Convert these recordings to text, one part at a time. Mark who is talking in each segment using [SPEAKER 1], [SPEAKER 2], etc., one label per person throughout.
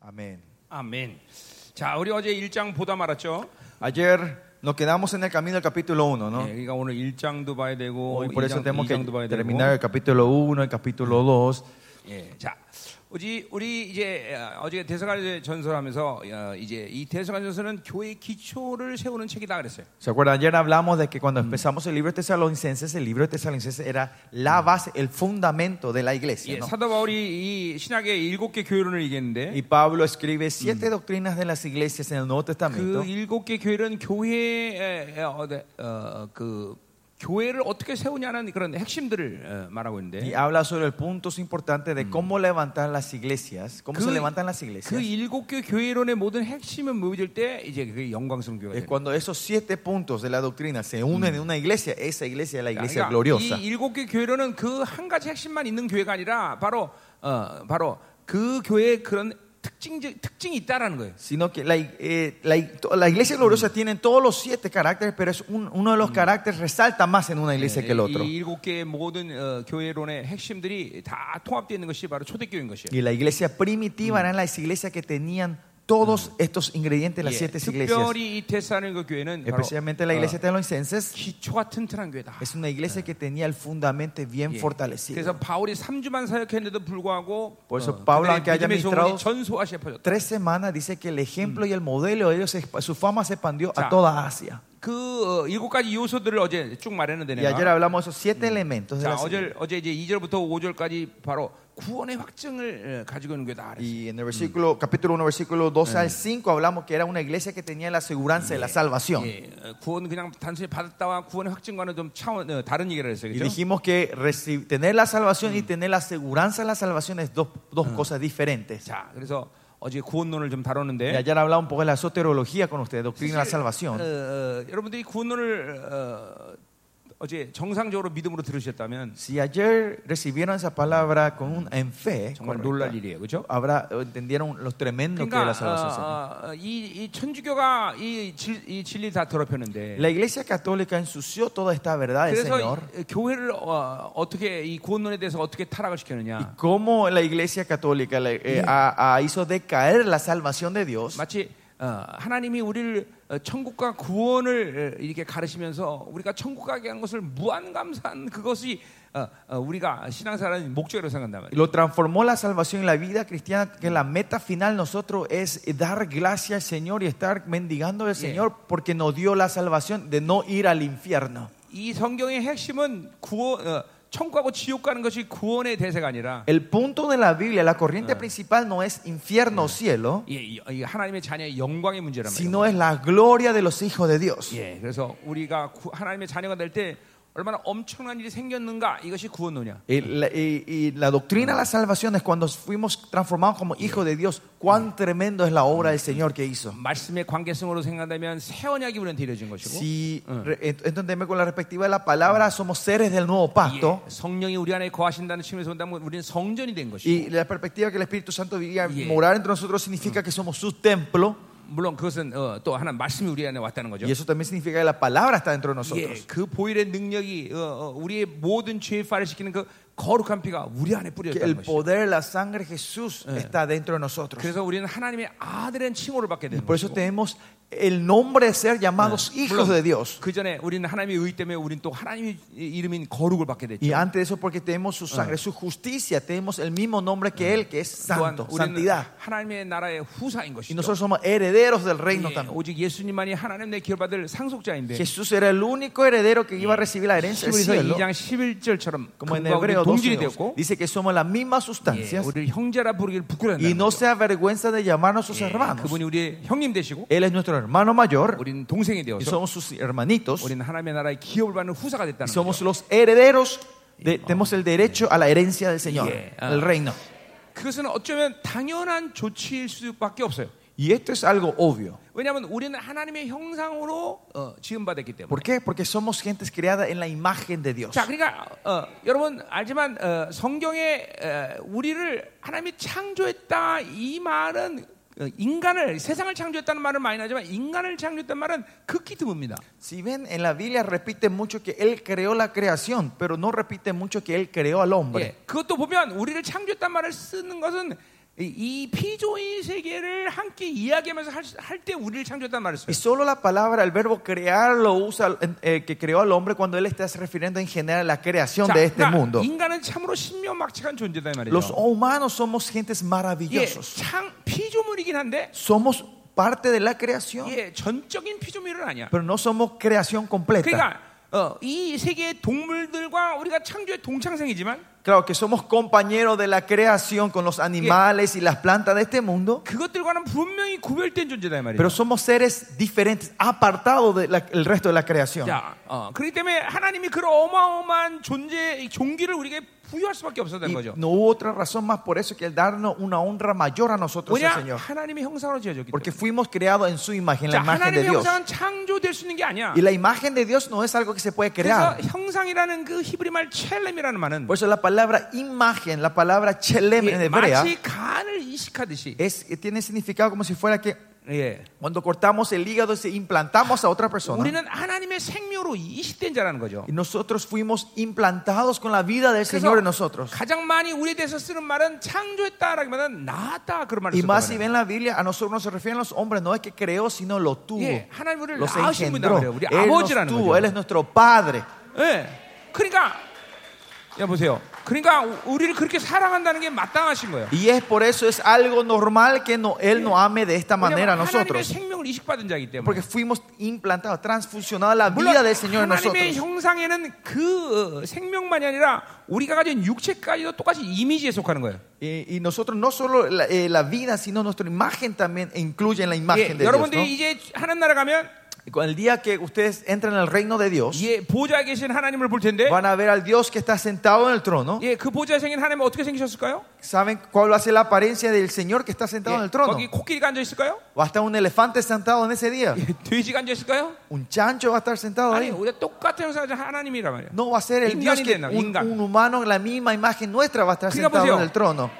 [SPEAKER 1] Amén.
[SPEAKER 2] 아멘. 자, 우리 어제 1장 보다 말았죠?
[SPEAKER 1] Ayer nos quedamos en el camino del capítulo 1, ¿no?
[SPEAKER 2] 예, 그러니까 오늘 1장도 봐야 되고
[SPEAKER 1] Hoy por eso
[SPEAKER 2] 2장,
[SPEAKER 1] tenemos que
[SPEAKER 2] 2장도 봐야 되고.
[SPEAKER 1] terminar el capítulo 1, el capítulo 2.
[SPEAKER 2] 예. 자, 우리 우리 이제 어, 어제 대서관 전설하면서 어, 이제 이 대서관 전설은 교회의 기초를 세우는 책이다 그랬어요.
[SPEAKER 1] ¿Se acuerdan? Ayer hablamos de que cuando empezamos el libro de Tesalonicenses, el libro de Tesalonicenses era la base, el fundamento de la iglesia.
[SPEAKER 2] 예,
[SPEAKER 1] ¿no?
[SPEAKER 2] 사도 바울이 이 신학의 일곱 개 교회론을 얘기했는데
[SPEAKER 1] Y Pablo escribe siete doctrinas de las iglesias en el Nuevo Testamento.
[SPEAKER 2] 그 일곱 개 교회는 교회의 어, 어, 그 교회를 어떻게 세우냐는 그런 핵심들을 어, 말하고 있는데
[SPEAKER 1] Y habla sobre el punto importante de cómo levantar las iglesias, cómo se levantan las
[SPEAKER 2] 그
[SPEAKER 1] iglesias.
[SPEAKER 2] 일곱 개 교회론의 모든 핵심을 모일 때 이제 그게 영광스러운 교회가
[SPEAKER 1] Es
[SPEAKER 2] 되는
[SPEAKER 1] cuando esos siete puntos de la doctrina se unen en una iglesia, esa iglesia es la
[SPEAKER 2] 거예요.
[SPEAKER 1] iglesia
[SPEAKER 2] 그러니까
[SPEAKER 1] gloriosa.
[SPEAKER 2] 이 일곱 개 교회론은 그 한 가지 핵심만 있는 교회가 아니라 바로 어, 바로 그 교회의 그런 특징 특징이 있다라는 거예요.
[SPEAKER 1] Sino que la, eh, la, to- la iglesia gloriosa tiene todos los siete caracteres, pero es un- uno de los caracteres resalta más en una iglesia que
[SPEAKER 2] Eh,
[SPEAKER 1] el otro.
[SPEAKER 2] 이 일곱 개의 모든 어, 교회론의 핵심들이 다 통합되어 있는 것이 바로 초대교회인 것이에요.
[SPEAKER 1] Y la iglesia primitiva eran las iglesias que tenían todos estos ingredientes, las
[SPEAKER 2] 예,
[SPEAKER 1] siete iglesias.
[SPEAKER 2] 특별히 이 테살로니가 그 교회는 바로 어,
[SPEAKER 1] Especialmente la iglesia de Tesalonicenses
[SPEAKER 2] 기초가 튼튼한 교회다.
[SPEAKER 1] es una iglesia que tenía el fundamento bien
[SPEAKER 2] 예.
[SPEAKER 1] fortalecido.
[SPEAKER 2] 그래서 바울이 3주만 사역했는데도 불구하고 어,
[SPEAKER 1] Por eso Pablo, aunque haya ministrado-
[SPEAKER 2] 전소아시아 퍼졌다.
[SPEAKER 1] Tres semanas dice que el ejemplo y el modelo de ellos, se expa- su fama se expandió
[SPEAKER 2] Ya.
[SPEAKER 1] a toda Asia.
[SPEAKER 2] 그 어, 일곱 가지 요소들을 어제 쭉 말했는데
[SPEAKER 1] Y ayer
[SPEAKER 2] 내가
[SPEAKER 1] hablamos de esos siete elementos. de
[SPEAKER 2] 자,
[SPEAKER 1] la
[SPEAKER 2] 어제
[SPEAKER 1] serie.
[SPEAKER 2] 어제 이제 2절부터 5절까지 바로 구원의 확증을 어, 가지고 있는 교회다. 그랬어요.
[SPEAKER 1] Y en el versículo, capítulo 1, versículo 12 al 5, hablamos que era una iglesia que tenía la aseguranza de la salvación.
[SPEAKER 2] 예, 어, 구원 그냥 단순히 받았다와 구원의 확증과는 좀 차원 어, 다른 얘기를 했어요.
[SPEAKER 1] Y
[SPEAKER 2] 그죠?
[SPEAKER 1] dijimos que reci- tener la salvación y tener la aseguranza de la salvación es dos, dos cosas diferentes.
[SPEAKER 2] 자, 그래서 어제 구원론을 좀
[SPEAKER 1] Y
[SPEAKER 2] 다뤘는데
[SPEAKER 1] ayer hablamos un poco de la soteriología con ustedes, doctrina de la
[SPEAKER 2] 어,
[SPEAKER 1] salvación.
[SPEAKER 2] 어, 여러분들이 구원론을 어, 어제 정상적으로 믿음으로 들으셨다면
[SPEAKER 1] Si ayer recibieron esa palabra con un, en fe,
[SPEAKER 2] 정말
[SPEAKER 1] correcta,
[SPEAKER 2] 놀랄 일이에요. 그죠?
[SPEAKER 1] habrá, eh, entendieron lo tremendo que es
[SPEAKER 2] 그러니까
[SPEAKER 1] la salvación.
[SPEAKER 2] 어, 어, 어, 이, 이 천주교가 이, 질, 이 진리 다 더럽혔는데
[SPEAKER 1] La iglesia católica ensució toda esta verdad del
[SPEAKER 2] 그래서
[SPEAKER 1] Señor.
[SPEAKER 2] 이- 교회를 어, 어떻게 이 구원론에 대해서 어떻게 타락을 시켰느냐
[SPEAKER 1] Cómo la iglesia católica la- eh, a- a- hizo decaer la salvación de Dios.
[SPEAKER 2] 마치 어, 하나님이 우리를 어, 천국과 구원을 어, 이렇게 가르치면서 우리가 천국 가게 한 것을 무한 감사한 그것이 어, 어, 우리가 신앙생활의 목적으로 생각한단 말이에요.
[SPEAKER 1] Lo transformó la salvación en la vida cristiana, que la meta final nosotros es dar gracias al Señor y estar mendigando al Señor porque nos dio la salvación de no ir al infierno.
[SPEAKER 2] 이 성경의 핵심은 구원 어, 천국하고 지옥 가는 것이 구원의 대세가 아니라
[SPEAKER 1] El punto de la Biblia, la corriente principal no es infierno o cielo,
[SPEAKER 2] 이- 이- 이 하나님의 자녀의 영광의 문제란 말이에요.
[SPEAKER 1] sino es la gloria de los hijos de Dios.
[SPEAKER 2] 예, 그래서 우리가 구- 하나님의 자녀가 될 때 얼마나 엄청난 일이 생겼는가 이것이 구원론이야.
[SPEAKER 1] Y la, y- y la doctrina de la salvación es cuando fuimos transformados como hijos de Dios. Cuán tremendo es la obra del Señor que hizo.
[SPEAKER 2] 말씀의 관계성으로 생각한다면 새 언약이 우리한테 이루어진 것이고
[SPEAKER 1] Si re- ent- entendemos con la perspectiva de la palabra, somos seres del nuevo pacto.
[SPEAKER 2] 예, 성령이 우리 안에 거하신다는 측면에서 본다면 우리는 성전이 된 것이고
[SPEAKER 1] Y la perspectiva que el Espíritu Santo vivía
[SPEAKER 2] Yeah.
[SPEAKER 1] morar entre nosotros significa que somos su templo.
[SPEAKER 2] 물론 그것은 어, 또 하나 말씀이 우리 안에 왔다는 거죠.
[SPEAKER 1] Y eso también significa que la palabra está dentro de
[SPEAKER 2] 예,
[SPEAKER 1] nosotros.
[SPEAKER 2] 그 보일의 능력이 어, 어, 우리의 모든 죄의 파를 시키는 그 거룩한 피가 우리 안에
[SPEAKER 1] Que el
[SPEAKER 2] 뿌려졌다는 것이죠.
[SPEAKER 1] poder, de la sangre de Jesús está dentro de nosotros.
[SPEAKER 2] 그래서 우리는 하나님의 아들의 칭호를 받게 되는
[SPEAKER 1] Por eso
[SPEAKER 2] 것이고
[SPEAKER 1] tenemos el nombre de ser llamados hijos de Dios.
[SPEAKER 2] 그 전에 우리는 하나님의 의 때문에 우리는 또 하나님의 이름인 거룩을 받게 됐죠.
[SPEAKER 1] Y antes de eso, porque tenemos su sangre, su justicia, tenemos el mismo nombre que Él, que es
[SPEAKER 2] 또한
[SPEAKER 1] santo,
[SPEAKER 2] 우리는
[SPEAKER 1] santidad.
[SPEAKER 2] 하나님의 나라의 후사인
[SPEAKER 1] Y
[SPEAKER 2] 것이죠.
[SPEAKER 1] nosotros somos herederos del reino
[SPEAKER 2] 예,
[SPEAKER 1] también.
[SPEAKER 2] 오직 예수님만이 하나님의 기업받을 상속자인데
[SPEAKER 1] Jesús era el único heredero que iba a recibir la herencia del
[SPEAKER 2] 히브리서
[SPEAKER 1] cielo.
[SPEAKER 2] 2장 11절처럼
[SPEAKER 1] Como en
[SPEAKER 2] 그분과 우리
[SPEAKER 1] Hebreo
[SPEAKER 2] 동질이
[SPEAKER 1] 2,
[SPEAKER 2] 되었고
[SPEAKER 1] dice que somos las mismas
[SPEAKER 2] 예,
[SPEAKER 1] sustancias.
[SPEAKER 2] 우리를 형제라 부르기를 부끄러워한다. 예,
[SPEAKER 1] Y no se avergüenza de llamarnos sus hermanos.
[SPEAKER 2] 그분이 우리의 형님 되시고
[SPEAKER 1] Él es nuestro hermano mayor
[SPEAKER 2] 우리는 예. 동생이
[SPEAKER 1] y
[SPEAKER 2] 되어서
[SPEAKER 1] somos sus hermanitos.
[SPEAKER 2] 우리는 하나님의 나라의 기업을 받는 후사가
[SPEAKER 1] Y
[SPEAKER 2] 됐다는
[SPEAKER 1] somos
[SPEAKER 2] 거죠.
[SPEAKER 1] los herederos. de- tenemos el derecho a la herencia del Señor,
[SPEAKER 2] Yeah. Ah.
[SPEAKER 1] el reino.
[SPEAKER 2] 그것은 어쩌면 당연한 조치일 수밖에 없어요.
[SPEAKER 1] Y esto es algo obvio.
[SPEAKER 2] 왜냐하면 우리는 하나님의 형상으로 어, 지음 받았기 때문에.
[SPEAKER 1] ¿Por qué? Porque somos gentes creadas en la imagen de Dios.
[SPEAKER 2] 자, 그러니까 어, 여러분 알지만 어, 성경에 어, 우리를 하나님이 창조했다 이 말은 어, 인간을 세상을 창조했다는 말은 많이 나지만 인간을 창조했다는 말은 극히 드뭅니다.
[SPEAKER 1] Si ven, en la Biblia repite mucho que Él creó la creación, pero no repite mucho que Él creó al hombre.
[SPEAKER 2] 예, 그것도 보면 우리를 창조했다는 말을 쓰는 것은 이, 이 피조의 세계를 함께 이야기하면서 할 때 우리를 창조했단 말했어요.
[SPEAKER 1] Y solo la palabra, el verbo crear, lo usa eh, que creó al hombre cuando él está se refiriendo en general a la creación
[SPEAKER 2] 자,
[SPEAKER 1] de este
[SPEAKER 2] 그러니까
[SPEAKER 1] mundo.
[SPEAKER 2] 인간은 참으로 신묘막측한 존재다 이 말이죠.
[SPEAKER 1] Los humanos somos gentes
[SPEAKER 2] 예,
[SPEAKER 1] maravillosos.
[SPEAKER 2] 창 피조물이긴 한데
[SPEAKER 1] Somos parte de la creación,
[SPEAKER 2] 예, 전적인 피조물은 아니야.
[SPEAKER 1] pero no somos creación completa.
[SPEAKER 2] 그러니까 어, 이 세계의 동물들과 우리가 창조의 동창생이지만
[SPEAKER 1] Claro que somos compañeros de la creación con los animales y las plantas de este mundo,
[SPEAKER 2] 그것들과는 분명히 구별된 존재다 이 말이죠.
[SPEAKER 1] pero somos seres diferentes, apartados del resto de la creación.
[SPEAKER 2] 자, 어, 그렇기 때문에 하나님이 그런 어마어마한 존재 이 종기를 우리에게 부여할 수밖에 없었던
[SPEAKER 1] Y
[SPEAKER 2] 거죠.
[SPEAKER 1] no hubo otra razón más por eso que el darnos una honra mayor a nosotros, el
[SPEAKER 2] 왜냐?
[SPEAKER 1] Señor.
[SPEAKER 2] 하나님의 형상으로 지어졌기
[SPEAKER 1] Porque
[SPEAKER 2] 때문에.
[SPEAKER 1] fuimos creados en su imagen, la
[SPEAKER 2] 자,
[SPEAKER 1] imagen de
[SPEAKER 2] 하나님의
[SPEAKER 1] Dios.
[SPEAKER 2] 형상은 창조될 수 있는 게 아니야.
[SPEAKER 1] Y la imagen de Dios no es algo que se puede
[SPEAKER 2] 그래서
[SPEAKER 1] crear.
[SPEAKER 2] 형상이라는 그 히브리 말 첼렘이라는 말은
[SPEAKER 1] Por eso la palabra imagen, la palabra chelem en
[SPEAKER 2] 예,
[SPEAKER 1] hebrea,
[SPEAKER 2] 마치 간을 이식하듯이
[SPEAKER 1] es, tiene significado como si fuera que
[SPEAKER 2] 예,
[SPEAKER 1] cuando cortamos el hígado se implantamos a otra persona.
[SPEAKER 2] 우리는 하나님의 생명으로 이식된 자라는 거죠.
[SPEAKER 1] Y nosotros fuimos implantados con la vida del Señor en nosotros.
[SPEAKER 2] 가장 많이 우리에 대해서 쓰는 말은 창조했다라기보다는 낳았다 그런 말을
[SPEAKER 1] Y más si
[SPEAKER 2] 쓰거든요.
[SPEAKER 1] ven la Biblia, a nosotros no se refieren los hombres, no es que creó, sino lo tuvo.
[SPEAKER 2] 예, 하나님 우리를
[SPEAKER 1] Los
[SPEAKER 2] 낳으신 분이라고
[SPEAKER 1] engendró.
[SPEAKER 2] 그래요. 우리
[SPEAKER 1] Él nos
[SPEAKER 2] 아버지라는
[SPEAKER 1] tuvo, Él
[SPEAKER 2] 거죠.
[SPEAKER 1] es nuestro Padre.
[SPEAKER 2] 예, 그러니까 야 보세요. 그러니까 우- 우리를 그렇게 사랑한다는 게 마땅하신 거예요.
[SPEAKER 1] Y es por eso es algo normal que no, Él nos ame de esta
[SPEAKER 2] 왜냐면
[SPEAKER 1] manera a
[SPEAKER 2] 하나님의
[SPEAKER 1] nosotros.
[SPEAKER 2] 생명을 이식받은 자이기 때문에.
[SPEAKER 1] Porque fuimos implantados, transfusionados la
[SPEAKER 2] 물론
[SPEAKER 1] vida del Señor en
[SPEAKER 2] 하나님의
[SPEAKER 1] nosotros.
[SPEAKER 2] 형상에는 그 어, 생명만이 아니라 우리가 가진 육체까지도 똑같이 이미지에 속하는 거예요.
[SPEAKER 1] Y, y nosotros no solo la, eh, la vida, sino nuestra imagen también incluye en la
[SPEAKER 2] 예,
[SPEAKER 1] imagen de Dios.
[SPEAKER 2] 여러분들이 이제 하나님 나라 가면
[SPEAKER 1] ¿no? Con El día que ustedes entren al reino de Dios,
[SPEAKER 2] 예, 보좌에 계신 뭐 하나님을 볼 텐데
[SPEAKER 1] van a ver al Dios que está sentado en el trono.
[SPEAKER 2] 예, 그 보좌에 생긴 하나님 은 어떻게 생기셨을까요?
[SPEAKER 1] ¿Saben cuál va a ser la apariencia del Señor que está sentado en
[SPEAKER 2] 예,
[SPEAKER 1] el trono?
[SPEAKER 2] 거기 코끼리가 앉아 있을까요?
[SPEAKER 1] ¿Va a estar un elefante sentado en ese día?
[SPEAKER 2] 돼지가 앉아 있을까요?
[SPEAKER 1] ¿Un chancho va a estar sentado ahí?
[SPEAKER 2] 아니, 우리가 똑같은 형상을 가진 하나님이란 말이에요.
[SPEAKER 1] No va a ser el Dios que
[SPEAKER 2] 인간인데,
[SPEAKER 1] un,
[SPEAKER 2] 인간.
[SPEAKER 1] un humano, la misma imagen nuestra, va a estar
[SPEAKER 2] 그러니까
[SPEAKER 1] sentado
[SPEAKER 2] 보세요.
[SPEAKER 1] en el trono.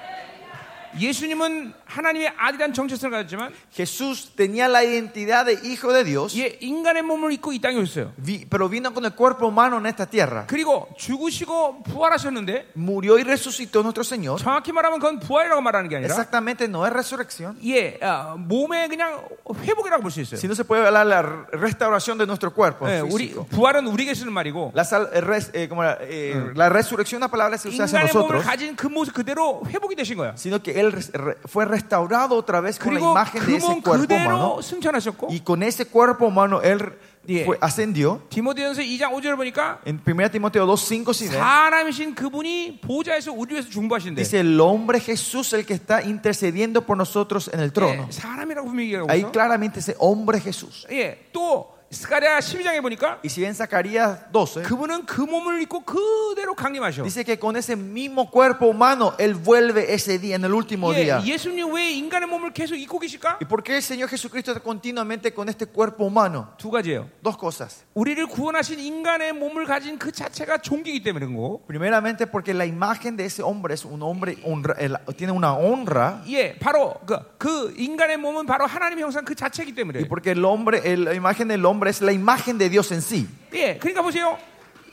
[SPEAKER 2] 예수님은 하나님의 아들이란 정체성을 가졌지만
[SPEAKER 1] Jesús tenía la identidad de hijo de Dios,
[SPEAKER 2] 예, 인간의 몸을 입고 이 땅에 오셨어요.
[SPEAKER 1] vi- pero vino con el cuerpo humano en esta tierra.
[SPEAKER 2] 그리고 죽으시고 부활하셨는데
[SPEAKER 1] Murió y resucitó nuestro Señor.
[SPEAKER 2] 정확히 말하면 그건 부활이라고 말하는 게 아니라
[SPEAKER 1] Exactamente, no es resurrección,
[SPEAKER 2] 예, 아, 몸의 그냥 회복이라고 볼 수 있어요.
[SPEAKER 1] sino se puede hablar de la re- restauración de nuestro cuerpo.
[SPEAKER 2] 예, 우리
[SPEAKER 1] físico.
[SPEAKER 2] 부활은 우리에게 쓰는 말이고
[SPEAKER 1] La, sal- eh, res- eh, ¿cómo era? Eh, la resurrección, la palabra se usa hacia
[SPEAKER 2] 인간의 몸을
[SPEAKER 1] nosotros,
[SPEAKER 2] 가진 그 모습 그대로 회복이 되신 거야.
[SPEAKER 1] sino que Él res- re- fue restaurado otra vez con la
[SPEAKER 2] 그리고
[SPEAKER 1] imagen de
[SPEAKER 2] 그
[SPEAKER 1] ese
[SPEAKER 2] 몸
[SPEAKER 1] cuerpo humano.
[SPEAKER 2] 그대로 승천하셨고
[SPEAKER 1] Y con ese cuerpo humano Él
[SPEAKER 2] Yeah.
[SPEAKER 1] fue- ascendió.
[SPEAKER 2] 디모데전서 2장 5절을 보니까
[SPEAKER 1] En 1 Timoteo 2, 5,
[SPEAKER 2] 네.
[SPEAKER 1] si ven,
[SPEAKER 2] 사람이신 그분이 보좌에서 우리 위해서 중보하신대.
[SPEAKER 1] dice el hombre Jesús el que está intercediendo por nosotros en el trono.
[SPEAKER 2] 예, 아, 사람이라고 분명히 얘기하고
[SPEAKER 1] Ahí
[SPEAKER 2] 있어.
[SPEAKER 1] claramente ese hombre Jesús.
[SPEAKER 2] 예, 또 스가랴 12장에 보니까
[SPEAKER 1] Y si ven Zacarías 12,
[SPEAKER 2] 그분은 그 몸을 입고 그대로 강림하셔.
[SPEAKER 1] dice que con ese mismo cuerpo humano Él vuelve ese día, en el último
[SPEAKER 2] 예,
[SPEAKER 1] día.
[SPEAKER 2] 예수님 왜 인간의 몸을 계속 입고 계실까?
[SPEAKER 1] ¿Y por qué el Señor Jesucristo está continuamente con este cuerpo humano?
[SPEAKER 2] 두 가지예요.
[SPEAKER 1] Dos cosas.
[SPEAKER 2] 우리를 구원하신 인간의 몸을 가진 그 자체가 종기이기 때문에 그런 거고.
[SPEAKER 1] Primeramente porque la imagen de ese hombre es un hombre, honra- el- tiene una honra.
[SPEAKER 2] 예, 바로 그, 그 인간의 몸은 바로 하나님의 형상 그 자체이기 때문에.
[SPEAKER 1] Y porque el hombre, el- la imagen del hombre es la imagen de Dios en sí.
[SPEAKER 2] 예, 그러니까 보세요.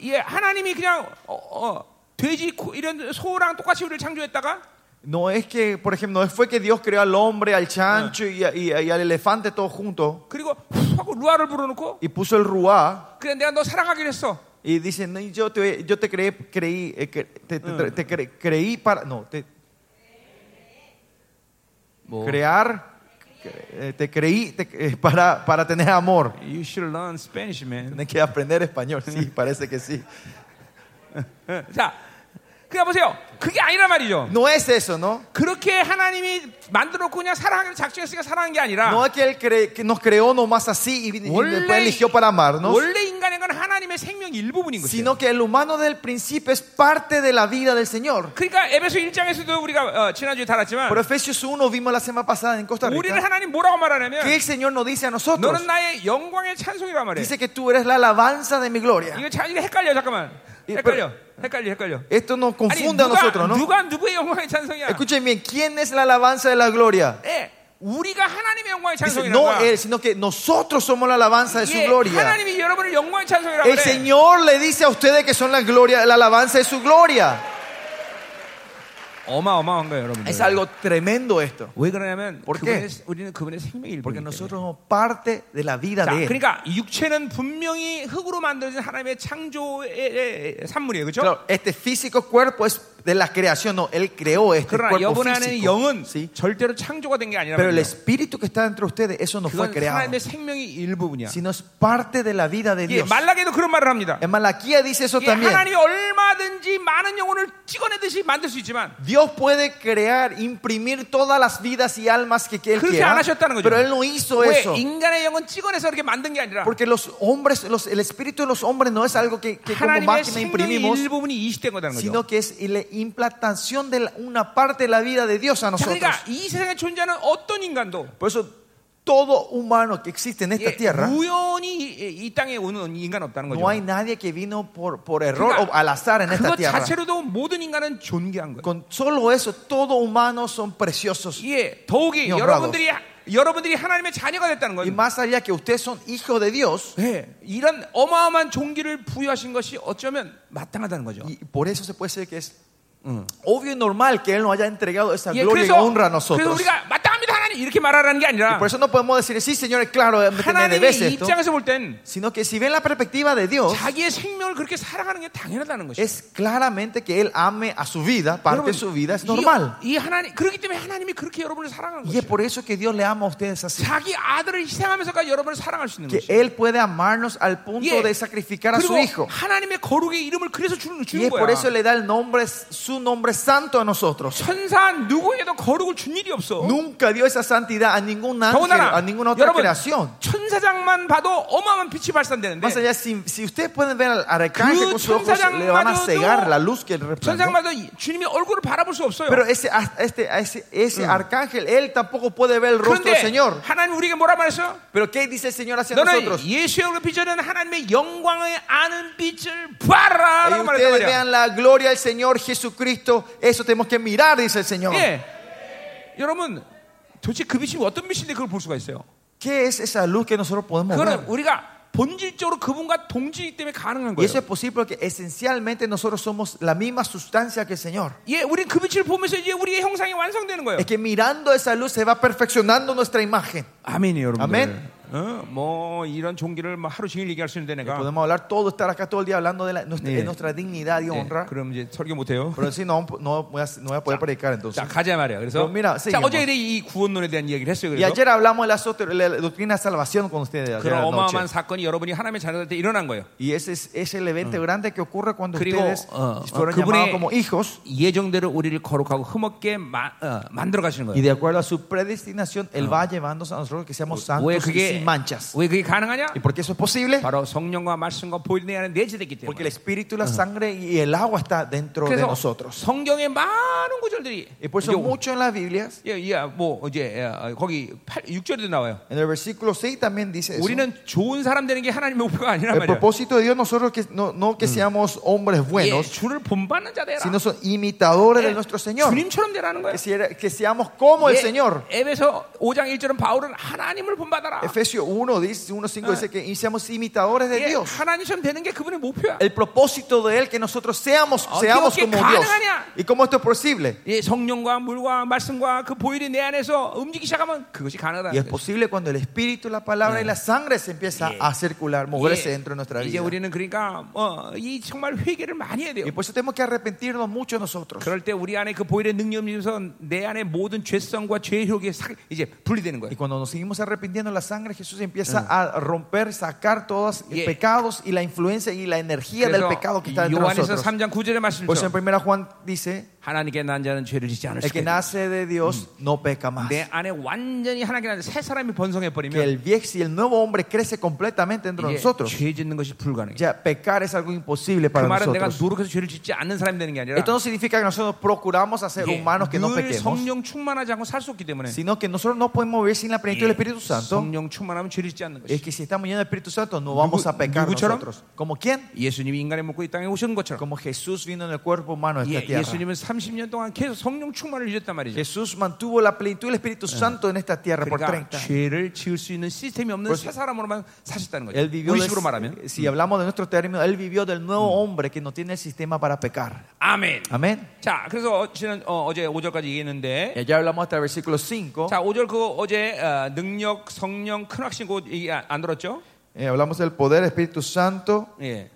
[SPEAKER 2] 예, 하나님이 그냥 어, 어, 돼지 코, 이런 소랑 똑같이 우리를 창조했다가
[SPEAKER 1] No es que, por ejemplo, no fue que Dios creó al hombre, al chancho y, a- y a- y al elefante todos juntos
[SPEAKER 2] 그리고 후 하고 루아를 불어놓고
[SPEAKER 1] y puso el ruá
[SPEAKER 2] 그래 내가 너 사랑하기로 했어.
[SPEAKER 1] y dice, "No, yo te, yo te creé, creí, eh, cre- te, te- te- te cre- creí para, no, te, crear, cre- eh, te creí te- eh, para, para tener amor.
[SPEAKER 2] You should learn Spanish, man.
[SPEAKER 1] Tienes que aprender español, sí, parece que sí.
[SPEAKER 2] 네. 자, 그냥 보세요. 그게 아니란 말이죠.
[SPEAKER 1] No es eso, ¿no?
[SPEAKER 2] 그렇게 하나님이 만들었고 그냥 사랑하기로 작정했으니까 사랑한 게
[SPEAKER 1] No
[SPEAKER 2] 아니라
[SPEAKER 1] es que Él cre- que nos creó nomás así y, y después
[SPEAKER 2] 원래,
[SPEAKER 1] eligió para amarnos,
[SPEAKER 2] 원래 인간인 건 하나님의 생명 일부분인 거죠.
[SPEAKER 1] sino que el humano del principio es parte de la vida del Seor.
[SPEAKER 2] 그러니까 에베소 1장에서도 우리가 어, 지난주에 다뤘지만
[SPEAKER 1] Por Efesios 1 vimos la semana pasada en Costa
[SPEAKER 2] 우리를
[SPEAKER 1] Rica
[SPEAKER 2] 하나님 뭐라고
[SPEAKER 1] que
[SPEAKER 2] 말하냐면
[SPEAKER 1] el Señor nos dice a
[SPEAKER 2] 너는
[SPEAKER 1] nosotros,
[SPEAKER 2] 나의 영광의 찬송이란 말이에요.
[SPEAKER 1] dice que tú eres la alabanza de mi gloria.
[SPEAKER 2] 이거 자, 이거 헷갈려 잠깐만.
[SPEAKER 1] 이- 그
[SPEAKER 2] 헷갈려. 헷갈려. 헷갈려.
[SPEAKER 1] Esto nos
[SPEAKER 2] 아니
[SPEAKER 1] confunde a
[SPEAKER 2] 누가
[SPEAKER 1] nosotros, ¿no?
[SPEAKER 2] 누가 누구의 영광의 찬송이야?
[SPEAKER 1] Escuchen bien, ¿quién es la alabanza de la gloria?
[SPEAKER 2] 예. 우리가 하나님의 영광의
[SPEAKER 1] Dice,
[SPEAKER 2] 찬송이라고.
[SPEAKER 1] no él, sino que nosotros somos la alabanza de su gloria.
[SPEAKER 2] 하나님이 여러분을 영광의 찬송이라고.
[SPEAKER 1] El
[SPEAKER 2] 그래.
[SPEAKER 1] Señor le dice a ustedes que son la gloria, la alabanza de su gloria.
[SPEAKER 2] 어마어마한 거예요, 여러분들.
[SPEAKER 1] Es algo tremendo esto.
[SPEAKER 2] 왜 그러냐면
[SPEAKER 1] Por
[SPEAKER 2] 그분의,
[SPEAKER 1] qué?
[SPEAKER 2] 우리는 그분의 생명의 일부.
[SPEAKER 1] Porque nosotros somos parte de la vida
[SPEAKER 2] 자,
[SPEAKER 1] de Él.
[SPEAKER 2] 그러니까 이 육체는 분명히 흙으로 만들어진 하나님의 창조의 산물이에요, 그렇죠?
[SPEAKER 1] Claro, este físico cuerpo es de la creación, no, Él creó este
[SPEAKER 2] 그러나
[SPEAKER 1] cuerpo
[SPEAKER 2] 여분의 안에
[SPEAKER 1] físico.
[SPEAKER 2] 영은
[SPEAKER 1] ¿sí?
[SPEAKER 2] 절대로 창조가 된 게
[SPEAKER 1] Pero
[SPEAKER 2] 아니라
[SPEAKER 1] el espíritu que está entre ustedes, eso no fue
[SPEAKER 2] 그건
[SPEAKER 1] creado,
[SPEAKER 2] 하나님의 생명의 일부분이야.
[SPEAKER 1] sino es parte de la vida de
[SPEAKER 2] 예,
[SPEAKER 1] Dios.
[SPEAKER 2] 말라기도 그런 말을 합니다.
[SPEAKER 1] En Malaquía dice eso
[SPEAKER 2] 예,
[SPEAKER 1] también.
[SPEAKER 2] 하나님이 얼마든지 많은 영혼을 찍어내듯이 만들 수 있지만
[SPEAKER 1] Dios puede crear, imprimir todas las vidas y almas que Él
[SPEAKER 2] 그렇게
[SPEAKER 1] quiera,
[SPEAKER 2] 안 하셨다는 거죠.
[SPEAKER 1] pero Él no hizo
[SPEAKER 2] 왜
[SPEAKER 1] eso.
[SPEAKER 2] 인간의 영혼 찍어내서 이렇게 만든 게 아니라
[SPEAKER 1] Porque los hombres, los- el espíritu de los hombres no es algo que, que como
[SPEAKER 2] 하나님의
[SPEAKER 1] máquina
[SPEAKER 2] 생명의
[SPEAKER 1] imprimimos,
[SPEAKER 2] 일부분이 이식된 거다는 거죠.
[SPEAKER 1] sino que es la implantación de la- una parte de la vida de Dios a
[SPEAKER 2] 자,
[SPEAKER 1] nosotros.
[SPEAKER 2] 그러니까 이 세상에 존재하는 어떤 인간도
[SPEAKER 1] Por eso todo humano que existe en esta
[SPEAKER 2] 예,
[SPEAKER 1] tierra,
[SPEAKER 2] 우연히 이, 이 땅에 오는 인간 없다는 거죠.
[SPEAKER 1] Eh, no hay nadie que vino por, por error
[SPEAKER 2] 그러니까
[SPEAKER 1] o al azar en esta
[SPEAKER 2] 그것
[SPEAKER 1] tierra.
[SPEAKER 2] 자체로도 모든 인간은 존귀한 거예요.
[SPEAKER 1] Con solo eso, todos humanos son preciosos.
[SPEAKER 2] 예, 더욱이
[SPEAKER 1] 영광하고.
[SPEAKER 2] 여러분들이 여러분들이 하나님의 자녀가 됐다는
[SPEAKER 1] Y
[SPEAKER 2] 거예요.
[SPEAKER 1] más allá que ustedes son hijos de Dios,
[SPEAKER 2] 예, 이런 어마어마한 종기를 부여하신 것이 어쩌면 마땅하다는 거죠.
[SPEAKER 1] y por eso se puede decir que es mm, obvio y normal que Él nos haya entregado esa
[SPEAKER 2] 예,
[SPEAKER 1] gloria y honra a
[SPEAKER 2] 그래서
[SPEAKER 1] nosotros.
[SPEAKER 2] 우리가 마땅합니다 하나님 이렇게 말하라는 게 아니라
[SPEAKER 1] Por eso no podemos decir, sí, señores, claro, eh, me
[SPEAKER 2] 하나님의
[SPEAKER 1] debes esto.
[SPEAKER 2] 입장에서 볼 땐
[SPEAKER 1] Sino que si ven la perspectiva de Dios,
[SPEAKER 2] 자기의 생명을 그렇게 사랑하는 게 당연하다는 것이죠.
[SPEAKER 1] es claramente que Él ame a su vida, parte
[SPEAKER 2] 여러분,
[SPEAKER 1] de su vida es
[SPEAKER 2] 이-
[SPEAKER 1] normal.
[SPEAKER 2] 이, 하나님 그렇기 때문에 하나님이 그렇게 여러분을 사랑하는
[SPEAKER 1] Y es
[SPEAKER 2] 거죠.
[SPEAKER 1] por eso que Dios le ama a ustedes así.
[SPEAKER 2] 자기 아들을 희생하면서가 여러분을 사랑할 수 있는
[SPEAKER 1] Que
[SPEAKER 2] 거죠.
[SPEAKER 1] Él puede amarnos al punto
[SPEAKER 2] 예.
[SPEAKER 1] de sacrificar a su
[SPEAKER 2] 그리고
[SPEAKER 1] hijo.
[SPEAKER 2] 하나님의 거룩의 이름을 그래서 주는,
[SPEAKER 1] Y
[SPEAKER 2] 주는
[SPEAKER 1] es
[SPEAKER 2] 거야.
[SPEAKER 1] por eso le da el nombre, su nombre santo a nosotros.
[SPEAKER 2] 천사 누구에도 거룩을 준 일이
[SPEAKER 1] ¿Oh?
[SPEAKER 2] 없어.
[SPEAKER 1] Nunca dio esa santidad a ningún ángel,
[SPEAKER 2] 더군다나
[SPEAKER 1] a ninguna otra
[SPEAKER 2] 여러분
[SPEAKER 1] creación.
[SPEAKER 2] 천사장만 봐도 어마어마한 빛이 발산되는데
[SPEAKER 1] Más allá, si, si ustedes pueden ver al arcángel
[SPEAKER 2] 그
[SPEAKER 1] con sus ojos, le van a
[SPEAKER 2] 천사장마저도-
[SPEAKER 1] cegar la luz que resplandece.
[SPEAKER 2] 천사장마저 이- 주님의 얼굴을 바라볼 수 없어요.
[SPEAKER 1] Pero ese, a- este, a ese, ese arcángel, él tampoco puede ver el rostro del
[SPEAKER 2] 그런데
[SPEAKER 1] Señor.
[SPEAKER 2] 하나님 우리에게 뭐라 말했어요?
[SPEAKER 1] Pero ¿qué dice el Señor hacia
[SPEAKER 2] 너는
[SPEAKER 1] nosotros?
[SPEAKER 2] 예수의 얼굴 비추는 하나님의 영광의 아는 빛을 봐라라고
[SPEAKER 1] Y
[SPEAKER 2] 말했단
[SPEAKER 1] ustedes
[SPEAKER 2] 말이야.
[SPEAKER 1] vean la gloria del Señor Jesucristo, eso tenemos que mirar, dice el Señor.
[SPEAKER 2] 예, 여러분 도대체 그 빛이 어떤 빛인데 그걸 볼 수가 있어요?
[SPEAKER 1] ¿Qué es esa luz que nosotros podemos
[SPEAKER 2] 그거는
[SPEAKER 1] ver?
[SPEAKER 2] 우리가 본질적으로 그분과 동질이기 때문에 가능한
[SPEAKER 1] Y
[SPEAKER 2] 거예요.
[SPEAKER 1] eso es posible porque esencialmente nosotros somos la misma sustancia que el Señor.
[SPEAKER 2] 예, 우린 그 빛을 보면서 이제 우리의 형상이 완성되는 거예요.
[SPEAKER 1] Es que mirando esa luz se va perfeccionando nuestra imagen.
[SPEAKER 2] 아멘이 여러분.
[SPEAKER 1] 아멘.
[SPEAKER 2] 어, 뭐 이런 종기를 뭐 하루 종일 얘기할 수 있는데 내가.
[SPEAKER 1] Podemos hablar todo, estar acá todo el día hablando de, la- nuestra, de
[SPEAKER 2] Sí.
[SPEAKER 1] nuestra dignidad y
[SPEAKER 2] 예,
[SPEAKER 1] honra.
[SPEAKER 2] 그럼 이제 설교 못 해요.
[SPEAKER 1] Pero si no, no voy a, no voy a poder predicar entonces.
[SPEAKER 2] 자, 가자 말이야. 그래서
[SPEAKER 1] 그럼 미라,
[SPEAKER 2] 자,
[SPEAKER 1] 세게
[SPEAKER 2] 어제 이래 이 구원론에 대한 뭐. 이야기를 했어요.
[SPEAKER 1] Y
[SPEAKER 2] 그래서
[SPEAKER 1] ayer hablamos de la, soter- la doctrina de salvación con ustedes. ayer
[SPEAKER 2] 그런
[SPEAKER 1] a la noche.
[SPEAKER 2] 어마어마한 사건이 여러분이 하나님의 자녀들 때 일어난 거예요.
[SPEAKER 1] Y ese es, es el evento grande que ocurre cuando
[SPEAKER 2] 그리고,
[SPEAKER 1] ustedes
[SPEAKER 2] 어, 어,
[SPEAKER 1] fueron
[SPEAKER 2] 그분의-
[SPEAKER 1] llamados como hijos.
[SPEAKER 2] 예정대로 우리를 거룩하고 흠없게 마- 어, 만들어 가시는
[SPEAKER 1] Y
[SPEAKER 2] 거예요.
[SPEAKER 1] de acuerdo a su predestinación, Él va llevándonos a nosotros Ah. que seamos
[SPEAKER 2] 왜
[SPEAKER 1] santos y
[SPEAKER 2] 그게
[SPEAKER 1] sin manchas.
[SPEAKER 2] 왜 그게 가능하냐?
[SPEAKER 1] ¿Y por qué eso es posible?
[SPEAKER 2] 바로 성령과 말씀과 보일내 안에 내재됐기 때문에.
[SPEAKER 1] Porque el espíritu, la sangre y el agua está dentro de
[SPEAKER 2] 그래서
[SPEAKER 1] nosotros.
[SPEAKER 2] 성경의 많은 구절들이
[SPEAKER 1] Y por
[SPEAKER 2] 이제
[SPEAKER 1] eso mucho en las Biblias,
[SPEAKER 2] 예, 예, 뭐 이제 어, 거기 8, 6절에도 나와요.
[SPEAKER 1] en el versículo 6 también dice eso.
[SPEAKER 2] 우리는 좋은 사람 되는 게 하나님의 목표가 아니란
[SPEAKER 1] El
[SPEAKER 2] 말이야.
[SPEAKER 1] propósito de Mm. Dios nosotros que, no, no que seamos hombres
[SPEAKER 2] 예,
[SPEAKER 1] buenos,
[SPEAKER 2] 주를 본받는 자 되라.
[SPEAKER 1] sino son imitadores de
[SPEAKER 2] 예,
[SPEAKER 1] nuestro Señor.
[SPEAKER 2] 주님처럼 되라는 거야.
[SPEAKER 1] Que, si- que seamos como el
[SPEAKER 2] 예,
[SPEAKER 1] Señor.
[SPEAKER 2] 에베소 5장 1절은 바울은 하나님을 본받아라.
[SPEAKER 1] Efesios 1, dice, 1,
[SPEAKER 2] Ah.
[SPEAKER 1] 5 dice que seamos imitadores de
[SPEAKER 2] 예,
[SPEAKER 1] Dios.
[SPEAKER 2] 하나님처럼 되는 게 그분의 목표야.
[SPEAKER 1] El propósito de Él que nosotros seamos,
[SPEAKER 2] Ah,
[SPEAKER 1] seamos
[SPEAKER 2] Dios, ¿qué
[SPEAKER 1] como Dios.
[SPEAKER 2] 가능하냐?
[SPEAKER 1] ¿Y cómo esto es posible?
[SPEAKER 2] 예, 성령과 물과 말씀과 그 보일이 내 안에서 움직이기 시작하면
[SPEAKER 1] Y es
[SPEAKER 2] 그것이 가능하다는 거예요.
[SPEAKER 1] posible cuando el Espíritu, la palabra y la sangre se empieza a circular, moverse
[SPEAKER 2] 예,
[SPEAKER 1] dentro de nuestra
[SPEAKER 2] 이제
[SPEAKER 1] vida.
[SPEAKER 2] 우리는 그러니까 어, 이 정말 회개를 많이 해야 돼요.
[SPEAKER 1] Y por eso tenemos que arrepentirnos mucho nosotros.
[SPEAKER 2] 그럴 때 우리 안에 그 보일의 능력이 있어서 내 안에 모든 죄성과 죄의 효력이 싹 이제
[SPEAKER 1] Y
[SPEAKER 2] 분리되는 거예요.
[SPEAKER 1] cuando nos seguimos arrepintiendo, la sangre de Jesús empieza
[SPEAKER 2] Mm.
[SPEAKER 1] a romper, sacar todos los
[SPEAKER 2] Yeah.
[SPEAKER 1] pecados y la influencia y la energía del
[SPEAKER 2] 그래서
[SPEAKER 1] pecado que está dentro de
[SPEAKER 2] 요한에서
[SPEAKER 1] nosotros.
[SPEAKER 2] 3장 9절의
[SPEAKER 1] Por eso en
[SPEAKER 2] 말씀처럼
[SPEAKER 1] 1 Juan dice,
[SPEAKER 2] 하나님께 난 자는 죄를 짓지 않을
[SPEAKER 1] el
[SPEAKER 2] 수
[SPEAKER 1] que Mm.
[SPEAKER 2] 있다.
[SPEAKER 1] nace de Dios no peca más.
[SPEAKER 2] 내 안에 완전히 하나님께 난 새 사람이
[SPEAKER 1] que
[SPEAKER 2] 번성해 버리면
[SPEAKER 1] el viejo y el nuevo hombre crece completamente dentro de
[SPEAKER 2] 이제
[SPEAKER 1] nosotros.
[SPEAKER 2] 죄 짓는 것이 불가능해.
[SPEAKER 1] Ya pecar es algo imposible
[SPEAKER 2] 그
[SPEAKER 1] para
[SPEAKER 2] 말은 내가
[SPEAKER 1] nosotros.
[SPEAKER 2] 노력해서 죄를 짓지 않는 사람이 되는 게 아니라
[SPEAKER 1] Esto no significa que nosotros procuramos hacer
[SPEAKER 2] 예,
[SPEAKER 1] humanos que no
[SPEAKER 2] 늘
[SPEAKER 1] pequemos,
[SPEAKER 2] 성령 충만하지 않고 살 수 없기 때문에
[SPEAKER 1] sino que nosotros no podemos vivir sin la plenitud del Espíritu Santo.
[SPEAKER 2] 성령 충만하면 죄를 짓지 않는
[SPEAKER 1] Es
[SPEAKER 2] 것이.
[SPEAKER 1] que si estamos llenos del Espíritu Santo, no vamos a pecar
[SPEAKER 2] 누구처럼?
[SPEAKER 1] nosotros. ¿Como quién?
[SPEAKER 2] 예수님이 인간의 먹고 이 땅에 오신 것처럼
[SPEAKER 1] Como Jesús vino en el cuerpo humano de
[SPEAKER 2] 예,
[SPEAKER 1] esta tierra.
[SPEAKER 2] 예수님은 30년 동안 계속 성령 충만을 유지했단 말이죠.
[SPEAKER 1] Jesús mantuvo la plenitud del Espíritu Santo en esta tierra por
[SPEAKER 2] 그러니까
[SPEAKER 1] 30 años.
[SPEAKER 2] 죄를 지을 수 있는 시스템이 없는 새 사람으로만 사셨다는 거죠.
[SPEAKER 1] Él vivió, del-
[SPEAKER 2] 의식으로 말하면.
[SPEAKER 1] si hablamos de nuestro término, él vivió del nuevo hombre que no tiene el sistema para pecar.
[SPEAKER 2] 아멘.
[SPEAKER 1] Amén. Eh,
[SPEAKER 2] 자, 그래서 지난 어, 어제 5절까지 얘기했는데
[SPEAKER 1] Ya hablamos hasta el versículo 5.
[SPEAKER 2] 자, 5절 그 어제 어, 능력, 성령, 큰 확신 곧 얘기 안, 안 들었죠?
[SPEAKER 1] Eh, hablamos del poder Espíritu Santo.
[SPEAKER 2] 예.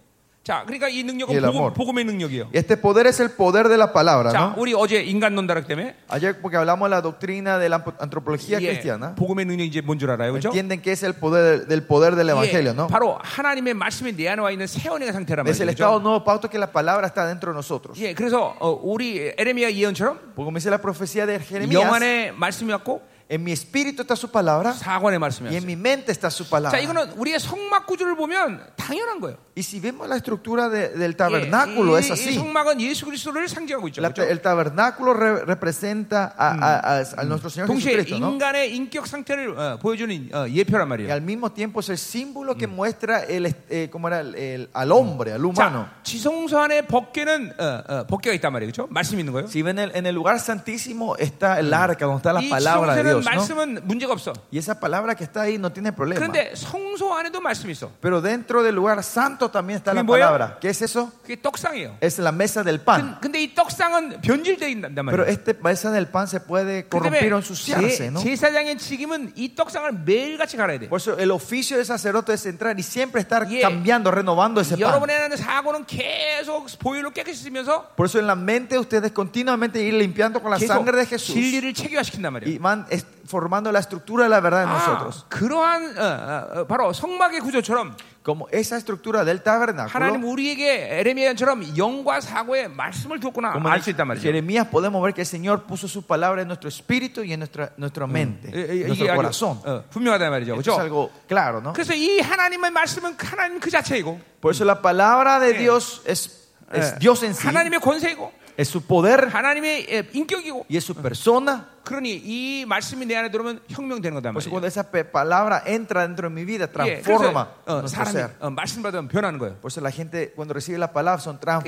[SPEAKER 2] 자, 그러니까 이 능력은
[SPEAKER 3] 예,
[SPEAKER 2] 복음,
[SPEAKER 3] amor.
[SPEAKER 2] 복음의 능력이에요.
[SPEAKER 3] Este poder es el poder de la palabra,
[SPEAKER 2] 자,
[SPEAKER 3] ¿no?
[SPEAKER 2] 우리 어제 인간 논다락 때문에
[SPEAKER 1] Ayer porque hablamos de la doctrina de la anpo- antropología
[SPEAKER 2] 예,
[SPEAKER 1] cristiana,
[SPEAKER 2] 복음의 능력이 이제 뭔 줄 알아요? 그죠?
[SPEAKER 1] entienden que es el poder del poder del evangelio,
[SPEAKER 2] 예,
[SPEAKER 1] ¿no?
[SPEAKER 2] 바로 하나님의 말씀이 내 안에 와 있는 새언의 상태란
[SPEAKER 1] Es
[SPEAKER 2] 말이죠.
[SPEAKER 1] el estado
[SPEAKER 2] 그죠?
[SPEAKER 1] nuevo pacto que la palabra está dentro de nosotros.
[SPEAKER 2] 예, 그래서 어, 우리 에레미야 예언처럼
[SPEAKER 1] Porque como dice la profecía de Jeremías,
[SPEAKER 2] 영안의 말씀이었고
[SPEAKER 1] en mi espíritu está su palabra
[SPEAKER 2] 사관의
[SPEAKER 1] y en
[SPEAKER 2] 말씀이었어요.
[SPEAKER 1] mi mente está su
[SPEAKER 2] 자,
[SPEAKER 1] palabra.
[SPEAKER 2] 이거는 우리의 성막 구조를 보면 당연한 거예요.
[SPEAKER 1] Y si vemos la estructura de- del
[SPEAKER 2] 예,
[SPEAKER 1] tabernáculo, es
[SPEAKER 2] 이, 이
[SPEAKER 1] así.
[SPEAKER 2] 성막은 예수 그리스도를 상징하고 있죠.
[SPEAKER 1] La-
[SPEAKER 2] 그죠?
[SPEAKER 1] el tabernáculo re- representa a, a- a- a nuestro Señor
[SPEAKER 2] 동시에
[SPEAKER 1] Jesucristo, ¿no?
[SPEAKER 2] 인간의 인격 상태를 어, 보여주는 어, 예표란
[SPEAKER 1] Y
[SPEAKER 2] 말이에요.
[SPEAKER 1] al mismo tiempo es el símbolo que muestra el, est- eh, cómo era el- el- al hombre, al humano.
[SPEAKER 2] 자, 지성소 안에 법계는 어, 어, 법계가 있단 말이에요. 그렇죠? 말씀 이 있는 거예요.
[SPEAKER 1] Si ven el- en el lugar santísimo está el arca donde está la
[SPEAKER 2] 이
[SPEAKER 1] palabra de Dios, ¿no?
[SPEAKER 2] 지성소는 말씀은 문제가 없어.
[SPEAKER 1] Y esa palabra que está ahí no tiene problema.
[SPEAKER 2] 그런데 성소 안에도 말씀이 있어.
[SPEAKER 1] Pero dentro del lugar santo también está
[SPEAKER 2] ¿Qué
[SPEAKER 1] la
[SPEAKER 2] voy a-
[SPEAKER 1] palabra. ¿Qué es eso?
[SPEAKER 2] 그게 떡상이에요.
[SPEAKER 1] Es la mesa del pan.
[SPEAKER 2] 근- 근데 이 떡상은 변질된단
[SPEAKER 1] Pero
[SPEAKER 2] 말이에요.
[SPEAKER 1] esta mesa del pan se puede
[SPEAKER 2] 그
[SPEAKER 1] corromper o ensuciarse,
[SPEAKER 2] 제,
[SPEAKER 1] ¿no?
[SPEAKER 2] 제사장의 직임은 이 떡상을 매일같이 갈아야 돼.
[SPEAKER 1] Por eso el oficio del sacerdote es entrar y siempre estar
[SPEAKER 2] Yeah.
[SPEAKER 1] cambiando, renovando ese pan.
[SPEAKER 2] 여러분의 하는 사고는 계속 보일로 깨끗이 쓰면서
[SPEAKER 1] Por eso en la mente de ustedes continuamente ir limpiando con la
[SPEAKER 2] 계속
[SPEAKER 1] sangre de Jesús
[SPEAKER 2] 진리를 체계화시킨단 말이에요.
[SPEAKER 1] y van est- formando la estructura de la verdad en
[SPEAKER 2] 아,
[SPEAKER 1] nosotros.
[SPEAKER 2] 그러한 어, 어, 어, 바로 성막의 구조처럼
[SPEAKER 1] Como esa estructura del
[SPEAKER 2] 하나님
[SPEAKER 1] tabernáculo,
[SPEAKER 2] 우리에게 에레미야처럼 영과 사고의 말씀을 줬구나
[SPEAKER 1] como
[SPEAKER 2] 알
[SPEAKER 1] en
[SPEAKER 2] 수 있단 말이죠.
[SPEAKER 1] Jeremías podemos ver que el Señor puso su palabra en nuestro espíritu y en nuestra, nuestra mente,
[SPEAKER 2] 예, 예,
[SPEAKER 1] en
[SPEAKER 2] 이게
[SPEAKER 1] nuestro
[SPEAKER 2] 아주
[SPEAKER 1] corazón.
[SPEAKER 2] 어, 분명하단 말이죠.
[SPEAKER 1] Esto es
[SPEAKER 2] 그렇죠?
[SPEAKER 1] algo claro, ¿no?
[SPEAKER 2] 그래서 이 하나님의 말씀은 하나님 그 자체이고
[SPEAKER 1] Por eso la palabra de
[SPEAKER 2] Sí.
[SPEAKER 1] Dios es,
[SPEAKER 2] 예,
[SPEAKER 1] es Dios en sí,
[SPEAKER 2] 하나님의 권세이고
[SPEAKER 1] es su poder
[SPEAKER 2] 하나님의 예, 인격이고
[SPEAKER 1] y es su persona.
[SPEAKER 2] 그러니 이 말씀이 내 안에 들어오면 혁명되는 거다
[SPEAKER 1] Por eso
[SPEAKER 2] 말이에요.
[SPEAKER 1] cuando esa pe- palabra entra dentro de mi vida,
[SPEAKER 2] 예, 그래서
[SPEAKER 1] transforma
[SPEAKER 2] 어,
[SPEAKER 1] nuestro
[SPEAKER 2] 사람이
[SPEAKER 1] ser.
[SPEAKER 2] 어, 말씀 받으면 변하는 거예요.
[SPEAKER 1] Por eso la gente cuando recibe la palabra son
[SPEAKER 2] 이게 바로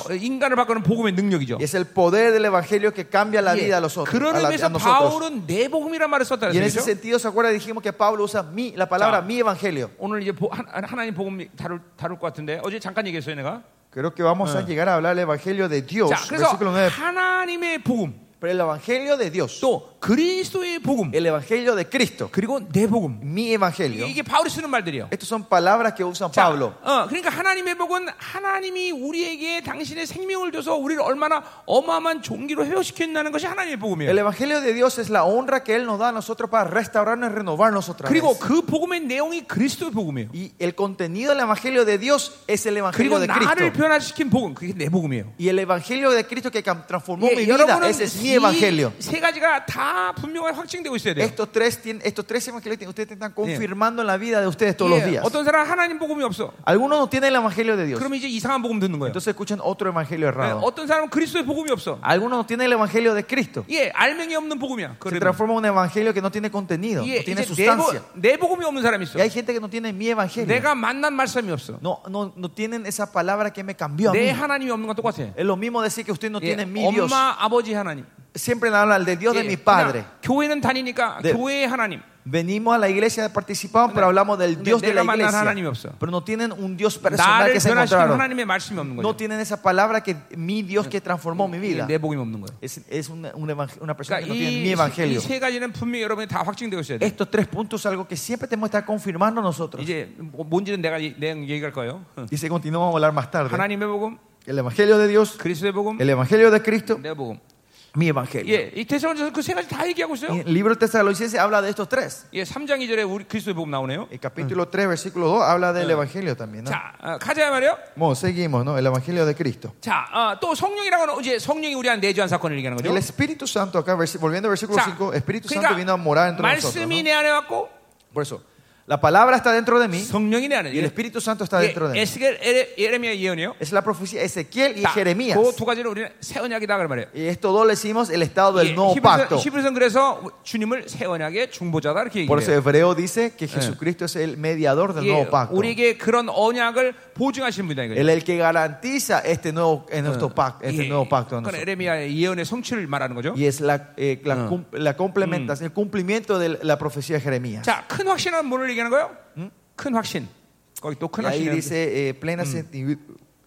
[SPEAKER 1] transformados.
[SPEAKER 2] 인간을 바꾸는 복음의 능력이죠.
[SPEAKER 1] Y es el poder del evangelio que cambia la
[SPEAKER 2] 예,
[SPEAKER 1] vida a los otros.
[SPEAKER 2] 그런
[SPEAKER 1] a la- a
[SPEAKER 2] 의미에서
[SPEAKER 1] nosotros.
[SPEAKER 2] 바울은 내 복음이란 말을 썼다
[SPEAKER 1] Y en ese
[SPEAKER 2] 그랬죠.
[SPEAKER 1] sentido, ¿se acuerda? Dijimos que Pablo usa mi, la palabra
[SPEAKER 2] 자.
[SPEAKER 1] mi evangelio.
[SPEAKER 2] 오늘 이제 보- 하- 하나님 복음 다룰 다룰 것 같은데 어제 잠깐 얘기했어요 내가.
[SPEAKER 1] Creo que vamos a llegar a hablar del evangelio de Dios.
[SPEAKER 2] 자, 그래서
[SPEAKER 1] Versículo 9.
[SPEAKER 2] 하나님의 복음,
[SPEAKER 1] Pero el evangelio de Dios,
[SPEAKER 2] 또 그리스도의 복음,
[SPEAKER 1] el evangelio de Cristo,
[SPEAKER 2] 그리고 내 복음.
[SPEAKER 1] mi evangelio.
[SPEAKER 2] 이게 바울이 쓰는 말들이에요.
[SPEAKER 1] Estas son palabras que usa
[SPEAKER 2] 자,
[SPEAKER 1] Pablo.
[SPEAKER 2] 어, 그러니까 하나님의 복은 하나님이 우리에게 당신의 생명을 줘서 우리를 얼마나 어마어마한 종기로 회복시킨다는 것이 하나님의 복음이에요.
[SPEAKER 1] El evangelio de Dios es la honra que Él nos da a nosotros para restaurarnos y renovarnos otra vez.
[SPEAKER 2] 그리고 그 복음의 내용이 그리스도의 복음이에요.
[SPEAKER 1] Y el contenido del evangelio de Dios es el evangelio
[SPEAKER 2] 그리고
[SPEAKER 1] de
[SPEAKER 2] 나를
[SPEAKER 1] Cristo.
[SPEAKER 2] 변화시킨 복음, 그게 내 복음이에요.
[SPEAKER 1] Y el evangelio de Cristo que cam- transformó mi
[SPEAKER 2] 예,
[SPEAKER 1] vida,
[SPEAKER 2] 여러분은
[SPEAKER 1] ese es mi evangelio.
[SPEAKER 2] 이 세 가지가 다 분명하게 확증되고 있어야 돼요.
[SPEAKER 1] Estos tres, tienen- estos tres evangelios tienen- ustedes están confirmando en la vida de ustedes todos los
[SPEAKER 2] 예,
[SPEAKER 1] días.
[SPEAKER 2] 어떤 사람 은 하나님 복음이 없어.
[SPEAKER 1] Algunos no tienen el evangelio de Dios.
[SPEAKER 2] 그러면 이제 이상한 복음 듣는 거예요.
[SPEAKER 1] Entonces escuchan otro evangelio
[SPEAKER 2] 예,
[SPEAKER 1] errado.
[SPEAKER 2] 어떤 사람은 그리스도의 복음이 없어.
[SPEAKER 1] Algunos no tienen el evangelio de Cristo.
[SPEAKER 2] 예, 알맹이 없는 복음이야.
[SPEAKER 1] Se
[SPEAKER 2] 그러면.
[SPEAKER 1] transforma en un evangelio que no tiene contenido,
[SPEAKER 2] 예,
[SPEAKER 1] no tiene
[SPEAKER 2] 이제 내,
[SPEAKER 1] sustancia.
[SPEAKER 2] 복- 내 복음이 없는 사람이 있어.
[SPEAKER 1] Y hay gente que no tiene mi evangelio.
[SPEAKER 2] 내가 만난 말씀이 없어.
[SPEAKER 1] No, no, no tienen esa palabra que me cambió a
[SPEAKER 2] 내
[SPEAKER 1] mí.
[SPEAKER 2] 하나님이 없는 건 똑같아.
[SPEAKER 1] Es lo mismo decir que usted no
[SPEAKER 2] 예,
[SPEAKER 1] tiene mi Dios.
[SPEAKER 2] 엄마, 아버지 하나님.
[SPEAKER 1] Siempre hablan del Dios de
[SPEAKER 2] 예,
[SPEAKER 1] mi padre.
[SPEAKER 2] 그냥 교회는 다니니까
[SPEAKER 1] 네.
[SPEAKER 2] 교회의 하나님.
[SPEAKER 1] Venimos a la iglesia, participamos, pero hablamos del
[SPEAKER 2] 근데
[SPEAKER 1] Dios de la
[SPEAKER 2] 내가 만난 하나님이
[SPEAKER 1] iglesia.
[SPEAKER 2] 없어.
[SPEAKER 1] Pero no tienen un Dios personal
[SPEAKER 2] 나를
[SPEAKER 1] que se
[SPEAKER 2] 변화시키는
[SPEAKER 1] encontraron.
[SPEAKER 2] 하나님의 말씀이 없는
[SPEAKER 1] No
[SPEAKER 2] 거죠.
[SPEAKER 1] tienen esa palabra que mi Dios que transformó mi
[SPEAKER 2] 예,
[SPEAKER 1] vida.
[SPEAKER 2] 내 복음이 없는 거예요.
[SPEAKER 1] Es, es una, un evang- una persona que
[SPEAKER 2] 그러니까
[SPEAKER 1] no tiene mi
[SPEAKER 2] 이
[SPEAKER 1] evangelio.
[SPEAKER 2] 세 가지는 분명히 여러분이 다 확증되고 있어야 돼.
[SPEAKER 1] Estos tres puntos es algo que siempre tenemos que estar confirmando nosotros.
[SPEAKER 2] 이제 뭐- 뭔지는 내가 예- 내가 얘기할 거예요.
[SPEAKER 1] Dice, continuamos a hablar más tarde.
[SPEAKER 2] 하나님의 복음,
[SPEAKER 1] El evangelio de Dios,
[SPEAKER 2] 그리스도의 복음,
[SPEAKER 1] el evangelio de Cristo,
[SPEAKER 2] 내 복음.
[SPEAKER 1] mi evangelio.
[SPEAKER 2] 예, 이 대사원에서 그 세 가지 다 얘기하고
[SPEAKER 1] Y
[SPEAKER 2] 있어요.
[SPEAKER 1] El libro de Tesalonicenses habla de estos tres.
[SPEAKER 2] 예, 3장 2절에 우리 그리스도의 복음 나오네요.
[SPEAKER 1] El capítulo 3, versículo 2, habla del evangelio también. ¿no?
[SPEAKER 2] 자, 어, 가자 말이요.
[SPEAKER 3] Bueno, seguimos, ¿no? El Evangelio de Cristo.
[SPEAKER 2] 자, 어, 또 성령이라고는 이제 성령이 우리 안에 내주한 사건을 얘기하는 거죠.
[SPEAKER 3] El Espíritu Santo, acá, versi- volviendo al versículo
[SPEAKER 2] 자,
[SPEAKER 3] 5, Espíritu
[SPEAKER 2] 그러니까
[SPEAKER 3] Santo vino a morar entre
[SPEAKER 2] 말씀이
[SPEAKER 3] nosotros.
[SPEAKER 2] 내 안에 왔고
[SPEAKER 1] Por eso, La palabra está dentro de mí
[SPEAKER 2] 성령이 내 안에 예,
[SPEAKER 1] y el Espíritu Santo está dentro de mí.
[SPEAKER 2] 에스겔 에레- 예레미야 예언이요.
[SPEAKER 1] Es la profecía de Ezequiel y Jeremías.
[SPEAKER 2] 그두 가지를 우리는 새 언약이다 그 말이에요. 예,
[SPEAKER 1] Y esto dos le decimos el estado del nuevo
[SPEAKER 2] 히브리서,
[SPEAKER 1] pacto.
[SPEAKER 2] 히브리서는 그래서 주님을 새 언약의 중보자다 이렇게
[SPEAKER 1] Por eso
[SPEAKER 2] 얘기해요. 예,
[SPEAKER 1] Hebreo dice que Jesucristo es el mediador del nuevo pacto. Él
[SPEAKER 2] 우리에게 그런 언약을 보증하신 분이다 이거죠.
[SPEAKER 1] es el que garantiza este nuevo, en nuestro pacto, este
[SPEAKER 2] 예,
[SPEAKER 1] nuevo pacto. a
[SPEAKER 2] 그건
[SPEAKER 1] nosotros.
[SPEAKER 2] 에레미야의 예언의 성취를 말하는 거죠.
[SPEAKER 1] Y es la, eh, la, cum- la complementación, el cumplimiento de la profecía de Jeremías.
[SPEAKER 2] 자, 큰 확신은 뭐를 얘기하는 거예요? 큰 확신. 거기 또
[SPEAKER 1] Y
[SPEAKER 2] 큰
[SPEAKER 1] ahí
[SPEAKER 2] 확신이
[SPEAKER 1] dice eh, plena senti-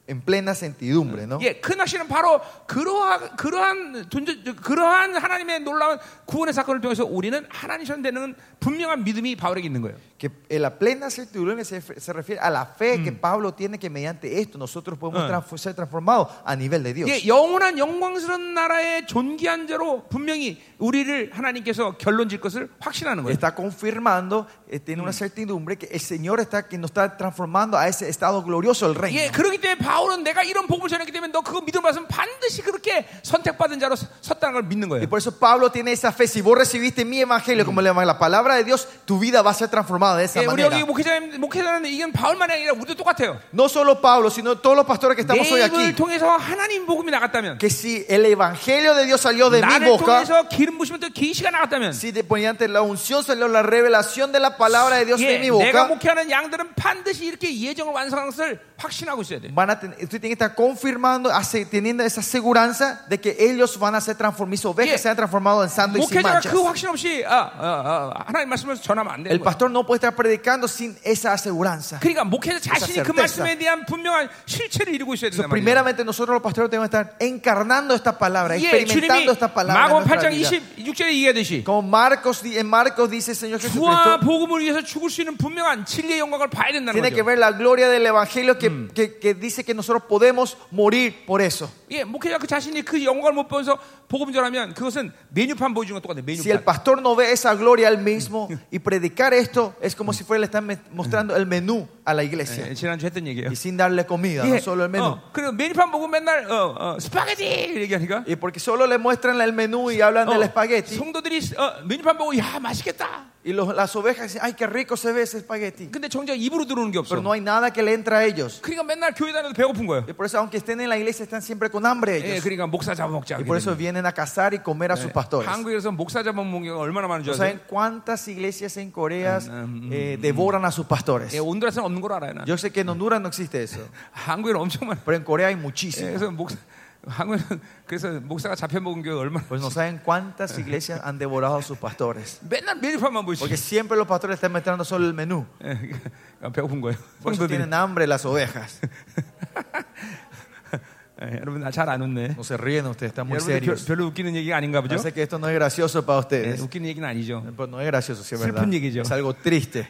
[SPEAKER 1] en plena certidumbre, ¿no?
[SPEAKER 2] 예, 큰 확신은 바로 그러한 그러한 존재 그러한 하나님의 놀라운 구원의 사건을 통해서 우리는 하나님처럼 되는 분명한 믿음이 바울에게 있는 거예요.
[SPEAKER 1] Que eh, la plena certidumbre se, se refiere a la fe que Pablo tiene que mediante esto nosotros podemos
[SPEAKER 2] Mm.
[SPEAKER 1] transfor- ser transformados a nivel de Dios.
[SPEAKER 2] 예, 영원한 영광스러운 나라의 존귀한 자로 분명히 우리를 하나님께서 결론질 것을 확신하는 거예요.
[SPEAKER 1] Está confirmando, eh, tiene una certidumbre que el Señor está que nos está transformando a ese estado glorioso del reino.
[SPEAKER 2] 예, 그렇기 때문에 바울은 내가 이런 복음을 전했기 때문에 너 그거 믿음 받으면 반드시 그렇게 선택받은 자로 서- 섰다는 걸
[SPEAKER 1] Y
[SPEAKER 2] 믿는 거예요.
[SPEAKER 1] por eso Pablo tiene esa fe. Si vos recibiste mi evangelio, como le llaman la palabra de Dios, tu vida va a ser transformada de esa
[SPEAKER 2] 예, 우리 여기
[SPEAKER 1] manera.
[SPEAKER 2] 목회자님, 목회자는 이건 바울만이 아니라 우리도 똑같아요.
[SPEAKER 1] No solo Pablo, sino todos los pastores que estamos hoy
[SPEAKER 2] 내 입을
[SPEAKER 1] aquí.
[SPEAKER 2] 통해서 하나님 복음이 나갔다면
[SPEAKER 1] Que si el evangelio de Dios salió de mi
[SPEAKER 2] 나를
[SPEAKER 1] boca,
[SPEAKER 2] 통해서 기름 부심을 통해 계시가 나갔다면
[SPEAKER 1] si de- mediante la unción salió la revelación de la palabra de Dios
[SPEAKER 2] 예,
[SPEAKER 1] de mi
[SPEAKER 2] 내가
[SPEAKER 1] boca,
[SPEAKER 2] 목회하는 양들은 반드시 이렇게 예정을 완성한 것을 확신하고 있어야 돼.
[SPEAKER 1] van a ten- usted tiene que estar confirmando, ase- teniendo esa seguridad de que ellos van a ser transformados, mis ovejas
[SPEAKER 2] Sí.
[SPEAKER 1] se han transformado en santo y sin
[SPEAKER 2] 목회자가
[SPEAKER 1] manchas.
[SPEAKER 2] 그 확신 없이 아, 아, 아, 하나님 말씀을 전하면 안
[SPEAKER 1] El
[SPEAKER 2] 되는 거야.
[SPEAKER 1] pastor no puede estar predicando sin esa aseguranza.
[SPEAKER 2] 그러니까 목회자 자신이 그
[SPEAKER 1] certeza.
[SPEAKER 2] 말씀에 대한 분명한 실체를 이루고 있어야 된단 말이야.
[SPEAKER 1] Primeramente nosotros los pastores tenemos que estar encarnando esta palabra,
[SPEAKER 2] 예, 주님이
[SPEAKER 1] experimentando esta palabra. en
[SPEAKER 2] 마고
[SPEAKER 1] nuestra
[SPEAKER 2] 8장
[SPEAKER 1] vida.
[SPEAKER 2] 26절에 얘기하듯이
[SPEAKER 1] Como Marcos, di- en Marcos dice el Señor
[SPEAKER 2] 주와
[SPEAKER 1] Jesucristo,
[SPEAKER 2] 복음을 위해서 죽을 수 있는 분명한 진리의 영광을 봐야 된다는
[SPEAKER 1] tiene que
[SPEAKER 2] 거죠.
[SPEAKER 1] ver la gloria del Evangelio que, que- que dice que nosotros podemos morir por eso.
[SPEAKER 2] 예, 목회자 그 자신이 그 영광을 못 보면서 복음 전하면 그것은 메뉴판 보여주는 것 똑같아요.
[SPEAKER 1] Si el
[SPEAKER 2] 메뉴판.
[SPEAKER 1] pastor no ve esa gloria al mismo y predicar esto es como si fuera le están me- mostrando el menú a la
[SPEAKER 2] 예,
[SPEAKER 1] iglesia
[SPEAKER 2] 지난주 했던 얘기예요.
[SPEAKER 1] y sin darle comida, no
[SPEAKER 2] 예,
[SPEAKER 1] solo el menú.
[SPEAKER 2] 어, 그리고 메뉴판 보고 맨날 어, 어, 스파게티 얘기하니까
[SPEAKER 1] Y porque solo le muestran el menú y hablan del
[SPEAKER 2] 어,
[SPEAKER 1] espagueti
[SPEAKER 2] 성도들이 어, 메뉴판 보고 야 맛있겠다.
[SPEAKER 1] y los- las ovejas dicen, ay, qué rico se ve ese espagueti.
[SPEAKER 2] 근데 정작 입으로 들어오는 게 없어.
[SPEAKER 1] Pero no hay nada que le entra a ellos.
[SPEAKER 2] 그러니까 맨날 교회 다녀도 배고픈 거예요.
[SPEAKER 1] Y por eso, aunque estén en la iglesia, están siempre con hambre
[SPEAKER 2] 예,
[SPEAKER 1] ellos.
[SPEAKER 2] 그러니까 목사 잡아먹자.
[SPEAKER 1] Y
[SPEAKER 2] 이렇게
[SPEAKER 1] por eso
[SPEAKER 2] 되는
[SPEAKER 1] vienen a cazar y comer a sus
[SPEAKER 2] 거예요.
[SPEAKER 1] pastores.
[SPEAKER 2] 한국에서 목사 잡아먹는 게 얼마나 많은 줄
[SPEAKER 1] ¿No
[SPEAKER 2] 아세요?
[SPEAKER 1] saben cuántas iglesias en Corea eh, devoran a sus pastores?
[SPEAKER 2] 예, 온드라스는 없는 걸 알아요. 난.
[SPEAKER 1] Yo sé que en Honduras no existe eso,
[SPEAKER 2] 한국에는 엄청 많아.
[SPEAKER 1] pero en Corea hay
[SPEAKER 2] 예,
[SPEAKER 1] muchísimas.
[SPEAKER 2] 그래서 목사 한국에는 그래서 목사가 잡혀먹은 게 얼마나
[SPEAKER 1] Pues no saben cuántas iglesias han devorado a sus pastores.
[SPEAKER 2] 맨날 메뉴판만 보이지.
[SPEAKER 1] Porque siempre los pastores están metiendo solo el menú.
[SPEAKER 2] 예, 그러니까 배고픈 거예요.
[SPEAKER 1] Por eso
[SPEAKER 2] 성도들이.
[SPEAKER 1] tienen hambre las ovejas.
[SPEAKER 2] 예, 여러분 나 잘 안 웃네.
[SPEAKER 1] No se ríen ustedes, están muy
[SPEAKER 2] 여러분
[SPEAKER 1] serios. Eh,
[SPEAKER 2] 별로 웃기는 얘기가 아닌가 보죠?
[SPEAKER 1] Yo sé que esto no es gracioso para
[SPEAKER 2] 예,
[SPEAKER 1] ustedes.
[SPEAKER 2] 웃기는 얘기는 아니죠.
[SPEAKER 1] Pues no es gracioso, sí, es verdad.
[SPEAKER 2] Slip은 얘기죠.
[SPEAKER 1] Es algo triste.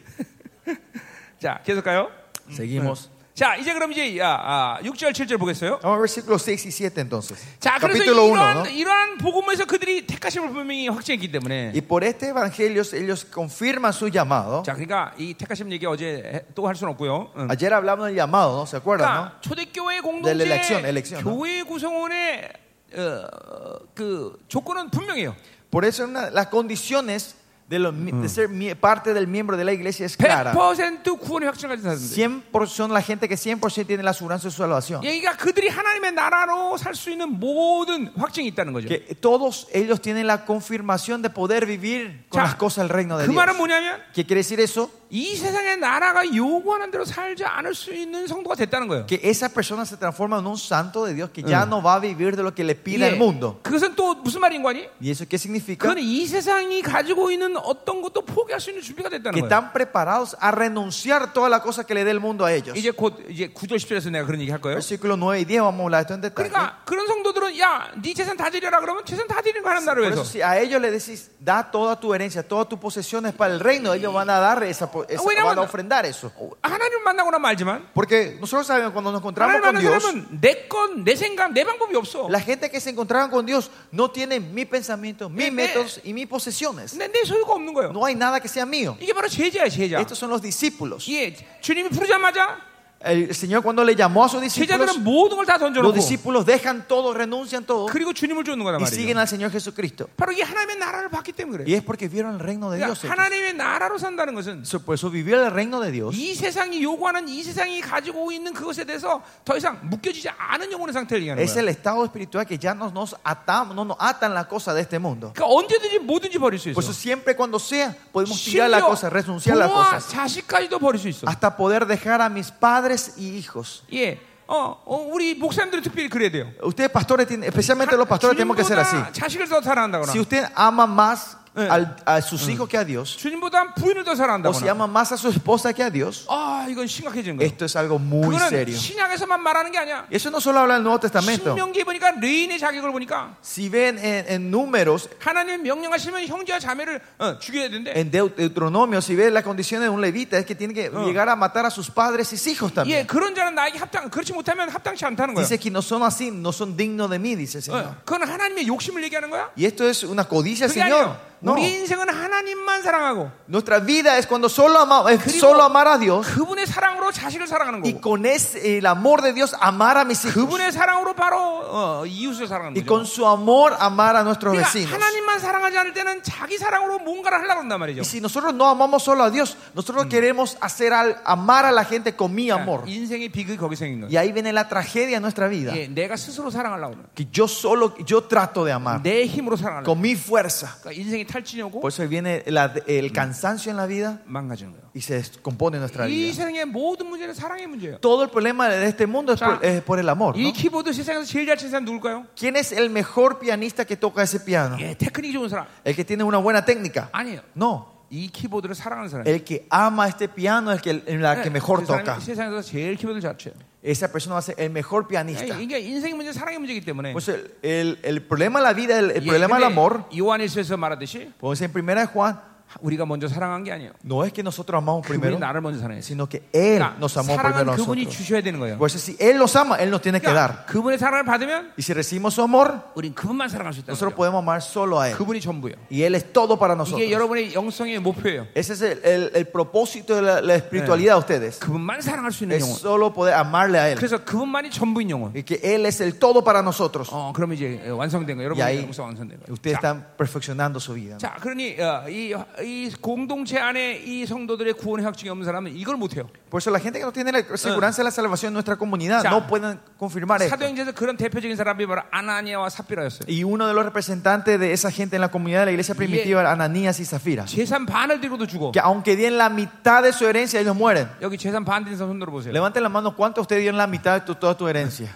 [SPEAKER 2] 자, 계속 가요.
[SPEAKER 1] Seguimos.
[SPEAKER 2] 자, 이제 그럼 이제 야, 아, 6절, 7절 보겠어요.
[SPEAKER 1] Vamos a ver versículos 6 y 7 entonces.
[SPEAKER 2] 자, 그래서
[SPEAKER 1] Capítulo 1, ¿no?
[SPEAKER 2] 이러한, 이러한 복음에서 그들이 택하심을 분명히 확증했기 때문에
[SPEAKER 1] Y por este evangelio ellos confirman su llamado.
[SPEAKER 2] 자, 그러니까 이 택하심 얘기 어제 또 할 수는 없고요. 응.
[SPEAKER 1] Ayer hablamos del llamado, ¿no? ¿Se acuerdan,
[SPEAKER 2] 그러니까
[SPEAKER 1] no?
[SPEAKER 2] 초대교회
[SPEAKER 1] Del
[SPEAKER 2] 공동체
[SPEAKER 1] election, election,
[SPEAKER 2] 교회 구성원의 어, 그 조건은 분명해요.
[SPEAKER 1] Por eso una- las condiciones de, los mi- de ser mi- parte del miembro de la iglesia es clara.
[SPEAKER 2] 100% 구원의 확증을 가진 사람들.
[SPEAKER 1] 100% son la gente que 100% tiene la aseguranza de su salvación.
[SPEAKER 2] 얘기가 그들이 하나님의 나라로 살 수 있는 모든 확증이 있다는 거죠.
[SPEAKER 1] Que todos ellos tienen la confirmación de poder vivir con
[SPEAKER 2] 자,
[SPEAKER 1] las cosas del reino de
[SPEAKER 2] 그
[SPEAKER 1] Dios.
[SPEAKER 2] 말은 뭐냐면
[SPEAKER 1] ¿Qué quiere decir eso?
[SPEAKER 2] 이 세상의 나라가 요구하는 대로 살지 않을 수 있는 성도가 됐다는 거예요.
[SPEAKER 1] Que esa persona se transforma en un santo de Dios que
[SPEAKER 2] Mm.
[SPEAKER 1] ya no va a vivir de lo que le pida el
[SPEAKER 2] 예,
[SPEAKER 1] mundo.
[SPEAKER 2] 그것은 또 무슨 말인 거니?
[SPEAKER 1] ¿Y eso qué significa?
[SPEAKER 2] 그건 이 세상이 가지고 있는 어떤 것도 포기할 수 있는 준비가
[SPEAKER 1] Que
[SPEAKER 2] 됐다는 거예요.
[SPEAKER 1] están preparados a renunciar toda la cosa que le dé el mundo a ellos.
[SPEAKER 2] 이제 곧 이제 9절 10절에서 내가 그런 얘기 할 거예요.
[SPEAKER 1] Versículo 9 y 10 vamos a hablar de esto en detalle.
[SPEAKER 2] 그러니까 그런 성도들은 야, 네 재산 다 드려라 그러면 재산 다 드리는 거 하나님 나라
[SPEAKER 1] Por eso
[SPEAKER 2] 위해서.
[SPEAKER 1] si a ellos le decís, da toda tu herencia, todas tus posesiones para el reino, ellos van a dar esa, po- esa-
[SPEAKER 2] Bueno,
[SPEAKER 1] van a
[SPEAKER 2] bueno.
[SPEAKER 1] ofrendar eso.
[SPEAKER 2] 어, 하나님을 만나거나 말지만
[SPEAKER 1] Porque nosotros sabemos cuando nos encontramos
[SPEAKER 2] 하나님
[SPEAKER 1] con
[SPEAKER 2] 만난
[SPEAKER 1] Dios,
[SPEAKER 2] 사람은 내 건, 내 생각, 내 방법이 없어.
[SPEAKER 1] la gente que se encontraban con Dios no tiene mis pensamientos, mis
[SPEAKER 2] Eh,
[SPEAKER 1] métodos y mis posesiones.
[SPEAKER 2] 내, 내 소유가 없는 거예요.
[SPEAKER 1] No hay nada que sea mío.
[SPEAKER 2] 이게 바로 제자야, 제자.
[SPEAKER 1] Estos son los discípulos.
[SPEAKER 2] 예, 주님이 부르자마자
[SPEAKER 1] El Señor cuando le llamó a sus discípulos,
[SPEAKER 2] 제자들은 모든 걸 다
[SPEAKER 1] los
[SPEAKER 2] 던져놓고
[SPEAKER 1] discípulos dejan todo, renuncian todo
[SPEAKER 2] 그리고 주님을 쫓는 거란
[SPEAKER 1] y siguen
[SPEAKER 2] 말이에요.
[SPEAKER 1] al Señor Jesucristo.
[SPEAKER 2] 바로 이게 하나님의 나라를 봤기 때문에
[SPEAKER 1] Y
[SPEAKER 2] 그래요.
[SPEAKER 1] es porque vieron el reino de Dios. ellos.
[SPEAKER 2] 그러니까 하나님의 나라로 산다는 것은
[SPEAKER 1] So, Por eso vivir el reino de Dios
[SPEAKER 2] 이 세상이 요구하는 이 세상이 가지고 있는 그것에 대해서 더 이상 묶여지지 않은 영혼의 상태를 얘기하는
[SPEAKER 1] es
[SPEAKER 2] 거예요.
[SPEAKER 1] el estado espiritual que ya no nos atamos, no nos atan las cosas de este mundo.
[SPEAKER 2] 그러니까 언제든지 뭐든지 버릴 수 있어.
[SPEAKER 1] Por eso siempre cuando sea podemos tirar la
[SPEAKER 2] 심지어
[SPEAKER 1] cosa, renunciar la
[SPEAKER 2] 부모와
[SPEAKER 1] cosa, Ah.
[SPEAKER 2] 자식까지도 버릴 수 있어.
[SPEAKER 1] hasta poder dejar a mis padres y hijos.
[SPEAKER 2] 예, 어, 어, 우리 목사님들은 특별히 그래야 돼요.
[SPEAKER 1] Ustedes pastores tienen, especialmente los pastores tenemos que ser así.
[SPEAKER 2] 주님보다 자식을 더 사랑한다거나,
[SPEAKER 1] Si usted ama más
[SPEAKER 2] Ah, Eh.
[SPEAKER 1] al- a sus hijos que a Dios,
[SPEAKER 2] 주님보다 부인을 더
[SPEAKER 1] o si
[SPEAKER 2] 사랑한다거나.
[SPEAKER 1] ama más a su esposa que a Dios,
[SPEAKER 2] 아, 이건 심각해지는 거예요.
[SPEAKER 1] esto es algo muy
[SPEAKER 2] 그거는
[SPEAKER 1] serio.
[SPEAKER 2] 신약에서만 말하는 게 아니야.
[SPEAKER 1] Eso no solo habla del Nuevo Testamento.
[SPEAKER 2] 신명기 보니까 레인의 자격을 보니까
[SPEAKER 1] Si ven en, en números,
[SPEAKER 2] 하나님 명령하시면 형제와 자매를 어, 죽여야 된대.
[SPEAKER 1] en Deu- Deuteronomio, si ven las condiciones de un levita, es que tiene que llegar a matar a sus padres y sus hijos
[SPEAKER 2] 예,
[SPEAKER 1] también.
[SPEAKER 2] 그런 자는 나에게 합당 그렇지 못하면 합당치 않다는 거야.
[SPEAKER 1] Dice que no son así, no son dignos de mí, dice el Señor.
[SPEAKER 2] 어, 그건 하나님의 욕심을 얘기하는 거야?
[SPEAKER 1] Y esto es una codicia,
[SPEAKER 2] 그게
[SPEAKER 1] Señor.
[SPEAKER 2] 아니에요.
[SPEAKER 1] No,
[SPEAKER 2] 우리 인생은 하나님만 사랑하고
[SPEAKER 1] nuestra vida es cuando solo, ama- es
[SPEAKER 2] 그리고
[SPEAKER 1] solo amar a Dios
[SPEAKER 2] 그분의 사랑으로 자식을 사랑하는
[SPEAKER 1] y
[SPEAKER 2] 거고
[SPEAKER 1] con ese- el amor de Dios amar a mis hijos.
[SPEAKER 2] 그분의 사랑으로 바로 어, 이웃을 사랑하는
[SPEAKER 1] Y
[SPEAKER 2] 거죠.
[SPEAKER 1] con su amor amar a nuestros
[SPEAKER 2] 그러니까
[SPEAKER 1] vecinos.
[SPEAKER 2] 하나님만 사랑하지 않을 때는 자기 사랑으로 뭔가를 하려고 한단 말이죠.
[SPEAKER 1] Y si nosotros no amamos solo a Dios, nosotros queremos hacer al, amar a la gente con mi amor.
[SPEAKER 2] 그러니까 인생의 비극이 거기 생긴 거예요.
[SPEAKER 1] Y ahí viene la tragedia en nuestra vida.
[SPEAKER 2] 예, 내가 스스로 사랑하려고 하는
[SPEAKER 1] Que yo solo, yo trato de amar
[SPEAKER 2] 내 힘으로 사랑하려고 하는
[SPEAKER 1] con mi fuerza.
[SPEAKER 2] 그러니까 인생이 탈진하고
[SPEAKER 1] Por eso viene la- el cansancio en la vida
[SPEAKER 2] 망가지는 거예요.
[SPEAKER 1] y se descompone nuestra
[SPEAKER 2] 이
[SPEAKER 1] vida.
[SPEAKER 2] 세상의 모든 문제는 사랑의 문제예요.
[SPEAKER 1] Todo el problema de este mundo es por, es por el amor. ¿no?
[SPEAKER 2] 이 키보드 세상에서 제일 잘 치는 사람 누굴까요?
[SPEAKER 1] ¿Quién es el mejor pianista que toca ese piano?
[SPEAKER 2] 예, 테크닉 좋은 사람.
[SPEAKER 1] El que tiene una buena técnica.
[SPEAKER 2] 아니에요.
[SPEAKER 1] No,
[SPEAKER 2] 이 키보드를 사랑하는 사람.
[SPEAKER 1] el que ama este piano es el que, la que mejor
[SPEAKER 2] 그 사람이
[SPEAKER 1] toca.
[SPEAKER 2] 세상에서 제일 키보드를 잘 쳐요.
[SPEAKER 1] Esa persona va a ser el mejor pianista.
[SPEAKER 2] 이게 인생의 문제, 사랑의 문제이기 때문에.
[SPEAKER 1] Pues el, el- el problema de la vida, el, el
[SPEAKER 2] 예,
[SPEAKER 1] problema del
[SPEAKER 2] 근데
[SPEAKER 1] amor,
[SPEAKER 2] 요한일서에서 말하듯이
[SPEAKER 1] como dice en primera de Juan,
[SPEAKER 2] 우리가 먼저 사랑한 게 아니에요.
[SPEAKER 1] no es que nosotros amamos
[SPEAKER 2] 그분이
[SPEAKER 1] primero,
[SPEAKER 2] 나를 먼저 사랑했어요.
[SPEAKER 1] sino que Él
[SPEAKER 2] 그러니까
[SPEAKER 1] nos amó primero a
[SPEAKER 2] 사랑은 그분이
[SPEAKER 1] nosotros.
[SPEAKER 2] 주셔야 되는 거예요.
[SPEAKER 1] Por eso si Él nos ama, Él nos tiene que
[SPEAKER 2] 그러니까
[SPEAKER 1] dar.
[SPEAKER 2] 그분의 사랑을 받으면
[SPEAKER 1] Y si recibimos su amor,
[SPEAKER 2] 우린 그분만 사랑할 수 있다는
[SPEAKER 1] nosotros
[SPEAKER 2] 거예요.
[SPEAKER 1] podemos amar solo a Él.
[SPEAKER 2] 그분이 전부예요.
[SPEAKER 1] Y Él es todo para
[SPEAKER 2] 이게
[SPEAKER 1] nosotros.
[SPEAKER 2] 여러분의 영성의 목표예요.
[SPEAKER 1] Ese es el, el- el propósito de la, la espiritualidad de ustedes.
[SPEAKER 2] 그분만 사랑할 수 있는
[SPEAKER 1] Es
[SPEAKER 2] 영혼.
[SPEAKER 1] solo poder amarle a Él.
[SPEAKER 2] 그래서 그분만이 전부인 영혼.
[SPEAKER 1] Y que Él es el todo para nosotros.
[SPEAKER 2] 어, 그러면 이제 완성된 거예요.
[SPEAKER 1] Y
[SPEAKER 2] 여러분의
[SPEAKER 1] ahí
[SPEAKER 2] 영성 완성된 거예요.
[SPEAKER 1] ustedes
[SPEAKER 2] 자,
[SPEAKER 1] están perfeccionando su vida. ¿no?
[SPEAKER 2] 자, 그러니 어, 이, 이 공동체 안에 이 성도들의 구원의 확증이 없는 사람은 이걸 못해요.
[SPEAKER 1] Por eso la gente que no tiene la seguridad de la salvación en nuestra comunidad
[SPEAKER 2] Ya.
[SPEAKER 1] no pueden confirmar esto.
[SPEAKER 2] 사도행전에서 그런 대표적인 사람이 바로 아나니아와 삽비라였어요.
[SPEAKER 1] Y uno de los representantes de esa gente en la comunidad de la iglesia primitiva, Ananías y Zafira,
[SPEAKER 2] 재산 반을 들고도 주고
[SPEAKER 1] que aunque dieron la mitad de su herencia, ellos mueren.
[SPEAKER 2] 여기 재산 반 드는 사람 손들어 보세요.
[SPEAKER 1] Levanten la mano, ¿cuántos ustedes dieron la mitad de tu- toda tu herencia,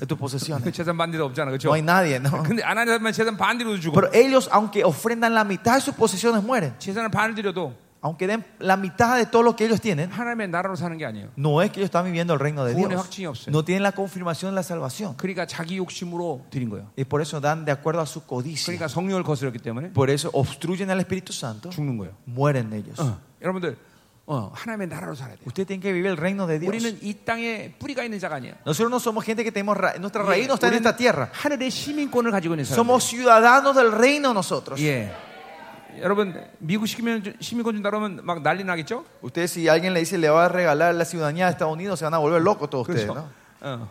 [SPEAKER 1] de tus posesiones?
[SPEAKER 2] 그 재산 반 드는 없잖아, 그렇죠?
[SPEAKER 1] No hay nadie, ¿no?
[SPEAKER 2] 근데 아나니아만 재산 반 들고도 주고
[SPEAKER 1] Pero ellos, aunque ofrendan la mitad de sus posesiones, mueren.
[SPEAKER 2] 재산을 반을 들여도
[SPEAKER 1] Aunque den la mitad de todo lo que ellos tienen,
[SPEAKER 2] 하나님의 나라로 사는 게 아니에요.
[SPEAKER 1] no es que ellos están viviendo el reino de
[SPEAKER 2] 구원의
[SPEAKER 1] Dios.
[SPEAKER 2] 확증이 없어요.
[SPEAKER 1] No tienen la confirmación de la salvación.
[SPEAKER 2] 그러니까 자기 욕심으로 드린 거예요.
[SPEAKER 1] Y por eso dan de acuerdo a su codicia.
[SPEAKER 2] 그러니까 성령을 거스렸기 때문에
[SPEAKER 1] Por eso obstruyen al Espíritu Santo.
[SPEAKER 2] 죽는 거예요.
[SPEAKER 1] Mueren ellos.
[SPEAKER 2] 어, 여러분들 어, 하나님의 나라로 살아야 돼요.
[SPEAKER 1] Usted tiene que vivir el reino de Dios.
[SPEAKER 2] 우리는 이 땅에 뿌리가 있는 자가 아니에요.
[SPEAKER 1] Nosotros no somos gente que tenemos ra- nuestra raíz no está en
[SPEAKER 2] 우리는
[SPEAKER 1] esta tierra.
[SPEAKER 2] 하늘의 시민권을 가지고 있는 사람.
[SPEAKER 1] Somos ciudadanos del reino nosotros.
[SPEAKER 2] 예. 여러분 미국 시키면 주- 시민권 준다 그러면 막 난리 나겠죠?
[SPEAKER 1] Ustedes si alguien le dice le va a regalar la ciudadanía de Estados Unidos se van a volver locos todos ustedes,
[SPEAKER 2] 그렇죠.
[SPEAKER 1] ¿no?
[SPEAKER 2] 어,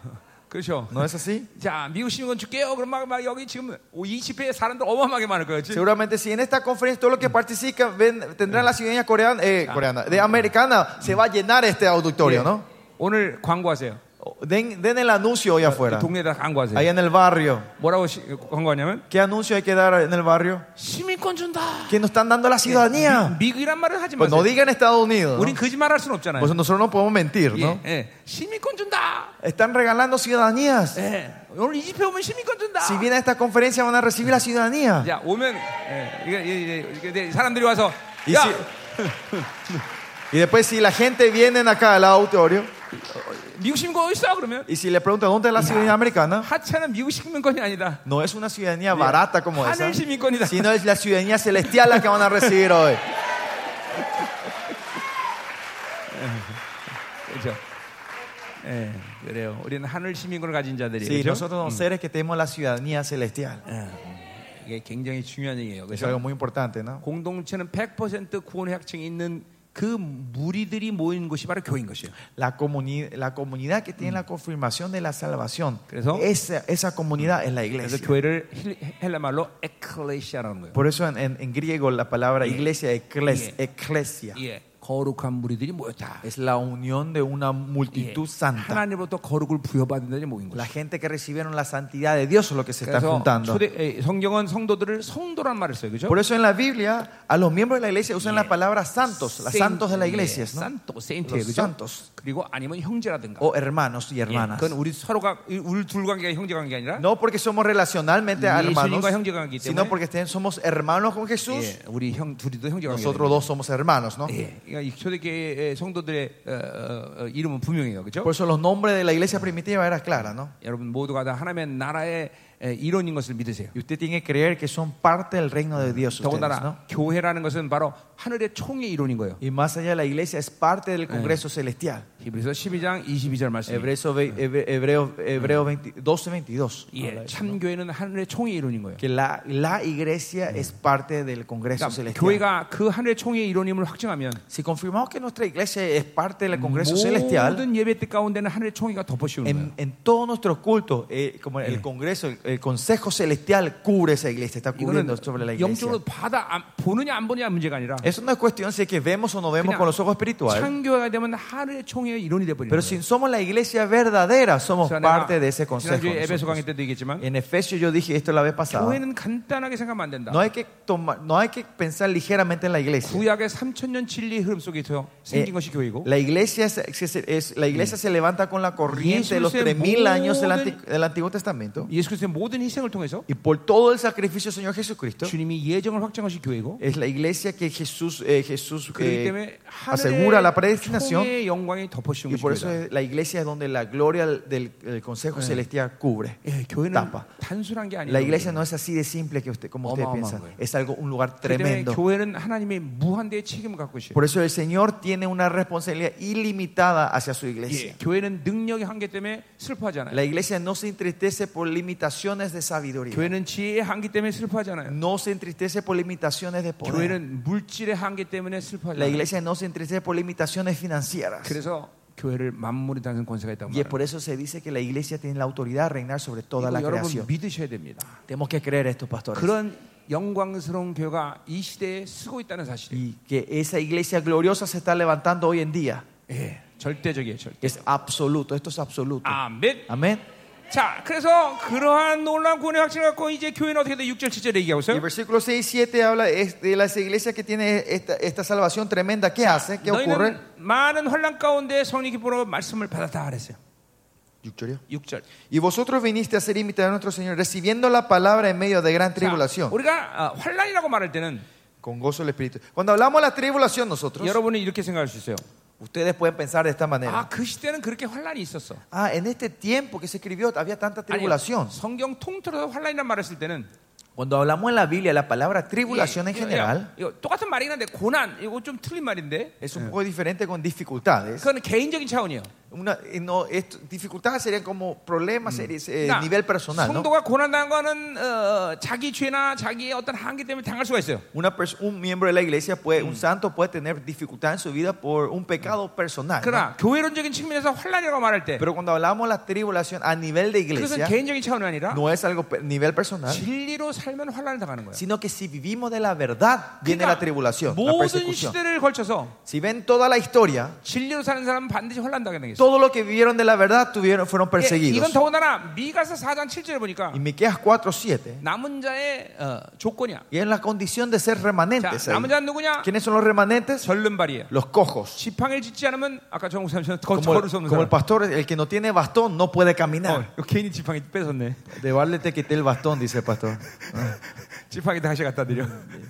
[SPEAKER 2] 그렇죠.
[SPEAKER 1] ¿No es así?
[SPEAKER 2] 자, 미국 시민권 줄게요. 그럼 막, 막 여기 지금 20회에 사람들 어마어마하게 많을 거예요. 지금.
[SPEAKER 1] Seguramente si en esta conferencia todos los que participan ven- tendrán la ciudadanía coreana, eh, coreana, de americana, se va a llenar este auditorio, ¿no?
[SPEAKER 2] 예. 오늘 광고하세요. 그
[SPEAKER 1] Den, den el anuncio hoy afuera,
[SPEAKER 2] 동네에다 광고하세요.
[SPEAKER 1] ahí en el barrio.
[SPEAKER 2] 뭐라고 시- 광고하냐면
[SPEAKER 1] ¿Qué anuncio hay que dar en el barrio?
[SPEAKER 2] 시민권 준다.
[SPEAKER 1] Que nos están dando la ciudadanía.
[SPEAKER 2] 미국이란 말을 하지
[SPEAKER 1] Pues no
[SPEAKER 2] 마세요.
[SPEAKER 1] digan Estados Unidos. ¿no?
[SPEAKER 2] 우린 거짓말할 수는 없잖아요.
[SPEAKER 1] Por eso nosotros no podemos mentir,
[SPEAKER 2] 예,
[SPEAKER 1] ¿no?
[SPEAKER 2] 예. 시민권 준다.
[SPEAKER 1] Están regalando ciudadanías.
[SPEAKER 2] 예. 오늘 20회 오면 시민권 준다.
[SPEAKER 1] Si vienen a esta conferencia van a recibir la ciudadanía.
[SPEAKER 2] 자, 오면 예, 이게, 이게, 이게, 근데 사람들이 와서
[SPEAKER 1] 이
[SPEAKER 2] 야,
[SPEAKER 1] Y después si la gente viene acá al auditorio
[SPEAKER 2] 미국 시민권 어디 있어? 그러면
[SPEAKER 1] y si le preguntan dónde es la ciudadanía americana,
[SPEAKER 2] 하찮은 미국 시민권이 아니다.
[SPEAKER 1] no es una ciudadanía barata como esa,
[SPEAKER 2] 하늘 시민권이다.
[SPEAKER 1] sino es la ciudadanía celestial la que van a recibir hoy.
[SPEAKER 2] 그렇죠. 예, 그래요. 우리는 하늘 시민권을
[SPEAKER 1] Sí, Mm.
[SPEAKER 2] 가진 자들이에요. 그렇죠?
[SPEAKER 1] nosotros somos seres que tenemos la ciudadanía celestial.
[SPEAKER 2] 예, 이게 굉장히 중요한 얘기예요.
[SPEAKER 1] Es
[SPEAKER 2] 그래서
[SPEAKER 1] algo muy importante, ¿no?
[SPEAKER 2] 공동체는 100% 구원의 확증이 있는 그 무리들이 모인 곳이 바로 교인 것이에요.
[SPEAKER 1] La, comuni- la comunidad que tiene la confirmación de la salvación,
[SPEAKER 2] ¿Creso?
[SPEAKER 1] esa, esa comunidad Mm. es la
[SPEAKER 2] 그래서
[SPEAKER 1] iglesia.
[SPEAKER 2] 교회를 힐- 헬라 말로 에클레시아라는 거예요.
[SPEAKER 1] Por eso en, en- en griego la palabra iglesia, ecles-
[SPEAKER 2] Yeah.
[SPEAKER 1] eclesia,
[SPEAKER 2] 예, 거룩한 무리들이 모였다.
[SPEAKER 1] es la unión de una
[SPEAKER 2] 예,
[SPEAKER 1] multitud santa.
[SPEAKER 2] 하나님으로부터 거룩을 부여받는 자들이 모인
[SPEAKER 1] La
[SPEAKER 2] 것이에요.
[SPEAKER 1] gente que recibieron la santidad de Dios es lo que se está
[SPEAKER 2] 그래서
[SPEAKER 1] juntando.
[SPEAKER 2] 초대, 에, 성경은 성도들을 성도란 말을 써요, 그죠
[SPEAKER 1] Por eso en la Biblia a los miembros de la iglesia usan
[SPEAKER 2] Yeah.
[SPEAKER 1] la palabra santos, los santos de la iglesia, ¿no?
[SPEAKER 2] 산토,
[SPEAKER 1] Los
[SPEAKER 2] 세인트예요, 그죠?
[SPEAKER 1] santos
[SPEAKER 2] 그리고 아니면 형제라든가.
[SPEAKER 1] o hermanos y
[SPEAKER 2] 예,
[SPEAKER 1] hermanas.
[SPEAKER 2] 그건 우리 서로가 우리 둘 관계가 형제 관계 가 아니라
[SPEAKER 1] No porque somos relacionalmente
[SPEAKER 2] Yeah.
[SPEAKER 1] hermanos,
[SPEAKER 2] 예수님과 형제관계이기 때문에.
[SPEAKER 1] sino porque ten- somos hermanos con Jesús.
[SPEAKER 2] 예, 우리 형 둘이도 형제 관계.
[SPEAKER 1] Nosotros dos somos hermanos, ¿no?
[SPEAKER 2] 예, 그러니까 이 초대교회 성도들의 어, 어, 어, 이름은 분명해요, 그죠
[SPEAKER 1] Por eso los nombres de la iglesia primitiva eran claros, ¿no?
[SPEAKER 2] 여러분 모두가 다 하나님의 나라의 에, 일원인 것을 믿으세요.
[SPEAKER 1] Y usted tiene que creer que son parte del reino de Dios, ustedes, ¿no?
[SPEAKER 2] 더군다나 교회라는 것은 바로 하늘의 총의 일원인 거예요.
[SPEAKER 1] Y más allá de la iglesia es parte del Congreso Celestial.
[SPEAKER 2] 히브리서 12장 22절 말씀.
[SPEAKER 1] Hebreos ve- hebre- Hebreo, Hebreo 20 12, 22.
[SPEAKER 2] 예, 참 교회는 하늘의 총의 일원인 거예요.
[SPEAKER 1] Ah, Que la, la iglesia es parte del Congreso
[SPEAKER 2] 그러니까
[SPEAKER 1] Celestial.
[SPEAKER 2] 교회가 그 하늘의 총의 일원임을 확증하면
[SPEAKER 1] Si confirmamos que nuestra iglesia es parte del Congreso Celestial,
[SPEAKER 2] 모든 예배 때 가운데는 하늘의 총이가 덮어씌우는 거예요.
[SPEAKER 1] en, en todos nuestros cultos, eh, como el Congreso, el, el Consejo Celestial cubre esa iglesia, está cubriendo sobre la
[SPEAKER 2] 이거는
[SPEAKER 1] iglesia.
[SPEAKER 2] 영적으로 받아 안- 보느냐 안 보느냐 문제가 아니라
[SPEAKER 1] Eso no es cuestión si es que vemos o no vemos
[SPEAKER 2] 그냥
[SPEAKER 1] con los ojos espirituales.
[SPEAKER 2] 창교회가 되면 하늘의 총의 일원이 돼버리는
[SPEAKER 1] Pero
[SPEAKER 2] 거예요.
[SPEAKER 1] si somos la iglesia verdadera, somos
[SPEAKER 2] 그래서 내가
[SPEAKER 1] parte de ese consejo.
[SPEAKER 2] 지난주에 에베소 강의
[SPEAKER 1] nosotros.
[SPEAKER 2] 때도 얘기했지만
[SPEAKER 1] En Efesios yo dije esto la vez pasada.
[SPEAKER 2] 교회는 간단하게 생각하면 안 된다.
[SPEAKER 1] No hay que, tomar, no hay que pensar ligeramente en la iglesia.
[SPEAKER 2] 구약의 3000년 진리 흐름 속에서 생긴
[SPEAKER 1] 예.
[SPEAKER 2] 것이 교회고
[SPEAKER 1] La iglesia, es- es- es- la iglesia se levanta con la corriente de los
[SPEAKER 2] Jesús es
[SPEAKER 1] 3.000 años del,
[SPEAKER 2] moden-
[SPEAKER 1] Anti- del Antiguo Testamento.
[SPEAKER 2] 예수 그리스도의 모든 희생을 통해서
[SPEAKER 1] Y por todo el sacrificio del Señor Jesucristo,
[SPEAKER 2] 주님이 예정을 확정하신 교회고
[SPEAKER 1] es la iglesia que Jesús, eh, Jesús
[SPEAKER 2] 그렇기
[SPEAKER 1] eh,
[SPEAKER 2] 때문에
[SPEAKER 1] asegura la
[SPEAKER 2] 하늘의
[SPEAKER 1] predestinación.
[SPEAKER 2] 총의 영광이 덮어씌운
[SPEAKER 1] Y por eso
[SPEAKER 2] 것이다.
[SPEAKER 1] es- la iglesia es donde la gloria del, del Consejo Celestial cubre.
[SPEAKER 2] 예, 교회는
[SPEAKER 1] tapa.
[SPEAKER 2] 단순한 게 아니에요.
[SPEAKER 1] La iglesia no Oh, es así de simple que usted, como usted
[SPEAKER 2] 어마어마한
[SPEAKER 1] piensa.
[SPEAKER 2] 거예요.
[SPEAKER 1] Es algo, un lugar
[SPEAKER 2] 그렇기 때문에
[SPEAKER 1] tremendo.
[SPEAKER 2] 교회는 하나님의 무한대의 책임을 갖고 계셔요.
[SPEAKER 1] Por eso el Señor tiene una responsabilidad ilimitada hacia su
[SPEAKER 2] 예,
[SPEAKER 1] iglesia.
[SPEAKER 2] 교회는 능력의 한계 때문에 슬퍼하지 않아요.
[SPEAKER 1] La iglesia no se entristece por limitaciones de sabiduría.
[SPEAKER 2] 교회는 지혜의 한계 때문에 슬퍼하지 않아요.
[SPEAKER 1] No se entristece por limitaciones de poder.
[SPEAKER 2] 교회는 물질의 한계 때문에 슬퍼하지
[SPEAKER 1] La
[SPEAKER 2] 않아요.
[SPEAKER 1] iglesia no se entristece por limitaciones financieras.
[SPEAKER 2] 그래서 교회를 만물이 다는 권세가 있다고
[SPEAKER 1] Y es
[SPEAKER 2] 말해요.
[SPEAKER 1] por eso se dice que la iglesia tiene la autoridad de reinar sobre toda la
[SPEAKER 2] 이거 여러분
[SPEAKER 1] creación.
[SPEAKER 2] 믿으셔야 됩니다.
[SPEAKER 1] Tenemos que creer esto, pastores.
[SPEAKER 2] 그런 영광스러운 교회가 이 시대에 쓰고 있다는 사실이에요.
[SPEAKER 1] Y que esa iglesia gloriosa se está levantando hoy en día.
[SPEAKER 2] 예, 절대적이에요, 절대.
[SPEAKER 1] Es absoluto, esto es absoluto.
[SPEAKER 2] 아멘.
[SPEAKER 1] Amén.
[SPEAKER 2] 자, 그래서 그러한 놀라운 구원의 확신을 갖고 이제 교회는 어떻게 돼? 6절, 7절에 얘기하고
[SPEAKER 1] Y el
[SPEAKER 2] 있어요.
[SPEAKER 1] versículo 6 y 7 habla es de las iglesias que tiene esta, esta salvación tremenda. ¿Qué hace? ¿Qué ocurre?
[SPEAKER 2] 너희는 많은 환란 가운데 성령 기쁨으로 말씀을 받았다 그랬어요. 6절.
[SPEAKER 1] Y vosotros viniste a ser imitados de nuestro Señor, recibiendo la palabra en medio de gran
[SPEAKER 2] 자,
[SPEAKER 1] tribulación.
[SPEAKER 2] 우리가 아, 환란이라고 말할 때는
[SPEAKER 1] Con gozo del Espíritu. Cuando hablamos de la tribulación, nosotros,
[SPEAKER 2] 여러분은 이렇게 생각할 수 있어요.
[SPEAKER 1] ustedes pueden pensar de esta
[SPEAKER 2] 아,
[SPEAKER 1] manera.
[SPEAKER 2] 그 시대는 그렇게 환란이 있었어.
[SPEAKER 1] Ah, en este tiempo que se escribió había tanta
[SPEAKER 2] 아니,
[SPEAKER 1] tribulación.
[SPEAKER 2] 성경 통틀어서 환란이란 말을 쓸 때는
[SPEAKER 1] Cuando hablamos en la Biblia, la palabra tribulación en
[SPEAKER 2] 이거,
[SPEAKER 1] general
[SPEAKER 2] 이거 똑같은 말이긴 한데 고난 이거 좀 틀린 말인데
[SPEAKER 1] es un poco diferente con dificultades.
[SPEAKER 2] 그건 개인적인 차원이에요.
[SPEAKER 1] Una, eh, no, esto- dificultades serían como problemas sería, eh,
[SPEAKER 2] 그러니까
[SPEAKER 1] nivel personal. ¿no?
[SPEAKER 2] 성도가 고난당한 거는 어, 자기 죄나 자기의 어떤 한계 때문에 당할 수가 있어요.
[SPEAKER 1] Una pers- un miembro de la iglesia, puede, un santo puede tener dificultad en su vida por un pecado personal. ¿no?
[SPEAKER 2] 그러나 교회론적인 측면에서 환란이라고 말할 때
[SPEAKER 1] Pero cuando hablamos de la tribulación a nivel de
[SPEAKER 2] 그렇죠. 그것은
[SPEAKER 1] iglesia,
[SPEAKER 2] 개인적인 차원이 아니라
[SPEAKER 1] no es algo pe- nivel
[SPEAKER 2] 아?
[SPEAKER 1] personal,
[SPEAKER 2] 진리로 살면 환란을 당하는 거예요.
[SPEAKER 1] sino que si vivimos de la verdad, viene la tribulación, la
[SPEAKER 2] 모든
[SPEAKER 1] persecución.
[SPEAKER 2] 시대를 걸쳐서
[SPEAKER 1] Si ven to다 la historia,
[SPEAKER 2] 진리로 사는 사람은 반드시 환란 당하는 게 있어요.
[SPEAKER 1] todo lo que vivieron de la verdad tuvieron, fueron
[SPEAKER 2] 예, 이건
[SPEAKER 1] perseguidos.
[SPEAKER 2] 더군다나 미가서 4장 7절에 보니까
[SPEAKER 1] Y Miqueas 4:7,
[SPEAKER 2] 남은 자의 어, 조건이야.
[SPEAKER 1] y en la condición de ser
[SPEAKER 2] 자,
[SPEAKER 1] remanentes. ahí.
[SPEAKER 2] 남은 자는 누구냐?
[SPEAKER 1] ¿Quiénes son los remanentes?
[SPEAKER 2] 절름발이에요.
[SPEAKER 1] Los cojos.
[SPEAKER 2] 지팡이를 짓지 않으면 아까 정국 삼촌은 더
[SPEAKER 1] Como,
[SPEAKER 2] 걸을 수 없는
[SPEAKER 1] como el
[SPEAKER 2] 사람.
[SPEAKER 1] pastor, el que no tiene bastón no puede caminar.
[SPEAKER 2] 어, 이거 괜히 지팡이 뺏었네.
[SPEAKER 1] De vale te quité el bastón, dice el pastor.
[SPEAKER 2] 지팡이 다시 갖다 드려.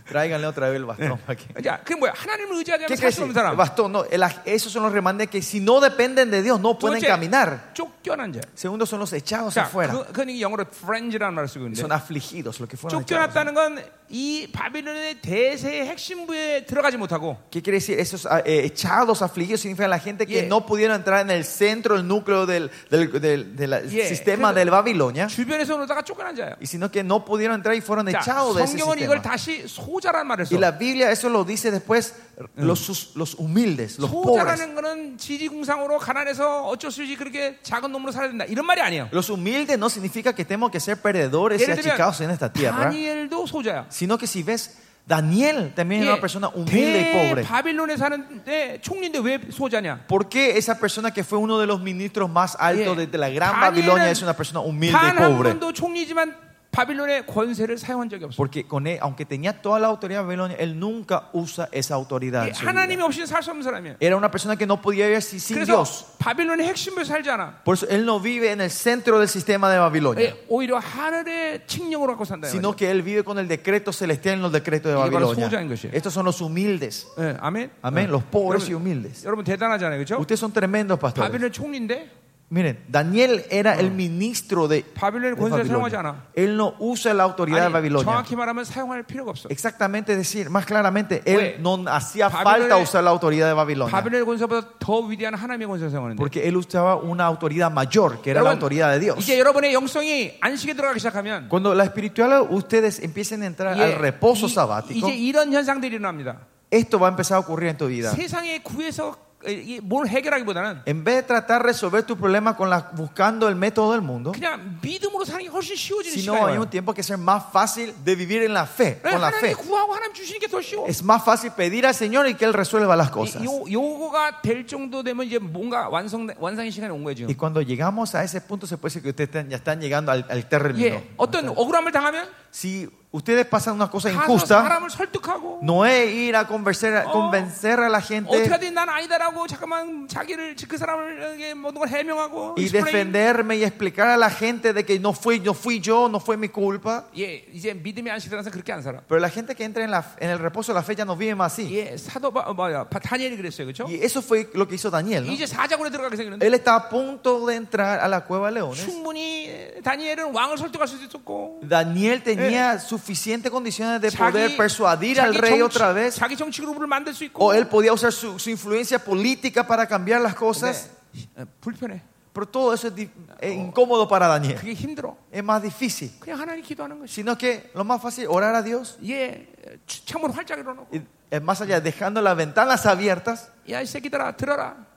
[SPEAKER 1] Tráiganle otra vez el bastón.
[SPEAKER 2] Eh.
[SPEAKER 1] para que-
[SPEAKER 2] 자, 그게 뭐야? 하나님을 의지하지
[SPEAKER 1] ¿Qué
[SPEAKER 2] 않으면
[SPEAKER 1] crees?
[SPEAKER 2] 살수 없는
[SPEAKER 1] El
[SPEAKER 2] 사람.
[SPEAKER 1] bastón, no, el- esos son los remanentes que si no dependen de Dios no
[SPEAKER 2] 두
[SPEAKER 1] pueden
[SPEAKER 2] 번째,
[SPEAKER 1] caminar.
[SPEAKER 2] 쫓겨난 자.
[SPEAKER 1] Segundo son los echados
[SPEAKER 2] 자,
[SPEAKER 1] afuera.
[SPEAKER 2] 그, 그건 이게 영어로 friends라는 말을 쓰고
[SPEAKER 1] Son
[SPEAKER 2] 있는데.
[SPEAKER 1] afligidos, los que fueron echados.
[SPEAKER 2] 쫓겨났다는 건 이 바빌론의 대세의 핵심부에 들어가지 못하고
[SPEAKER 1] ¿Qué quiere decir? Esos ah, eh, echados, afligidos, significa la gente que
[SPEAKER 2] Yeah.
[SPEAKER 1] no pudieron entrar en el centro, el núcleo del, del- del- del- del
[SPEAKER 2] Yeah.
[SPEAKER 1] sistema
[SPEAKER 2] Pero-
[SPEAKER 1] del Babilonia,
[SPEAKER 2] 주변에서 놀다가 쫓겨난 자예요.
[SPEAKER 1] y sino que no pudieron entrar y fueron
[SPEAKER 2] 자,
[SPEAKER 1] echados esclavo de ese
[SPEAKER 2] 성경은
[SPEAKER 1] sistema.
[SPEAKER 2] 이걸 네, 다시 소자란 말을 써.
[SPEAKER 1] Y la Biblia eso lo dice después
[SPEAKER 2] Mm.
[SPEAKER 1] los, sus- los humildes, los pobres.
[SPEAKER 2] 소자라는 거는 지지공상으로 가난해서 어쩔 수 없이 그렇게 작은 놈으로 살아야 된다. 이런 말이 아니에요.
[SPEAKER 1] Los humildes no significa que tenemos que ser perdedores y
[SPEAKER 2] 예를 들면
[SPEAKER 1] achicados en esta tierra,
[SPEAKER 2] 다니엘도 소자야.
[SPEAKER 1] sino que si ves, Daniel
[SPEAKER 2] 네,
[SPEAKER 1] también era una persona humilde y pobre.
[SPEAKER 2] 바빌론에 사는데 총리인데 왜 소자냐?
[SPEAKER 1] ¿Por qué esa persona que fue uno de los ministros más altos
[SPEAKER 2] Yeah.
[SPEAKER 1] de la gran
[SPEAKER 2] Daniel은
[SPEAKER 1] Babilonia es una persona humilde
[SPEAKER 2] 단
[SPEAKER 1] y
[SPEAKER 2] 한
[SPEAKER 1] pobre?
[SPEAKER 2] 번도 총리지만 바빌론의 권세를 사용한 적이 없어.
[SPEAKER 1] Porque con él, aunque tenía toda la autoridad de Babilonia, él nunca usa esa autoridad. en su vida.
[SPEAKER 2] 하나님이 없이는 살 수 없는 사람이야.
[SPEAKER 1] Era una persona que no podía vivir sin, sin
[SPEAKER 2] 그래서
[SPEAKER 1] Dios.
[SPEAKER 2] 바빌론의 핵심을 살지 않아.
[SPEAKER 1] Por eso él no vive en el centro del sistema de Babilonia,
[SPEAKER 2] 예, 오히려 하늘의 칙령으로 갖고 산다. 이
[SPEAKER 1] sino que él vive con el decreto celestial en los decretos de
[SPEAKER 2] 이게 바로
[SPEAKER 1] Babilonia.
[SPEAKER 2] 소유자인 것이에요.
[SPEAKER 1] Estos son los humildes.
[SPEAKER 2] 말이야. 예, 아멘.
[SPEAKER 1] Amén. Los pobres y
[SPEAKER 2] 여러분,
[SPEAKER 1] humildes.
[SPEAKER 2] 여러분 대단하잖아요, 그렇죠?
[SPEAKER 1] Ustedes son tremendos pastores.
[SPEAKER 2] 바빌론 총리인데
[SPEAKER 1] Miren, Daniel era el ministro de, de
[SPEAKER 2] 바빌론의 권세를 사용하지 않아.
[SPEAKER 1] Babilonia. Él no usa la autoridad de
[SPEAKER 2] 아니,
[SPEAKER 1] Babilonia.
[SPEAKER 2] 정확히 말하면 사용할 필요가 없어.
[SPEAKER 1] Exactamente decir, más claramente,
[SPEAKER 2] Oye,
[SPEAKER 1] él no hacía
[SPEAKER 2] Babilonia-
[SPEAKER 1] falta usar la autoridad de Babilonia.
[SPEAKER 2] 바빌론의 권세보다 더 위대한 하나님의 권세를 사용하는데.
[SPEAKER 1] Porque él usaba una autoridad mayor, que era la
[SPEAKER 2] 여러분,
[SPEAKER 1] autoridad de Dios.
[SPEAKER 2] 이제 그 여러분의 영성이 안식에 들어가기 시작하면
[SPEAKER 1] Cuando la espiritualidad ustedes empiecen a entrar
[SPEAKER 2] 예,
[SPEAKER 1] al reposo
[SPEAKER 2] 이-
[SPEAKER 1] sabático,
[SPEAKER 2] 이제 이런 현상들이 일어납니다.
[SPEAKER 1] esto va a empezar a ocurrir en tu vida.
[SPEAKER 2] 세상의 구에서 에, 이뭘 해결하기보다는
[SPEAKER 1] En vez de tratar de resolver tu problema con la- buscando el método del mundo,
[SPEAKER 2] 그냥 믿음으로 사는 게 훨씬 쉬워지는
[SPEAKER 1] sino hay
[SPEAKER 2] 시간이에요.
[SPEAKER 1] un tiempo que es más fácil de vivir en la fe,
[SPEAKER 2] 네,
[SPEAKER 1] con la
[SPEAKER 2] 하나님
[SPEAKER 1] fe.
[SPEAKER 2] 구하고 하나님 주시는 게 더 쉬워.
[SPEAKER 1] Es más fácil pedir al Señor y que Él resuelva las cosas.
[SPEAKER 2] 이- 요 요거가 될 정도 되면 이제 뭔가 완성 완성의 시간이 온 거예요 지금.
[SPEAKER 1] Y cuando llegamos a ese punto, se puede decir que ustedes están- ya están llegando al, al término.
[SPEAKER 2] 예, 어떤 억울함을 당하면
[SPEAKER 1] Si ustedes pasan una cosa
[SPEAKER 2] 가서
[SPEAKER 1] injusta,
[SPEAKER 2] 사람을 설득하고
[SPEAKER 1] no es ir a convencer,
[SPEAKER 2] Oh.
[SPEAKER 1] convencer a la gente
[SPEAKER 2] 어떻게든 난 아니다라고 잠깐만 자기를 그 사람에게 모든 걸 해명하고
[SPEAKER 1] y
[SPEAKER 2] explain.
[SPEAKER 1] defenderme y explicar a la gente de que no fui, no fui yo, no fue mi culpa.
[SPEAKER 2] 예, 이제 믿음의 안식에 들어서 그렇게 안 살아.
[SPEAKER 1] Pero la gente que entra en, la- en el reposo de la fe ya no vive más así.
[SPEAKER 2] 예, 사도 바, 뭐야, 바- 다니엘이 그랬어요, 그렇죠?
[SPEAKER 1] Y eso fue lo que hizo Daniel. ¿no?
[SPEAKER 2] 이제 사자굴에 들어가게 생겼는데
[SPEAKER 1] Él está a punto de entrar a la cueva de
[SPEAKER 2] 네.
[SPEAKER 1] leones.
[SPEAKER 2] 충분히 다니엘은 왕을 설득할 수도 있었고
[SPEAKER 1] Daniel tenía suficientes condiciones de poder
[SPEAKER 2] 자기,
[SPEAKER 1] persuadir al
[SPEAKER 2] 자기
[SPEAKER 1] rey
[SPEAKER 2] 정치-
[SPEAKER 1] otra vez.
[SPEAKER 2] 자기 정치 그룹을 만들 수 있고
[SPEAKER 1] O él podía usar su, su influencia política para cambiar las
[SPEAKER 2] 근데,
[SPEAKER 1] cosas.
[SPEAKER 2] 어, 불편해.
[SPEAKER 1] Pero todo eso es, di- es incómodo para Daniel.
[SPEAKER 2] 그게 힘들어.
[SPEAKER 1] Es más difícil.
[SPEAKER 2] 그냥 하나님 기도하는 것이.
[SPEAKER 1] Sino que lo más fácil, orar a Dios.
[SPEAKER 2] 예, 추- 창문 활짝 열어놓고
[SPEAKER 1] Y, eh, más allá, dejando las ventanas abiertas.
[SPEAKER 2] 야이 새끼들아 들어라.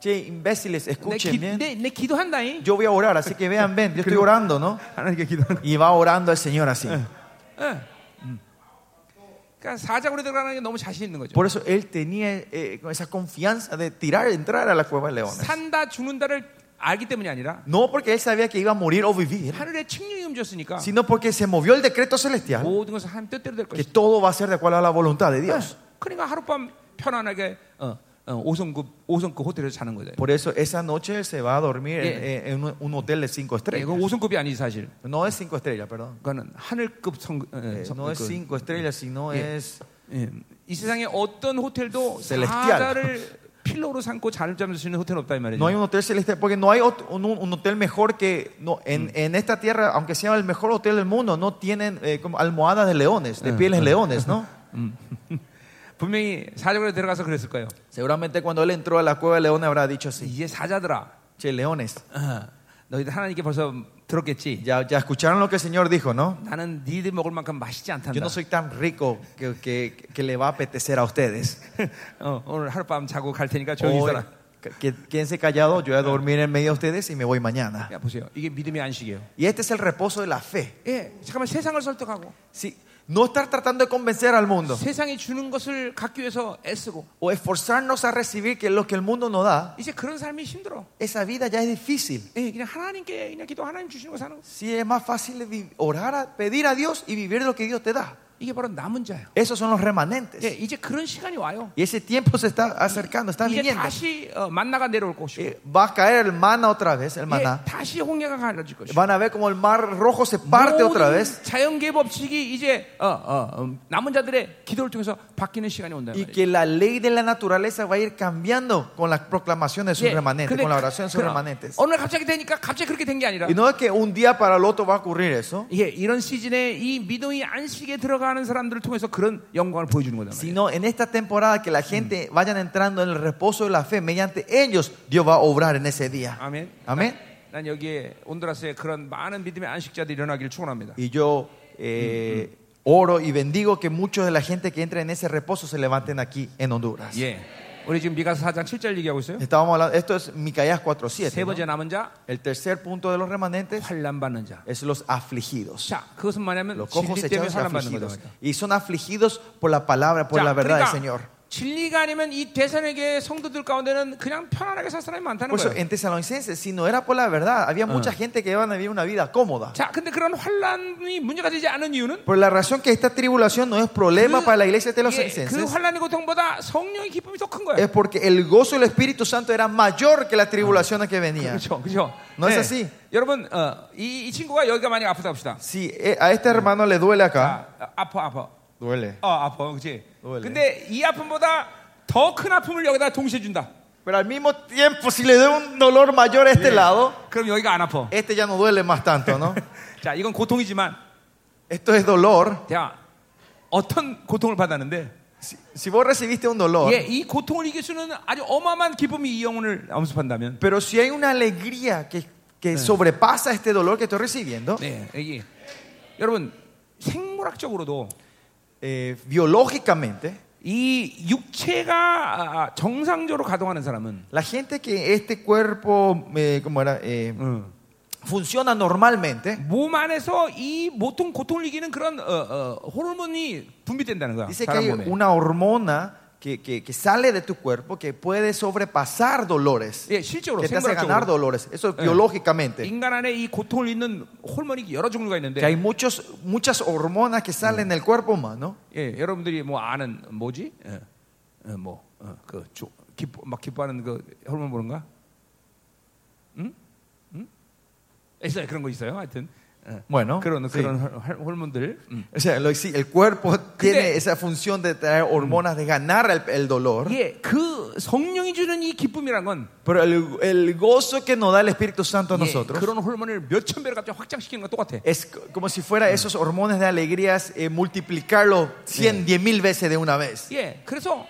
[SPEAKER 1] Che, imbéciles,
[SPEAKER 2] 내, 기,
[SPEAKER 1] escuchen bien.
[SPEAKER 2] 내, 내 기도한다잉.
[SPEAKER 1] Yo voy a orar, así que vean, ven. Yo estoy orando, ¿no?
[SPEAKER 2] 하나님께 기도하는.
[SPEAKER 1] Y va orando al Señor así.
[SPEAKER 2] 그러니까 사자굴에 들어가는 게 너무 자신 있는 거죠.
[SPEAKER 1] Por eso él tenía eh, esa confianza de tirar, entrar a la cueva de leones.
[SPEAKER 2] 산다 죽는다를 알기 때문이 아니라
[SPEAKER 1] No porque él sabía que iba a morir o vivir,
[SPEAKER 2] 하늘의 칙령이 움직였으니까
[SPEAKER 1] sino porque se movió el decreto celestial
[SPEAKER 2] 모든 것은 하나님 뜻대로 될
[SPEAKER 1] que
[SPEAKER 2] 것이다.
[SPEAKER 1] todo va a ser de acuerdo a la voluntad de Dios.
[SPEAKER 2] 그러니까 하룻밤 편안하게 어, 어, 5성급 5성급 호텔에서 자는 거죠.
[SPEAKER 1] Por eso esa noche él se va a dormir en,
[SPEAKER 2] Yeah.
[SPEAKER 1] en un- un hotel de cinco
[SPEAKER 2] 예,
[SPEAKER 1] estrellas.
[SPEAKER 2] 그건 5성급이 아니지 사실.
[SPEAKER 1] No es cinco estrellas, perdón.
[SPEAKER 2] 그거는 하늘급 성, 에,
[SPEAKER 1] Eh,
[SPEAKER 2] 성
[SPEAKER 1] No es
[SPEAKER 2] 그,
[SPEAKER 1] cinco estrellas, sino
[SPEAKER 2] Yeah.
[SPEAKER 1] es...
[SPEAKER 2] 예. 이 세상에 어떤 호텔도
[SPEAKER 1] Celestial.
[SPEAKER 2] 사자를 필러로 삼고 잠을 잠수 수 있는 호텔은 없다 이 말이죠.
[SPEAKER 1] No hay un hotel celestial, porque no hay ot- un, un hotel mejor que... No, en, en esta tierra, aunque sea el mejor hotel del mundo, no tienen eh, como almohadas de leones, de pieles leones, ¿no?
[SPEAKER 2] 분명히 사자굴에 들어가서 그랬을 거예요.
[SPEAKER 1] Seguramente cuando él entró a la cueva de leones habrá dicho así,
[SPEAKER 2] 이제 사자들아,
[SPEAKER 1] che, leones,
[SPEAKER 2] 어, 너희들 하나님께 벌써 들었겠지.
[SPEAKER 1] ya, ya escucharon lo que el Señor dijo, ¿no?
[SPEAKER 2] 나는 니들 먹을 만큼 맛있지
[SPEAKER 1] Yo
[SPEAKER 2] 않단다.
[SPEAKER 1] no soy tan rico que, que, que le va a apetecer a ustedes.
[SPEAKER 2] 어, 오늘 하룻밤 자고 갈 테니까 조용히
[SPEAKER 1] Hoy,
[SPEAKER 2] 있어라.
[SPEAKER 1] que, quédense callados, yo voy a dormir en medio de ustedes y me voy mañana.
[SPEAKER 2] 야 보세요, 이게 믿음의 안식이에요.
[SPEAKER 1] Y este es el reposo de la fe.
[SPEAKER 2] 예, 잠깐만 세상을 설득하고
[SPEAKER 1] Sí, no estar tratando de convencer al mundo
[SPEAKER 2] 세상이 주는 것을 갖기 위해서 애쓰고
[SPEAKER 1] o esforzarnos a recibir que lo que el mundo nos da,
[SPEAKER 2] 이제 그런 삶이 힘들어.
[SPEAKER 1] esa vida ya es difícil.
[SPEAKER 2] 예, 그냥 하나님께 그냥 기도 하나님 주시는 거 사는 거.
[SPEAKER 1] Sí, es más fácil de vi- orar, a- pedir a Dios y vivir lo que Dios te da.
[SPEAKER 2] 이게 바로 남은 자예요.
[SPEAKER 1] Esos son los remanentes.
[SPEAKER 2] 예, 이제 그런 시간이 와요.
[SPEAKER 1] Y ese tiempo se está acercando, está
[SPEAKER 2] 이제
[SPEAKER 1] viniendo.
[SPEAKER 2] 다시 어, 만나가 내려올 것이고
[SPEAKER 1] Eh, Va a caer el maná otra vez, el
[SPEAKER 2] 예,
[SPEAKER 1] maná.
[SPEAKER 2] 다시 홍해가 갈라질 것이고
[SPEAKER 1] Van a ver como el mar rojo se parte otra vez.
[SPEAKER 2] 자연계 법칙이 이제 어, 어, 음, 남은 자들의 기도를 통해서 바뀌는 시간이 온다
[SPEAKER 1] Y
[SPEAKER 2] 말이에요.
[SPEAKER 1] que la ley de la naturaleza va a ir cambiando con la proclamación de sus
[SPEAKER 2] 예,
[SPEAKER 1] remanentes,
[SPEAKER 2] 근데
[SPEAKER 1] con la oración de sus
[SPEAKER 2] 그러나
[SPEAKER 1] remanentes.
[SPEAKER 2] 어느 날 갑자기 되니까 갑자기 그렇게 된 게 아니라
[SPEAKER 1] Y no es que un día para el otro va a ocurrir eso,
[SPEAKER 2] 예, 이런 시즌에 이 믿음이 안식에 들어가는 사람들을 통해서 그런 영광을 보여주는 거다 말이에요.
[SPEAKER 1] sino en esta temporada que la gente vayan entrando en el reposo de la fe, mediante ellos Dios va a obrar en ese día.
[SPEAKER 2] 아멘.
[SPEAKER 1] Amén.
[SPEAKER 2] 난 여기에 온두라스에 그런 많은 믿음의 안식자들이 일어나기를 축원합니다.
[SPEAKER 1] Y yo eh, Oro y bendigo que muchos de la gente que entra en ese reposo se levanten aquí en Honduras.
[SPEAKER 2] 예. 우리 지금 미가서 4장 7절 얘기하고 있어요.
[SPEAKER 1] Estábamos hablando, esto es Micaías
[SPEAKER 2] 세
[SPEAKER 1] 4.7. ¿no?
[SPEAKER 2] 번째 남은 자,
[SPEAKER 1] El tercer punto de los remanentes
[SPEAKER 2] 환란 받는 자.
[SPEAKER 1] es los afligidos.
[SPEAKER 2] 자, 그것은 뭐냐면
[SPEAKER 1] Los
[SPEAKER 2] 진리
[SPEAKER 1] cojos
[SPEAKER 2] 때문에
[SPEAKER 1] echados y
[SPEAKER 2] 환란 받는
[SPEAKER 1] afligidos.
[SPEAKER 2] 거다.
[SPEAKER 1] Y son afligidos por la palabra, por
[SPEAKER 2] 자,
[SPEAKER 1] la verdad del
[SPEAKER 2] 그러니까
[SPEAKER 1] Señor.
[SPEAKER 2] 진리가 아니면 이 대선에게 성도들 가운데는 그냥 편안하게 살 사람이 많다는
[SPEAKER 1] Por eso,
[SPEAKER 2] 거예요.
[SPEAKER 1] en Tesalonicenses, si no era por la verdad, había mucha gente que iba a vivir una vida cómoda.
[SPEAKER 2] 자, 근데 그런 환란이 문제가 되지 않은 이유는
[SPEAKER 1] Por la razón que esta tribulación no es problema para la iglesia de
[SPEAKER 2] 예, 그
[SPEAKER 1] Tesalonicenses,
[SPEAKER 2] 환란의 고통보다 성령의 기쁨이 더 큰 거예요.
[SPEAKER 1] es porque el gozo del Espíritu Santo era mayor que la tribulación a que venía.
[SPEAKER 2] 그렇죠, 그렇죠.
[SPEAKER 1] No es así.
[SPEAKER 2] 여러분, 어, 이, 이 친구가 여기가 많이 아프다 합시다.
[SPEAKER 1] Si eh, a este hermano le duele acá,
[SPEAKER 2] 아, 아, 아파, 아파.
[SPEAKER 1] duele.
[SPEAKER 2] 어, 아파, 그렇지.
[SPEAKER 1] 원래.
[SPEAKER 2] 근데 이 아픔보다 더 큰 아픔을 여기다 동시에 준다.
[SPEAKER 1] Pero al mismo tiempo, si le da un dolor mayor a este lado,
[SPEAKER 2] 그럼 여기가 안 아파.
[SPEAKER 1] este ya no duele más tanto, ¿no?
[SPEAKER 2] 자, 이건 고통이지만,
[SPEAKER 1] Esto es dolor.
[SPEAKER 2] 야, 어떤 고통을 받았는데,
[SPEAKER 1] Si, si vos recibiste un dolor,
[SPEAKER 2] 예, 이 고통을 이길 수 있는 아주 어마어마한 기쁨이 이 영혼을 엄습한다면,
[SPEAKER 1] pero si hay una alegría que, que sobrepasa este dolor que estoy recibiendo,
[SPEAKER 2] 네, 이게 여러분 생물학적으로도
[SPEAKER 1] eh, biológicamente,
[SPEAKER 2] 이 육체가 아, 아, 정상적으로 가동하는 사람은
[SPEAKER 1] la gente que este cuerpo, eh, ¿cómo era? Eh, funciona normalmente,
[SPEAKER 2] 어, 몸 안에서 이 모통 고통을 이기는 그런 어, 어, 호르몬이 분비된다는 거야.
[SPEAKER 1] dice que
[SPEAKER 2] 사람
[SPEAKER 1] hay
[SPEAKER 2] 몸에.
[SPEAKER 1] una hormona que, que- que sale de tu cuerpo que puede sobrepasar dolores,
[SPEAKER 2] 예, 실제로
[SPEAKER 1] que te hace ganar
[SPEAKER 2] 생물학적으로
[SPEAKER 1] dolores. Eso
[SPEAKER 2] Eh.
[SPEAKER 1] biológicamente.
[SPEAKER 2] 인간 안에 이 고통을 잇는 호르몬이 여러 종류가
[SPEAKER 1] Que hay
[SPEAKER 2] 있는데,
[SPEAKER 1] muchos, muchas hormonas que salen del cuerpo humano.
[SPEAKER 2] 예, 여러분들이 뭐 아는 뭐지? 예, 예, 뭐, 어, 그, 조- 기뻐, 막 기뻐하는 그 호르몬 보는가? 응? 응? 있어요, 그런 거 있어요. 하여튼 예.
[SPEAKER 1] Bueno,
[SPEAKER 2] 그런
[SPEAKER 1] sí.
[SPEAKER 2] 그런 호- 호- 호르몬들. 음.
[SPEAKER 1] O sea, lo- sí, el cuerpo tiene esa función de traer hormonas, de ganar el, el dolor.
[SPEAKER 2] 예, 그 성령이 주는 이 기쁨이란 건
[SPEAKER 1] Pero el, el gozo que nos da el Espíritu Santo a
[SPEAKER 2] 예,
[SPEAKER 1] nosotros
[SPEAKER 2] 그런 호르몬을 몇 천 배로 갑자기 확장시키는 건 똑같아.
[SPEAKER 1] es c- como si fuera esos hormonas de alegrías, eh, multiplicarlo 100, 10 mil veces de una vez.
[SPEAKER 2] 예, 그래서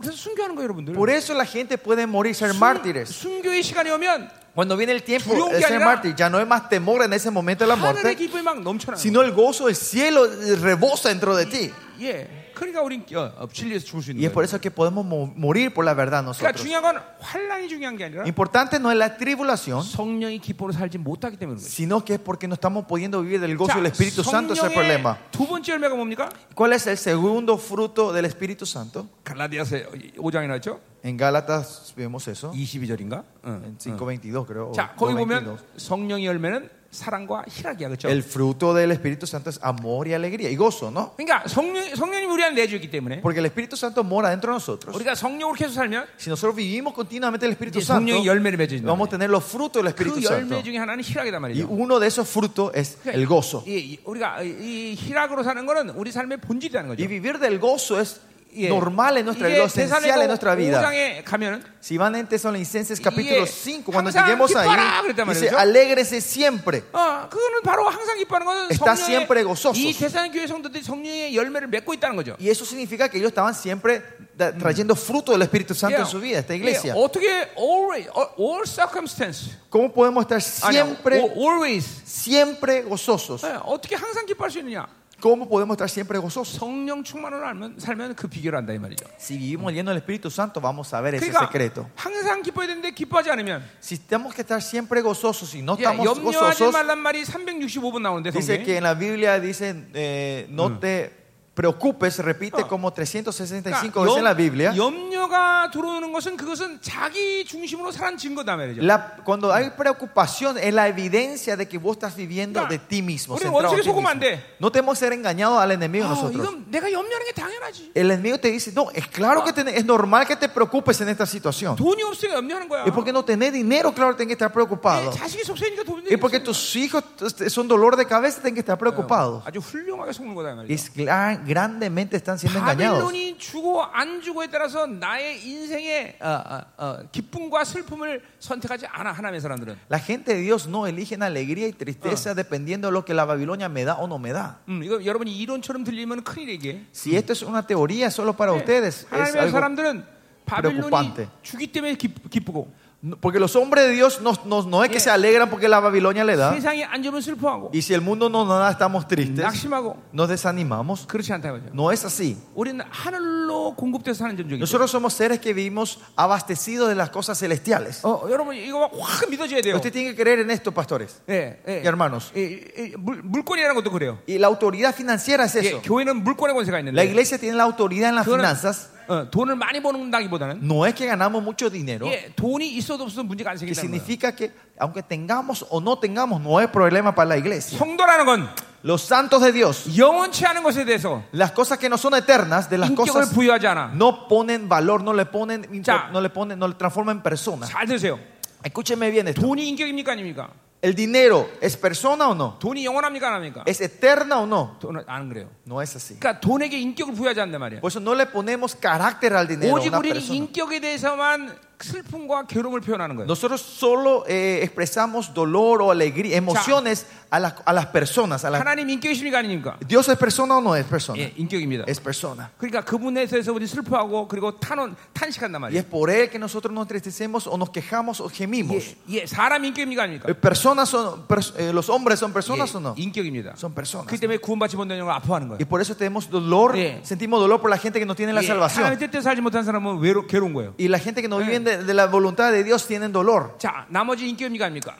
[SPEAKER 2] 그래서 순교하는 거예요, 여러분들.
[SPEAKER 1] Por eso la gente puede morir, ser
[SPEAKER 2] 순,
[SPEAKER 1] mártires.
[SPEAKER 2] 순교의 시간이 오면
[SPEAKER 1] Cuando viene el tiempo
[SPEAKER 2] Triunfo
[SPEAKER 1] de ser
[SPEAKER 2] hará.
[SPEAKER 1] mártir, ya no hay más temor en ese momento de la
[SPEAKER 2] 하늘의
[SPEAKER 1] muerte,
[SPEAKER 2] 기쁨이 막 넘쳐나는
[SPEAKER 1] sino el gozo del cielo eh, rebosa dentro de ti.
[SPEAKER 2] 거예요. 예, 그러니까 우린 어, 어, 진리에서 죽을 수
[SPEAKER 1] Y
[SPEAKER 2] 있는
[SPEAKER 1] es por
[SPEAKER 2] 거예요.
[SPEAKER 1] eso que podemos mo- morir por la verdad
[SPEAKER 2] 그러니까
[SPEAKER 1] nosotros.
[SPEAKER 2] 중요한 건 환란이 중요한 게 아니라
[SPEAKER 1] Importante no es la tribulación,
[SPEAKER 2] 성령이 기쁨으로 살지 못하기 때문에 그래요.
[SPEAKER 1] sino que es porque no estamos pudiendo vivir del gozo
[SPEAKER 2] 자,
[SPEAKER 1] del Espíritu Santo es el problema.
[SPEAKER 2] 두 번째 열매가 뭡니까?
[SPEAKER 1] ¿Cuál es el segundo fruto del Espíritu Santo?
[SPEAKER 2] 갈라디아서 5장에 나왔죠?
[SPEAKER 1] En Gálatas vemos
[SPEAKER 2] 어?
[SPEAKER 1] eso,
[SPEAKER 2] 22절인가?
[SPEAKER 1] en
[SPEAKER 2] 네.
[SPEAKER 1] 5.22 creo. o
[SPEAKER 2] 자, 거기
[SPEAKER 1] 2:22.
[SPEAKER 2] 보면 성령의 열매는 사랑과 희락이야. 그렇죠?
[SPEAKER 1] El fruto del Espíritu Santo es amor y alegría y gozo, ¿no?
[SPEAKER 2] 그러니까 성령 성령님 우리 안에 내주기 때문에
[SPEAKER 1] Porque el Espíritu Santo mora dentro de nosotros.
[SPEAKER 2] 우리가 성령으로 계속 살면
[SPEAKER 1] Si nosotros vivimos continuamente el Espíritu
[SPEAKER 2] 이제
[SPEAKER 1] Santo,
[SPEAKER 2] 성령의 열매를 맺어진다.
[SPEAKER 1] vamos a tener los frutos del Espíritu
[SPEAKER 2] 그 열매
[SPEAKER 1] Santo.
[SPEAKER 2] 중에 하나는 희락이단
[SPEAKER 1] Y
[SPEAKER 2] 말이죠.
[SPEAKER 1] uno de esos frutos es el gozo.
[SPEAKER 2] 예, 이- 우리가 이, 이 희락으로 사는 거는 우리 삶의 본질이라는
[SPEAKER 1] Y
[SPEAKER 2] 거죠. 예.
[SPEAKER 1] vivir del gozo es normal en nuestra vida, lo esencial en nuestra vida.
[SPEAKER 2] 5장에 가면은
[SPEAKER 1] Si van en Tesalonicenses capítulo
[SPEAKER 2] Y, eh,
[SPEAKER 1] 5, cuando
[SPEAKER 2] 항상
[SPEAKER 1] lleguemos
[SPEAKER 2] 기뻐라,
[SPEAKER 1] ahí,
[SPEAKER 2] 그랬단
[SPEAKER 1] dice,
[SPEAKER 2] 말이죠.
[SPEAKER 1] alégrese siempre.
[SPEAKER 2] 어, 그거는 바로 항상 기뻐하는 것은
[SPEAKER 1] Está
[SPEAKER 2] 성령의
[SPEAKER 1] siempre gozoso.
[SPEAKER 2] 이 대산 교회 성도들이 성령의 열매를 맺고 있다는 거죠.
[SPEAKER 1] Y eso significa que ellos estaban siempre da- trayendo fruto del Espíritu Santo en su vida, esta iglesia.
[SPEAKER 2] 예, 어떻게 always, all, all circumstance
[SPEAKER 1] ¿Cómo podemos estar
[SPEAKER 2] 아니야,
[SPEAKER 1] siempre,
[SPEAKER 2] all- always
[SPEAKER 1] siempre gozosos?
[SPEAKER 2] 예, 어떻게 항상 기뻐할 수 있느냐?
[SPEAKER 1] ¿Cómo podemos estar siempre gozosos?
[SPEAKER 2] 성령 충만으로 알면, 살면 그 비결을 안다 이 말이죠.
[SPEAKER 1] Si vivimos llenos del Espíritu Santo, vamos a ver ese
[SPEAKER 2] 그러니까
[SPEAKER 1] secreto.
[SPEAKER 2] 항상 기뻐야 되는데 기뻐하지 않으면
[SPEAKER 1] Si tenemos que estar siempre gozosos y no
[SPEAKER 2] 예,
[SPEAKER 1] estamos
[SPEAKER 2] 염려하지
[SPEAKER 1] gozosos,
[SPEAKER 2] 말란 말이 365번 나오는데
[SPEAKER 1] dice que
[SPEAKER 2] 성경에
[SPEAKER 1] en la Biblia dicen, eh, no te preocupes, repite
[SPEAKER 2] Ah.
[SPEAKER 1] como 365 veces en la Biblia.
[SPEAKER 2] 그러니까 염, 염려가 들어오는 것은 그것은 자기 중심으로 살한 증거다 말이죠.
[SPEAKER 1] La- cuando hay preocupación es la evidencia de que vos estás viviendo
[SPEAKER 2] Claro.
[SPEAKER 1] de ti mismo.
[SPEAKER 2] Uno
[SPEAKER 1] centrado en ti
[SPEAKER 2] 원칙에 속으면
[SPEAKER 1] mismo.
[SPEAKER 2] 안 돼.
[SPEAKER 1] No tenemos que ser engañados al enemigo
[SPEAKER 2] 아,
[SPEAKER 1] nosotros.
[SPEAKER 2] 이건 내가 염려하는 게 당연하지.
[SPEAKER 1] El enemigo te dice, no, es claro que tenés- es normal que te preocupes en esta situación.
[SPEAKER 2] 돈이 없으니까 염려하는 거야.
[SPEAKER 1] Es porque no tenés dinero, claro, tenés que estar
[SPEAKER 2] 예,
[SPEAKER 1] preocupado.
[SPEAKER 2] 자식이 속세니까 돈이
[SPEAKER 1] Es porque tus hijos t- son dolor de cabeza, tenés que estar preocupados.
[SPEAKER 2] 아주 훌륭하게 속는 거다 이
[SPEAKER 1] Y
[SPEAKER 2] 말이죠.
[SPEAKER 1] es gla- grandemente están siendo engañados.
[SPEAKER 2] 바빌론이 주고 안 주고에 따라서 나의 인생의 어, 어, 어, 기쁨과 슬픔을 선택하지 않아 하나님의 사람들은.
[SPEAKER 1] La gente de Dios no eligen alegría y tristeza dependiendo de lo que la Babilonia me da o no me da.
[SPEAKER 2] 음, 이거 여러분이 이론처럼 들리면 큰일 이게.
[SPEAKER 1] Si esto es una teoría solo para ustedes, es
[SPEAKER 2] 하나님의
[SPEAKER 1] algo
[SPEAKER 2] 사람들은 바빌론이
[SPEAKER 1] preocupante.
[SPEAKER 2] 주기 때문에 기, 기쁘고
[SPEAKER 1] No, Porque los hombres de Dios no, no- no es que se alegran porque la Babilonia le da.
[SPEAKER 2] 어? 세상이 안 좋으면 슬퍼하고
[SPEAKER 1] Y si el mundo no nos da, estamos tristes,
[SPEAKER 2] 낙심하고
[SPEAKER 1] nos desanimamos.
[SPEAKER 2] 그렇지 않다 이거죠.
[SPEAKER 1] No es así.
[SPEAKER 2] 우리는 하늘로 공급돼서 사는 존재이기 때문에.
[SPEAKER 1] Nosotros somos seres que vivimos abastecidos de las cosas celestiales.
[SPEAKER 2] 어, 여러분 이거 확 믿어줘야 돼요.
[SPEAKER 1] Usted tiene que creer en esto, pastores
[SPEAKER 2] 예, 예.
[SPEAKER 1] y hermanos.
[SPEAKER 2] 예, 예, 물, 물권이라는 것도 그래요.
[SPEAKER 1] Y la autoridad financiera es
[SPEAKER 2] 예,
[SPEAKER 1] eso.
[SPEAKER 2] 교회는 물권의 권세가
[SPEAKER 1] La
[SPEAKER 2] 있는데
[SPEAKER 1] iglesia tiene la autoridad en las
[SPEAKER 2] 그거는
[SPEAKER 1] finanzas.
[SPEAKER 2] 어, 돈을 많이 버는다기보다는
[SPEAKER 1] No es que ganamos mucho dinero,
[SPEAKER 2] 예, 돈이 있어도 없어도 문제가 안
[SPEAKER 1] que
[SPEAKER 2] 생긴다는 거예요.
[SPEAKER 1] significa que aunque tengamos o no tengamos, no es problema para la iglesia.
[SPEAKER 2] 성도라는 건
[SPEAKER 1] Los santos de Dios,
[SPEAKER 2] 영원치 않은 것에 대해서
[SPEAKER 1] las cosas que no son eternas, de las
[SPEAKER 2] 인격을
[SPEAKER 1] cosas
[SPEAKER 2] 부여하지 않아.
[SPEAKER 1] no ponen valor, no le ponen, impo-
[SPEAKER 2] 자.
[SPEAKER 1] no le ponen, no le transforman en persona.
[SPEAKER 2] 잘 들으세요.
[SPEAKER 1] Escúcheme bien esto.
[SPEAKER 2] 돈이 인격입니까 아닙니까?
[SPEAKER 1] ¿El dinero es persona o no?
[SPEAKER 2] 돈이 영원합니까 안 합니까?
[SPEAKER 1] ¿Es eterna o no?
[SPEAKER 2] 돈은 안 그래요.
[SPEAKER 1] No es así.
[SPEAKER 2] 그러니까 돈에게 인격을 부여하지 않단 말이에요.
[SPEAKER 1] Por eso no le ponemos carácter al dinero a
[SPEAKER 2] 오직
[SPEAKER 1] una
[SPEAKER 2] 우리는
[SPEAKER 1] persona.
[SPEAKER 2] 인격에 대해서만 슬픔과 괴로움을 표현하는 거예요.
[SPEAKER 1] Nosotros solo eh, expresamos dolor o alegría, emociones a las, a las personas. a las-
[SPEAKER 2] 하나님 인격이십니까 아닙니까?
[SPEAKER 1] ¿Dios es persona o no es persona?
[SPEAKER 2] 예, 인격입니다.
[SPEAKER 1] Es persona.
[SPEAKER 2] 그러니까 그분에 대해서 우리 슬퍼하고 그리고 탄원 탄식한단
[SPEAKER 1] Y
[SPEAKER 2] 말이에요.
[SPEAKER 1] es por Él que nosotros nos entristecemos o nos quejamos o gemimos.
[SPEAKER 2] 예, 예, 예, 사람 인격입니까 아닙니까?
[SPEAKER 1] Eh, Personas son, pers- eh, ¿Los hombres son personas o no?
[SPEAKER 2] 예, 인격입니다.
[SPEAKER 1] Son personas.
[SPEAKER 2] 그렇기 때문에 구원받지 못하는 영을 아파하는 거예요.
[SPEAKER 1] Y por eso tenemos dolor,
[SPEAKER 2] Yeah.
[SPEAKER 1] sentimos dolor por la gente que no tiene la
[SPEAKER 2] 예,
[SPEAKER 1] salvación.
[SPEAKER 2] 하나님의 뜻대로 살지 못한 사람은 외로, 괴로운 거예요.
[SPEAKER 1] Y la gente que no vive de, de la voluntad de Dios tienen dolor.
[SPEAKER 2] 자, 나머지 인격입니까 아닙니까?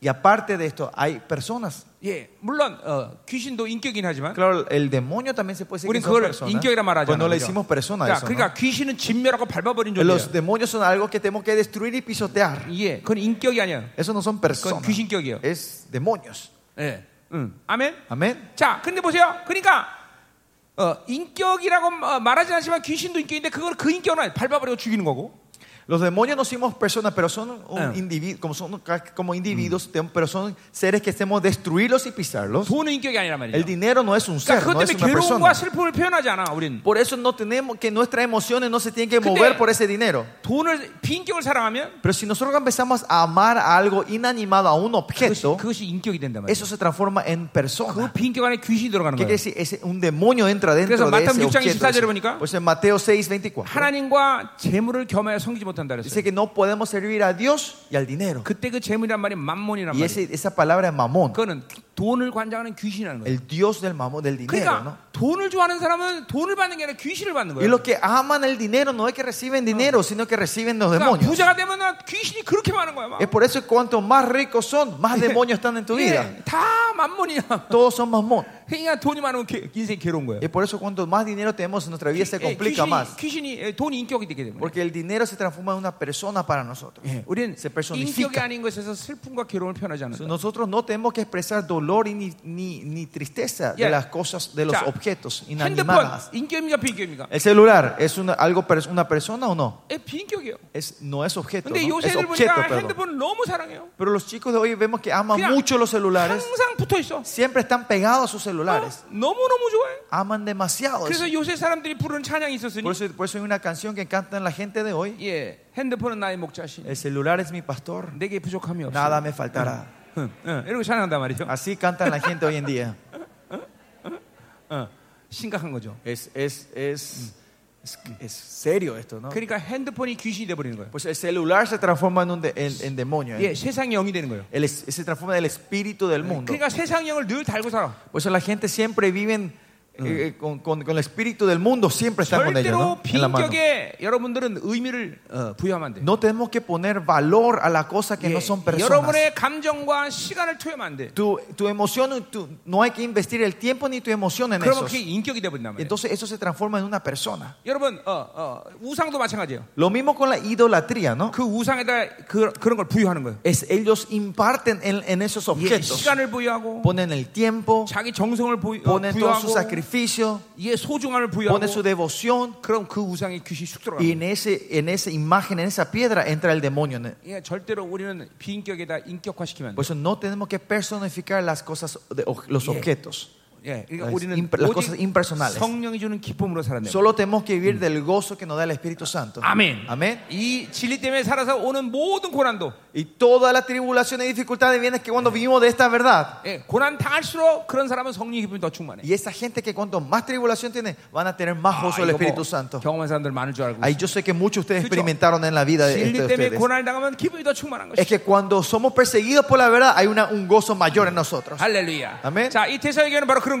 [SPEAKER 1] Y aparte de esto, hay personas.
[SPEAKER 2] 예, 물론 어, 귀신도 인격이긴 하지만
[SPEAKER 1] Claro, el demonio también se puede decir que
[SPEAKER 2] 우리는
[SPEAKER 1] son
[SPEAKER 2] 그걸
[SPEAKER 1] personas.
[SPEAKER 2] 인격이라 말하잖아요.
[SPEAKER 1] Pues no le
[SPEAKER 2] 그죠?
[SPEAKER 1] decimos persona a
[SPEAKER 2] 자,
[SPEAKER 1] eso, ¿no?
[SPEAKER 2] 그러니까 귀신은 진멸하고 밟아버린
[SPEAKER 1] Los
[SPEAKER 2] 존재예요.
[SPEAKER 1] demonios son algo que tenemos que destruir y pisotear.
[SPEAKER 2] 예, 그건 인격이 아니에요.
[SPEAKER 1] Eso no son
[SPEAKER 2] 그건
[SPEAKER 1] personas.
[SPEAKER 2] 귀신격이에요.
[SPEAKER 1] Es demonios.
[SPEAKER 2] 예, 음, 아멘.
[SPEAKER 1] Amén.
[SPEAKER 2] 자, 근데 보세요. 그러니까 어, 인격이라고 마- 말하지 않지만 귀신도 인격인데 그걸 그 인격은 아니에요. 밟아버리고 죽이는 거고.
[SPEAKER 1] Los demonios no somos personas, pero son un
[SPEAKER 2] Ah.
[SPEAKER 1] individuo, como, son, ca- como individuos, tem- pero son seres que estemos destruirlos y pisarlos.
[SPEAKER 2] 돈은 인격이 아니란
[SPEAKER 1] El
[SPEAKER 2] 말이죠.
[SPEAKER 1] dinero no es un ser,
[SPEAKER 2] 그러니까
[SPEAKER 1] no
[SPEAKER 2] 그것
[SPEAKER 1] es
[SPEAKER 2] 때문에
[SPEAKER 1] una
[SPEAKER 2] 괴로움과
[SPEAKER 1] persona.
[SPEAKER 2] 슬픔을 표현하지 않아. 우리는
[SPEAKER 1] Por eso no tenemos que nuestras emociones no se tienen que
[SPEAKER 2] Pero-
[SPEAKER 1] mover por ese dinero.
[SPEAKER 2] 돈을 비인격을 사랑하면
[SPEAKER 1] Pero si nosotros empezamos a amar a algo inanimado, a un
[SPEAKER 2] 그것이,
[SPEAKER 1] objeto,
[SPEAKER 2] 그것이 인격이 된단 말이에요.
[SPEAKER 1] eso se transforma en persona.
[SPEAKER 2] 그 비인격 안에 귀신이 들어가는
[SPEAKER 1] ¿Qué
[SPEAKER 2] 거예요.
[SPEAKER 1] quiere decir? Ese- un demonio entra dentro
[SPEAKER 2] 그래서
[SPEAKER 1] de ese
[SPEAKER 2] 마태복음 6장
[SPEAKER 1] objeto.
[SPEAKER 2] 24절에 보니까
[SPEAKER 1] Pues en Mateo 6, 24.
[SPEAKER 2] 하나님과 재물을 겸하여 섬기지 못한다 그랬어요.
[SPEAKER 1] Dice que no podemos servir a Dios y al dinero.
[SPEAKER 2] 그때 그 재물이란 말이 만몬이란
[SPEAKER 1] Y
[SPEAKER 2] 말이에요.
[SPEAKER 1] ese- esa palabra es mamón.
[SPEAKER 2] 그거는 돈을 관장하는 귀신이라는 거예요.
[SPEAKER 1] El Dios del mamón, del dinero. ¿no?
[SPEAKER 2] 그러니까 돈을 좋아하는 사람은 돈을 받는 게 아니라 귀신을 받는
[SPEAKER 1] Y
[SPEAKER 2] 거예요.
[SPEAKER 1] los que aman el dinero no es que reciben dinero, sino que reciben los
[SPEAKER 2] 그러니까
[SPEAKER 1] demonios.
[SPEAKER 2] 부자가 되면 나 귀신이 그렇게 많은 거야. 막.
[SPEAKER 1] Es por eso que cuanto más ricos son, más demonios están en tu vida.
[SPEAKER 2] 예, 다 만몬이야.
[SPEAKER 1] Todos son mamón.
[SPEAKER 2] 그러니까 돈이 많으면 개- 인생 괴로운 거예요.
[SPEAKER 1] Es por eso cuanto más dinero tenemos en nuestra vida se
[SPEAKER 2] 예,
[SPEAKER 1] complica más.
[SPEAKER 2] 귀신이 예, 돈이 인격이 되기 때문에.
[SPEAKER 1] Porque el dinero se transforma en una persona para nosotros.
[SPEAKER 2] 예, 우리는
[SPEAKER 1] Se
[SPEAKER 2] 인격이
[SPEAKER 1] personifica.
[SPEAKER 2] 아닌 것에서 슬픔과 괴로움을 표현하지 않는다.
[SPEAKER 1] Nosotros no tenemos que expresar dolor y ni, ni, ni tristeza
[SPEAKER 2] Yeah.
[SPEAKER 1] de las cosas, de los
[SPEAKER 2] 자,
[SPEAKER 1] objetos
[SPEAKER 2] 핸드폰
[SPEAKER 1] inanimadas.
[SPEAKER 2] 인격입니까 비인격입니까?
[SPEAKER 1] ¿El celular es una, algo, pers- una persona o no?
[SPEAKER 2] 예, 비인격이에요.
[SPEAKER 1] Es, no es objeto.
[SPEAKER 2] 근데
[SPEAKER 1] ¿no? Es
[SPEAKER 2] 요새들
[SPEAKER 1] objeto,
[SPEAKER 2] 보니까
[SPEAKER 1] perdón.
[SPEAKER 2] 핸드폰을 너무 사랑해요.
[SPEAKER 1] Pero los chicos de hoy vemos que aman
[SPEAKER 2] Mira,
[SPEAKER 1] mucho los celulares.
[SPEAKER 2] 항상 붙어 있어.
[SPEAKER 1] Siempre están pegados a sus celulares.
[SPEAKER 2] 너무 너무 좋아해.
[SPEAKER 1] Aman demasiado. eso.
[SPEAKER 2] 그래서 요새 사람들이 부르는 찬양이 있었으니
[SPEAKER 1] Por eso, por eso hay una canción que cantan la gente de hoy.
[SPEAKER 2] 예 핸드폰은 나의 목자신
[SPEAKER 1] El celular es mi pastor.
[SPEAKER 2] 내게 부족함이 없어.
[SPEAKER 1] Nada me faltará.
[SPEAKER 2] 응, 응, 이러고 찬양한단 말이죠.
[SPEAKER 1] Así cantan la gente hoy en día.
[SPEAKER 2] 어, 심각한 거죠.
[SPEAKER 1] Es, es, es, es, es serio esto, ¿no?
[SPEAKER 2] 그러니까 핸드폰이 귀신이 돼 버리는 거예요.
[SPEAKER 1] Pues el celular se transforma en, un de- en, en demonio. ¿eh?
[SPEAKER 2] 예, 세상의 영이 되는 거예요.
[SPEAKER 1] El es- se transforma en el espíritu del mundo.
[SPEAKER 2] 그러니까 세상 영을 늘 달고 살아.
[SPEAKER 1] Por eso la gente siempre vive Mm. eh, con, con- con el espíritu del mundo, siempre está con ellos.
[SPEAKER 2] 절대로
[SPEAKER 1] ¿no? En la mano.
[SPEAKER 2] 비인격에 여러분들은 의미를 어, 부여하면 안 돼.
[SPEAKER 1] No tenemos que poner valor a las cosas que
[SPEAKER 2] 예,
[SPEAKER 1] no son personas.
[SPEAKER 2] 여러분의 감정과 시간을 투여하면 안 돼.
[SPEAKER 1] Tu, tu emoción, tu- no hay que investir el tiempo ni tu emoción en
[SPEAKER 2] 그러면
[SPEAKER 1] eso.
[SPEAKER 2] 그게 인격이 돼 버린단 말이에요.
[SPEAKER 1] Entonces eso se transforma en una persona.
[SPEAKER 2] 여러분, 어, 어, 우상도 마찬가지예요.
[SPEAKER 1] Lo mismo con la idolatría, ¿no?
[SPEAKER 2] 그 우상에다 그, 그런 걸 부여하는 거예요.
[SPEAKER 1] Es, ellos imparten en, en esos
[SPEAKER 2] 예,
[SPEAKER 1] objetos.
[SPEAKER 2] 시간을 부여하고
[SPEAKER 1] Ponen el tiempo,
[SPEAKER 2] 자기 정성을 부, 어,
[SPEAKER 1] ponen todo su
[SPEAKER 2] 부여하고
[SPEAKER 1] sacrificio,
[SPEAKER 2] 예, 소중함을 부여하고
[SPEAKER 1] ponen su devoción.
[SPEAKER 2] 그럼 그 우상의 귀신이 쑥 들어가요.
[SPEAKER 1] Y en, ese, en esa imagen, en esa piedra, entra el demonio. ¿no?
[SPEAKER 2] 예, 절대로 우리는 비인격에다 인격화시키면 안 돼.
[SPEAKER 1] Por eso no tenemos que personificar las cosas, de- o- los objetos.
[SPEAKER 2] 예, 그러니까
[SPEAKER 1] Las
[SPEAKER 2] 우리는
[SPEAKER 1] imp- las
[SPEAKER 2] 오직
[SPEAKER 1] cosas impersonales.
[SPEAKER 2] 성령이 주는 기쁨으로 살아내.
[SPEAKER 1] Solo tenemos que vivir del gozo que nos da el Espíritu Santo.
[SPEAKER 2] 아멘.
[SPEAKER 1] Amén.
[SPEAKER 2] 이 진리 때문에 살아서 오는 모든 고난도
[SPEAKER 1] Y todas las tribulaciones y dificultades vienen que cuando vivimos de esta verdad.
[SPEAKER 2] 예, 고난 당할수록 그런 사람은 성령의 기쁨이 더 충만해.
[SPEAKER 1] Y esa gente que cuanto más tribulación tiene, van a tener más gozo del
[SPEAKER 2] 이거 뭐
[SPEAKER 1] Espíritu Santo. 아,
[SPEAKER 2] 경험한 사람들 많을 줄 알고.
[SPEAKER 1] Ahí yo sé que muchos de ustedes
[SPEAKER 2] Escucho.
[SPEAKER 1] experimentaron en la vida de,
[SPEAKER 2] 진리
[SPEAKER 1] este de
[SPEAKER 2] 때문에
[SPEAKER 1] ustedes.
[SPEAKER 2] 고난을 당하면 기쁨이 더 충만한 것이.
[SPEAKER 1] Es que cuando somos perseguidos por la verdad, hay una- un gozo mayor en nosotros.
[SPEAKER 2] 할렐루야.
[SPEAKER 1] 아멘.
[SPEAKER 2] 자, 이 대사에게는 바로 그런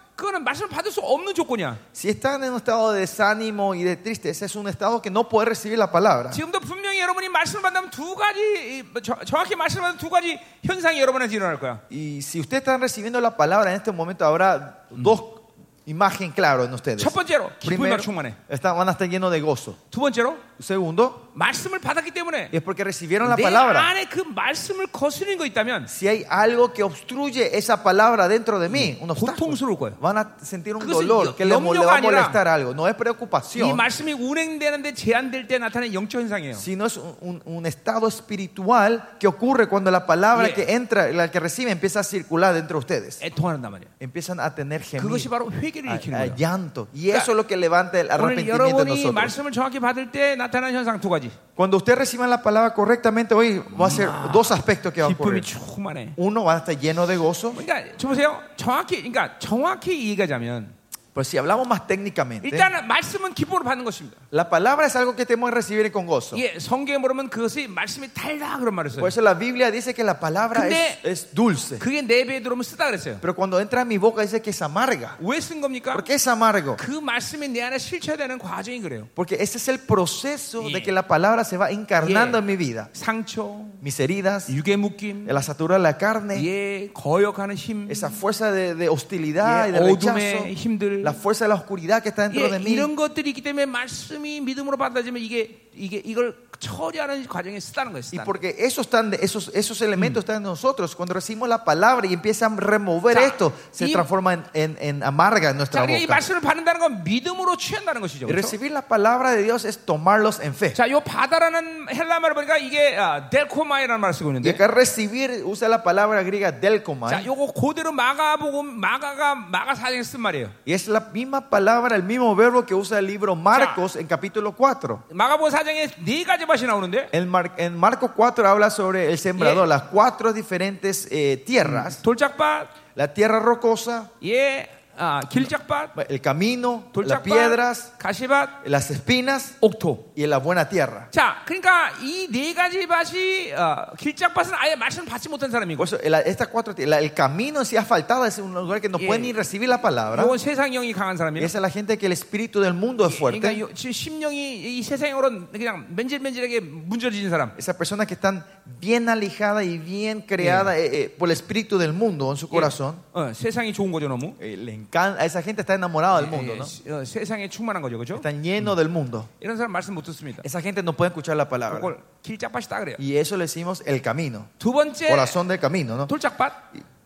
[SPEAKER 2] 그거는 말씀을 받을 수 없는 조건이야.
[SPEAKER 1] Si están en un estado de desánimo y de tristeza, es un estado que no puede recibir la palabra.
[SPEAKER 2] 지금도 분명히 여러분이 말씀을 받으면 두 가지 이, 뭐, 저- 정확히 말씀을 받으면 두 가지 현상이 여러분한테 일어날 거야.
[SPEAKER 1] Y si ustedes están recibiendo la palabra en este momento, habrá dos imagen claro en ustedes.
[SPEAKER 2] 첫 번째로 기쁨이 더
[SPEAKER 1] Primero,
[SPEAKER 2] 충만해.
[SPEAKER 1] están- van a estar llenos de gozo.
[SPEAKER 2] 두 번째로
[SPEAKER 1] Segundo,
[SPEAKER 2] 말씀을 받았기 때문에
[SPEAKER 1] es porque recibieron la
[SPEAKER 2] 내
[SPEAKER 1] palabra.
[SPEAKER 2] 안에 그 말씀을 거스르는 거 있다면
[SPEAKER 1] Si hay algo que obstruye esa palabra dentro de mí, un obstáculo,
[SPEAKER 2] 고통스러울 거예요.
[SPEAKER 1] van a sentir un
[SPEAKER 2] 그것은 여-
[SPEAKER 1] dolor que les mo- le
[SPEAKER 2] 염려가
[SPEAKER 1] va a
[SPEAKER 2] 아니라
[SPEAKER 1] molestar algo. No es
[SPEAKER 2] 이
[SPEAKER 1] preocupación,
[SPEAKER 2] 말씀이 운행되는데 제한될 때 나타나는 영적 현상이에요.
[SPEAKER 1] sino es un, un- un estado espiritual que ocurre cuando la palabra
[SPEAKER 2] Yeah.
[SPEAKER 1] que entra, la que recibe, empieza a circular dentro de ustedes.
[SPEAKER 2] 애통한단 말이에요.
[SPEAKER 1] Empiezan a tener
[SPEAKER 2] 그것이
[SPEAKER 1] gemido,
[SPEAKER 2] 바로 회개를
[SPEAKER 1] a,
[SPEAKER 2] 일으키는
[SPEAKER 1] a
[SPEAKER 2] 거예요.
[SPEAKER 1] llanto. Y
[SPEAKER 2] Claro.
[SPEAKER 1] eso es lo que levanta el
[SPEAKER 2] 오늘
[SPEAKER 1] arrepentimiento en
[SPEAKER 2] 여러분이
[SPEAKER 1] nosotros.
[SPEAKER 2] 말씀을 정확히 받을 때 나타나는 현상 두 가지.
[SPEAKER 1] Cuando usted reciban la palabra correctamente hoy, va a ser dos aspectos que va a
[SPEAKER 2] 기쁨이
[SPEAKER 1] ocurrir.
[SPEAKER 2] 충만해.
[SPEAKER 1] Uno, va a estar lleno de gozo.
[SPEAKER 2] 그러니까 저 보세요. 정확히 그러니까 정확히 얘기하자면
[SPEAKER 1] Pero Pues si hablamos más técnicamente,
[SPEAKER 2] 일단은 말씀은 기쁨으로 받는 것입니다.
[SPEAKER 1] la palabra es algo que tenemos que recibir con gozo.
[SPEAKER 2] 예, 성경에 보면 그것이 말씀이 달다 그런 말을 써요.
[SPEAKER 1] Por eso la Biblia dice que la palabra
[SPEAKER 2] 근데-
[SPEAKER 1] es, es dulce.
[SPEAKER 2] 그게 내 배에 들어오면 쓰다 그랬어요.
[SPEAKER 1] Pero cuando entra en mi boca dice que es amarga.
[SPEAKER 2] 왜 쓴 겁니까?
[SPEAKER 1] ¿Por qué es amargo?
[SPEAKER 2] 그 말씀이 내 안에 실체되는 과정이 그래요.
[SPEAKER 1] Porque ese es el proceso
[SPEAKER 2] Yeah.
[SPEAKER 1] de que la palabra se va encarnando
[SPEAKER 2] Yeah.
[SPEAKER 1] en mi vida.
[SPEAKER 2] 상처,
[SPEAKER 1] Mis heridas,
[SPEAKER 2] 유괴 묶임,
[SPEAKER 1] la satura de la carne,
[SPEAKER 2] 예, 거역하는 힘,
[SPEAKER 1] esa fuerza de, de hostilidad
[SPEAKER 2] Yeah,
[SPEAKER 1] y de rechazo,
[SPEAKER 2] 어둠의 힘들.
[SPEAKER 1] la fuerza de la oscuridad que está dentro
[SPEAKER 2] 예,
[SPEAKER 1] de mí.
[SPEAKER 2] 이런 것들이 있기 때문에 말씀이 믿음으로 받아지면 이게 이게 이걸 처리하는 과정에 쓰다는 거예요.
[SPEAKER 1] Y
[SPEAKER 2] 쓰다는 거.
[SPEAKER 1] porque esos, están de- esos, esos elementos están en nosotros. Cuando recibimos la palabra y empiezan a remover
[SPEAKER 2] Ya.
[SPEAKER 1] esto, se
[SPEAKER 2] Y-
[SPEAKER 1] transforma en, en- en amarga en
[SPEAKER 2] 자,
[SPEAKER 1] nuestra
[SPEAKER 2] 우리가 이
[SPEAKER 1] boca.
[SPEAKER 2] 말씀을 받는다는 건 믿음으로 취한다는 것이죠.
[SPEAKER 1] Y
[SPEAKER 2] 그렇죠?
[SPEAKER 1] recibir la palabra de Dios es tomarlos en fe.
[SPEAKER 2] 자, 요 바다라는 헬라 말을 보니까 이게 아, 델코마이라는 말을 쓰고
[SPEAKER 1] Y
[SPEAKER 2] 있는데.
[SPEAKER 1] acá recibir usa la palabra griega
[SPEAKER 2] 자,
[SPEAKER 1] delkomai.
[SPEAKER 2] 요거 그대로 마가복음 마가가 마가 사장에 쓴 말이에요.
[SPEAKER 1] Y es la misma palabra, el mismo verbo que usa el libro Marcos en capítulo 4.
[SPEAKER 2] 마가복음 사장에 네 가지 맛이 나오는데
[SPEAKER 1] En, Mar- en Marcos 4 habla sobre el sembrador, las cuatro diferentes eh, tierras.
[SPEAKER 2] 돌짝밭,
[SPEAKER 1] La tierra rocosa,
[SPEAKER 2] 예, 아, 길짝밭,
[SPEAKER 1] el camino, las
[SPEAKER 2] 돌짝밭,
[SPEAKER 1] piedras,
[SPEAKER 2] 가시밭,
[SPEAKER 1] las espinas
[SPEAKER 2] 옥토.
[SPEAKER 1] y la buena tierra.
[SPEAKER 2] 자, 그러니까 이 네 가지 밭이 어, 길짝밭은 아예 말씀 을 받지 못한 사람이고,
[SPEAKER 1] Por eso, la- estas cuatro, la- el camino si ha faltado es un lugar que no
[SPEAKER 2] Yeah.
[SPEAKER 1] pueden ni recibir la palabra.
[SPEAKER 2] 이건 뭐 예, 세상 영이 강한
[SPEAKER 1] Y
[SPEAKER 2] 사람이에요.
[SPEAKER 1] esa es la gente que el espíritu del mundo es
[SPEAKER 2] 그러니까
[SPEAKER 1] fuerte.
[SPEAKER 2] 요- 지금 심령이 이 세상으로 그냥 맨질맨질하게 문져지는 사람.
[SPEAKER 1] Esas personas que están bien alijada y bien creada eh, eh, por el espíritu del mundo en su corazón.
[SPEAKER 2] 어, 세상이 좋은 거죠, 너무.
[SPEAKER 1] Eh, le encanta, esa gente está enamorada del mundo,
[SPEAKER 2] 예,
[SPEAKER 1] ¿no?
[SPEAKER 2] 시- 어, 세상에 충만한 거죠, 그렇죠?
[SPEAKER 1] Están llenos del mundo.
[SPEAKER 2] 이런 사람 말씀 못 듣습니다.
[SPEAKER 1] Esa gente no puede escuchar la palabra.
[SPEAKER 2] 그걸 길짝밭이다 그래요.
[SPEAKER 1] Y eso le decimos el camino,
[SPEAKER 2] 두 번째
[SPEAKER 1] corazón del camino, ¿no?
[SPEAKER 2] 돌짝밭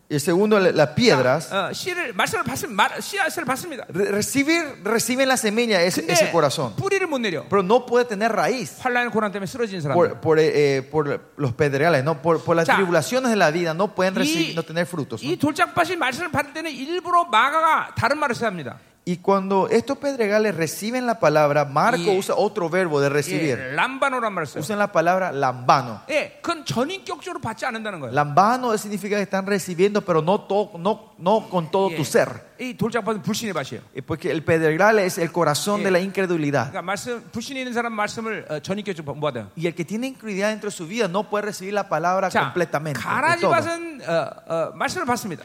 [SPEAKER 1] Y el segundo, la- las piedras.
[SPEAKER 2] 어, 씨를 말씀을 받습니다. 말- 씨앗을 받습니다.
[SPEAKER 1] Re- Recibir, reciben la semilla, es,
[SPEAKER 2] 근데
[SPEAKER 1] ese corazón.
[SPEAKER 2] 뿌리를 못 내려.
[SPEAKER 1] Pero no puede tener raíz.
[SPEAKER 2] 환란 고난 때문에 쓰러진 사람.
[SPEAKER 1] por, por, eh, eh, por los pedregales, ¿no? por, por las
[SPEAKER 2] Ya.
[SPEAKER 1] tribulaciones de la vida, no pueden recibir, no tener frutos. ¿no?
[SPEAKER 2] 이 돌짝밭이 말씀을 받을 때는 일부러 마가가 다른 말을 써야 합니다.
[SPEAKER 1] Y cuando estos pedregales reciben la palabra, Marco
[SPEAKER 2] Y-
[SPEAKER 1] usa otro verbo de recibir.
[SPEAKER 2] 예, 람바노란 말을 써요.
[SPEAKER 1] Usan la palabra lambano.
[SPEAKER 2] 예, 그건 전인격적으로 받지 않는다는 거예요.
[SPEAKER 1] Lambano significa que están recibiendo, pero no, to- no, no con todo
[SPEAKER 2] 예,
[SPEAKER 1] tu ser.
[SPEAKER 2] 이 돌짝밭은 불신의 밭이에요.
[SPEAKER 1] Eh, Porque el pedregal es el corazón
[SPEAKER 2] Y-
[SPEAKER 1] de la incredulidad.
[SPEAKER 2] 그러니까 말씀 불신이 있는 사람 말씀을 어, 전인격적으로 받아요.
[SPEAKER 1] Y el que tiene incredulidad dentro de su vida no puede recibir la palabra 아,
[SPEAKER 2] 자,
[SPEAKER 1] completamente. de todo.
[SPEAKER 2] 가라지밭은 어, 어, 말씀을 받습니다.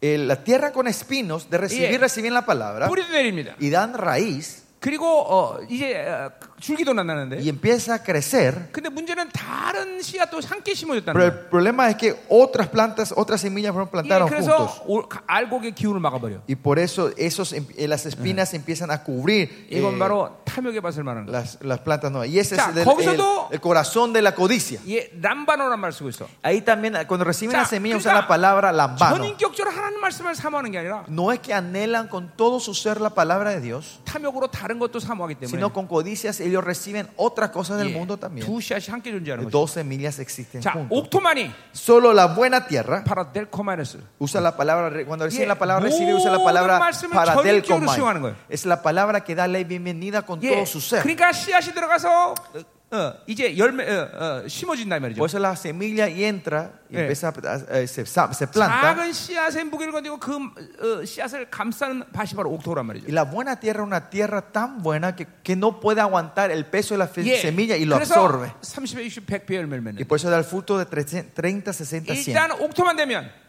[SPEAKER 1] Eh, la tierra con espinos, de recibir,
[SPEAKER 2] Y-
[SPEAKER 1] reciben la palabra
[SPEAKER 2] 뿌리도 내립니다.
[SPEAKER 1] y dan raíz.
[SPEAKER 2] 그리고 어, 이제 어, 줄기도 난다는데.
[SPEAKER 1] y empieza a crecer,
[SPEAKER 2] 근데 문제는 다른 씨가 또 함께 심어줬다는
[SPEAKER 1] pero el
[SPEAKER 2] 거예요.
[SPEAKER 1] problema es que otras plantas, otras semillas fueron
[SPEAKER 2] 예,
[SPEAKER 1] plantadas juntos.
[SPEAKER 2] 그래서 올- 가- 알곡의 기운을 막아버려.
[SPEAKER 1] Y por eso esos, em- eh, las espinas empiezan a cubrir eh,
[SPEAKER 2] 이건 바로 탐욕의 밭을 말하는 거예요.
[SPEAKER 1] las, las plantas nuevas. Y ese
[SPEAKER 2] 자,
[SPEAKER 1] es el,
[SPEAKER 2] 거기서도-
[SPEAKER 1] el- el corazón de la codicia.
[SPEAKER 2] 예, 람바노란 말 쓰고 있어.
[SPEAKER 1] Ahí también, ah, cuando reciben
[SPEAKER 2] 자,
[SPEAKER 1] la semilla,
[SPEAKER 2] 그러니까
[SPEAKER 1] usan la palabra lambano.
[SPEAKER 2] 전인격적으로 하나님 말씀을 사모하는 게 아니라
[SPEAKER 1] No es que anhelan con todo su ser la palabra de Dios,
[SPEAKER 2] 탐욕으로 다른 것도 사모하기 때문에
[SPEAKER 1] sino con codicias ellos reciben otras cosas del
[SPEAKER 2] 예,
[SPEAKER 1] mundo también. Eh,
[SPEAKER 2] 두 씨앗이 함께 존재하는 거죠.
[SPEAKER 1] Dos semillas existen
[SPEAKER 2] 자,
[SPEAKER 1] juntos.
[SPEAKER 2] 옥토만이
[SPEAKER 1] Solo la buena tierra
[SPEAKER 2] 바로 델코마이너스.
[SPEAKER 1] usa la palabra, re- cuando reciben
[SPEAKER 2] 예,
[SPEAKER 1] la palabra recibe, usa la
[SPEAKER 2] 모든
[SPEAKER 1] palabra
[SPEAKER 2] 말씀을
[SPEAKER 1] para del
[SPEAKER 2] 전적으로 수용하는 거예요.
[SPEAKER 1] Es la palabra que da la bienvenida con
[SPEAKER 2] 예,
[SPEAKER 1] todo su ser.
[SPEAKER 2] 그러니까 씨앗이 들어가서 어, 어, 이제 열매 어, 어, 심어진다 이 말이죠.
[SPEAKER 1] Por eso la semilla y entra y
[SPEAKER 2] 예.
[SPEAKER 1] empieza a- a- eh, se, sa- se planta.
[SPEAKER 2] 작은 씨앗의 무게를 건지고 그 어, 씨앗을 감싸는 밭이 바로
[SPEAKER 1] Y
[SPEAKER 2] 옥토란 말이죠.
[SPEAKER 1] la buena tierra es una tierra tan buena que, que no puede aguantar el peso de la fe-
[SPEAKER 2] 예,
[SPEAKER 1] semilla y lo
[SPEAKER 2] 그래서
[SPEAKER 1] absorbe.
[SPEAKER 2] 30에 60, 100배 열매를
[SPEAKER 1] Y
[SPEAKER 2] 맺는.
[SPEAKER 1] por eso da el fruto de 300, 30, 60, 100.
[SPEAKER 2] 일단 옥토만 되면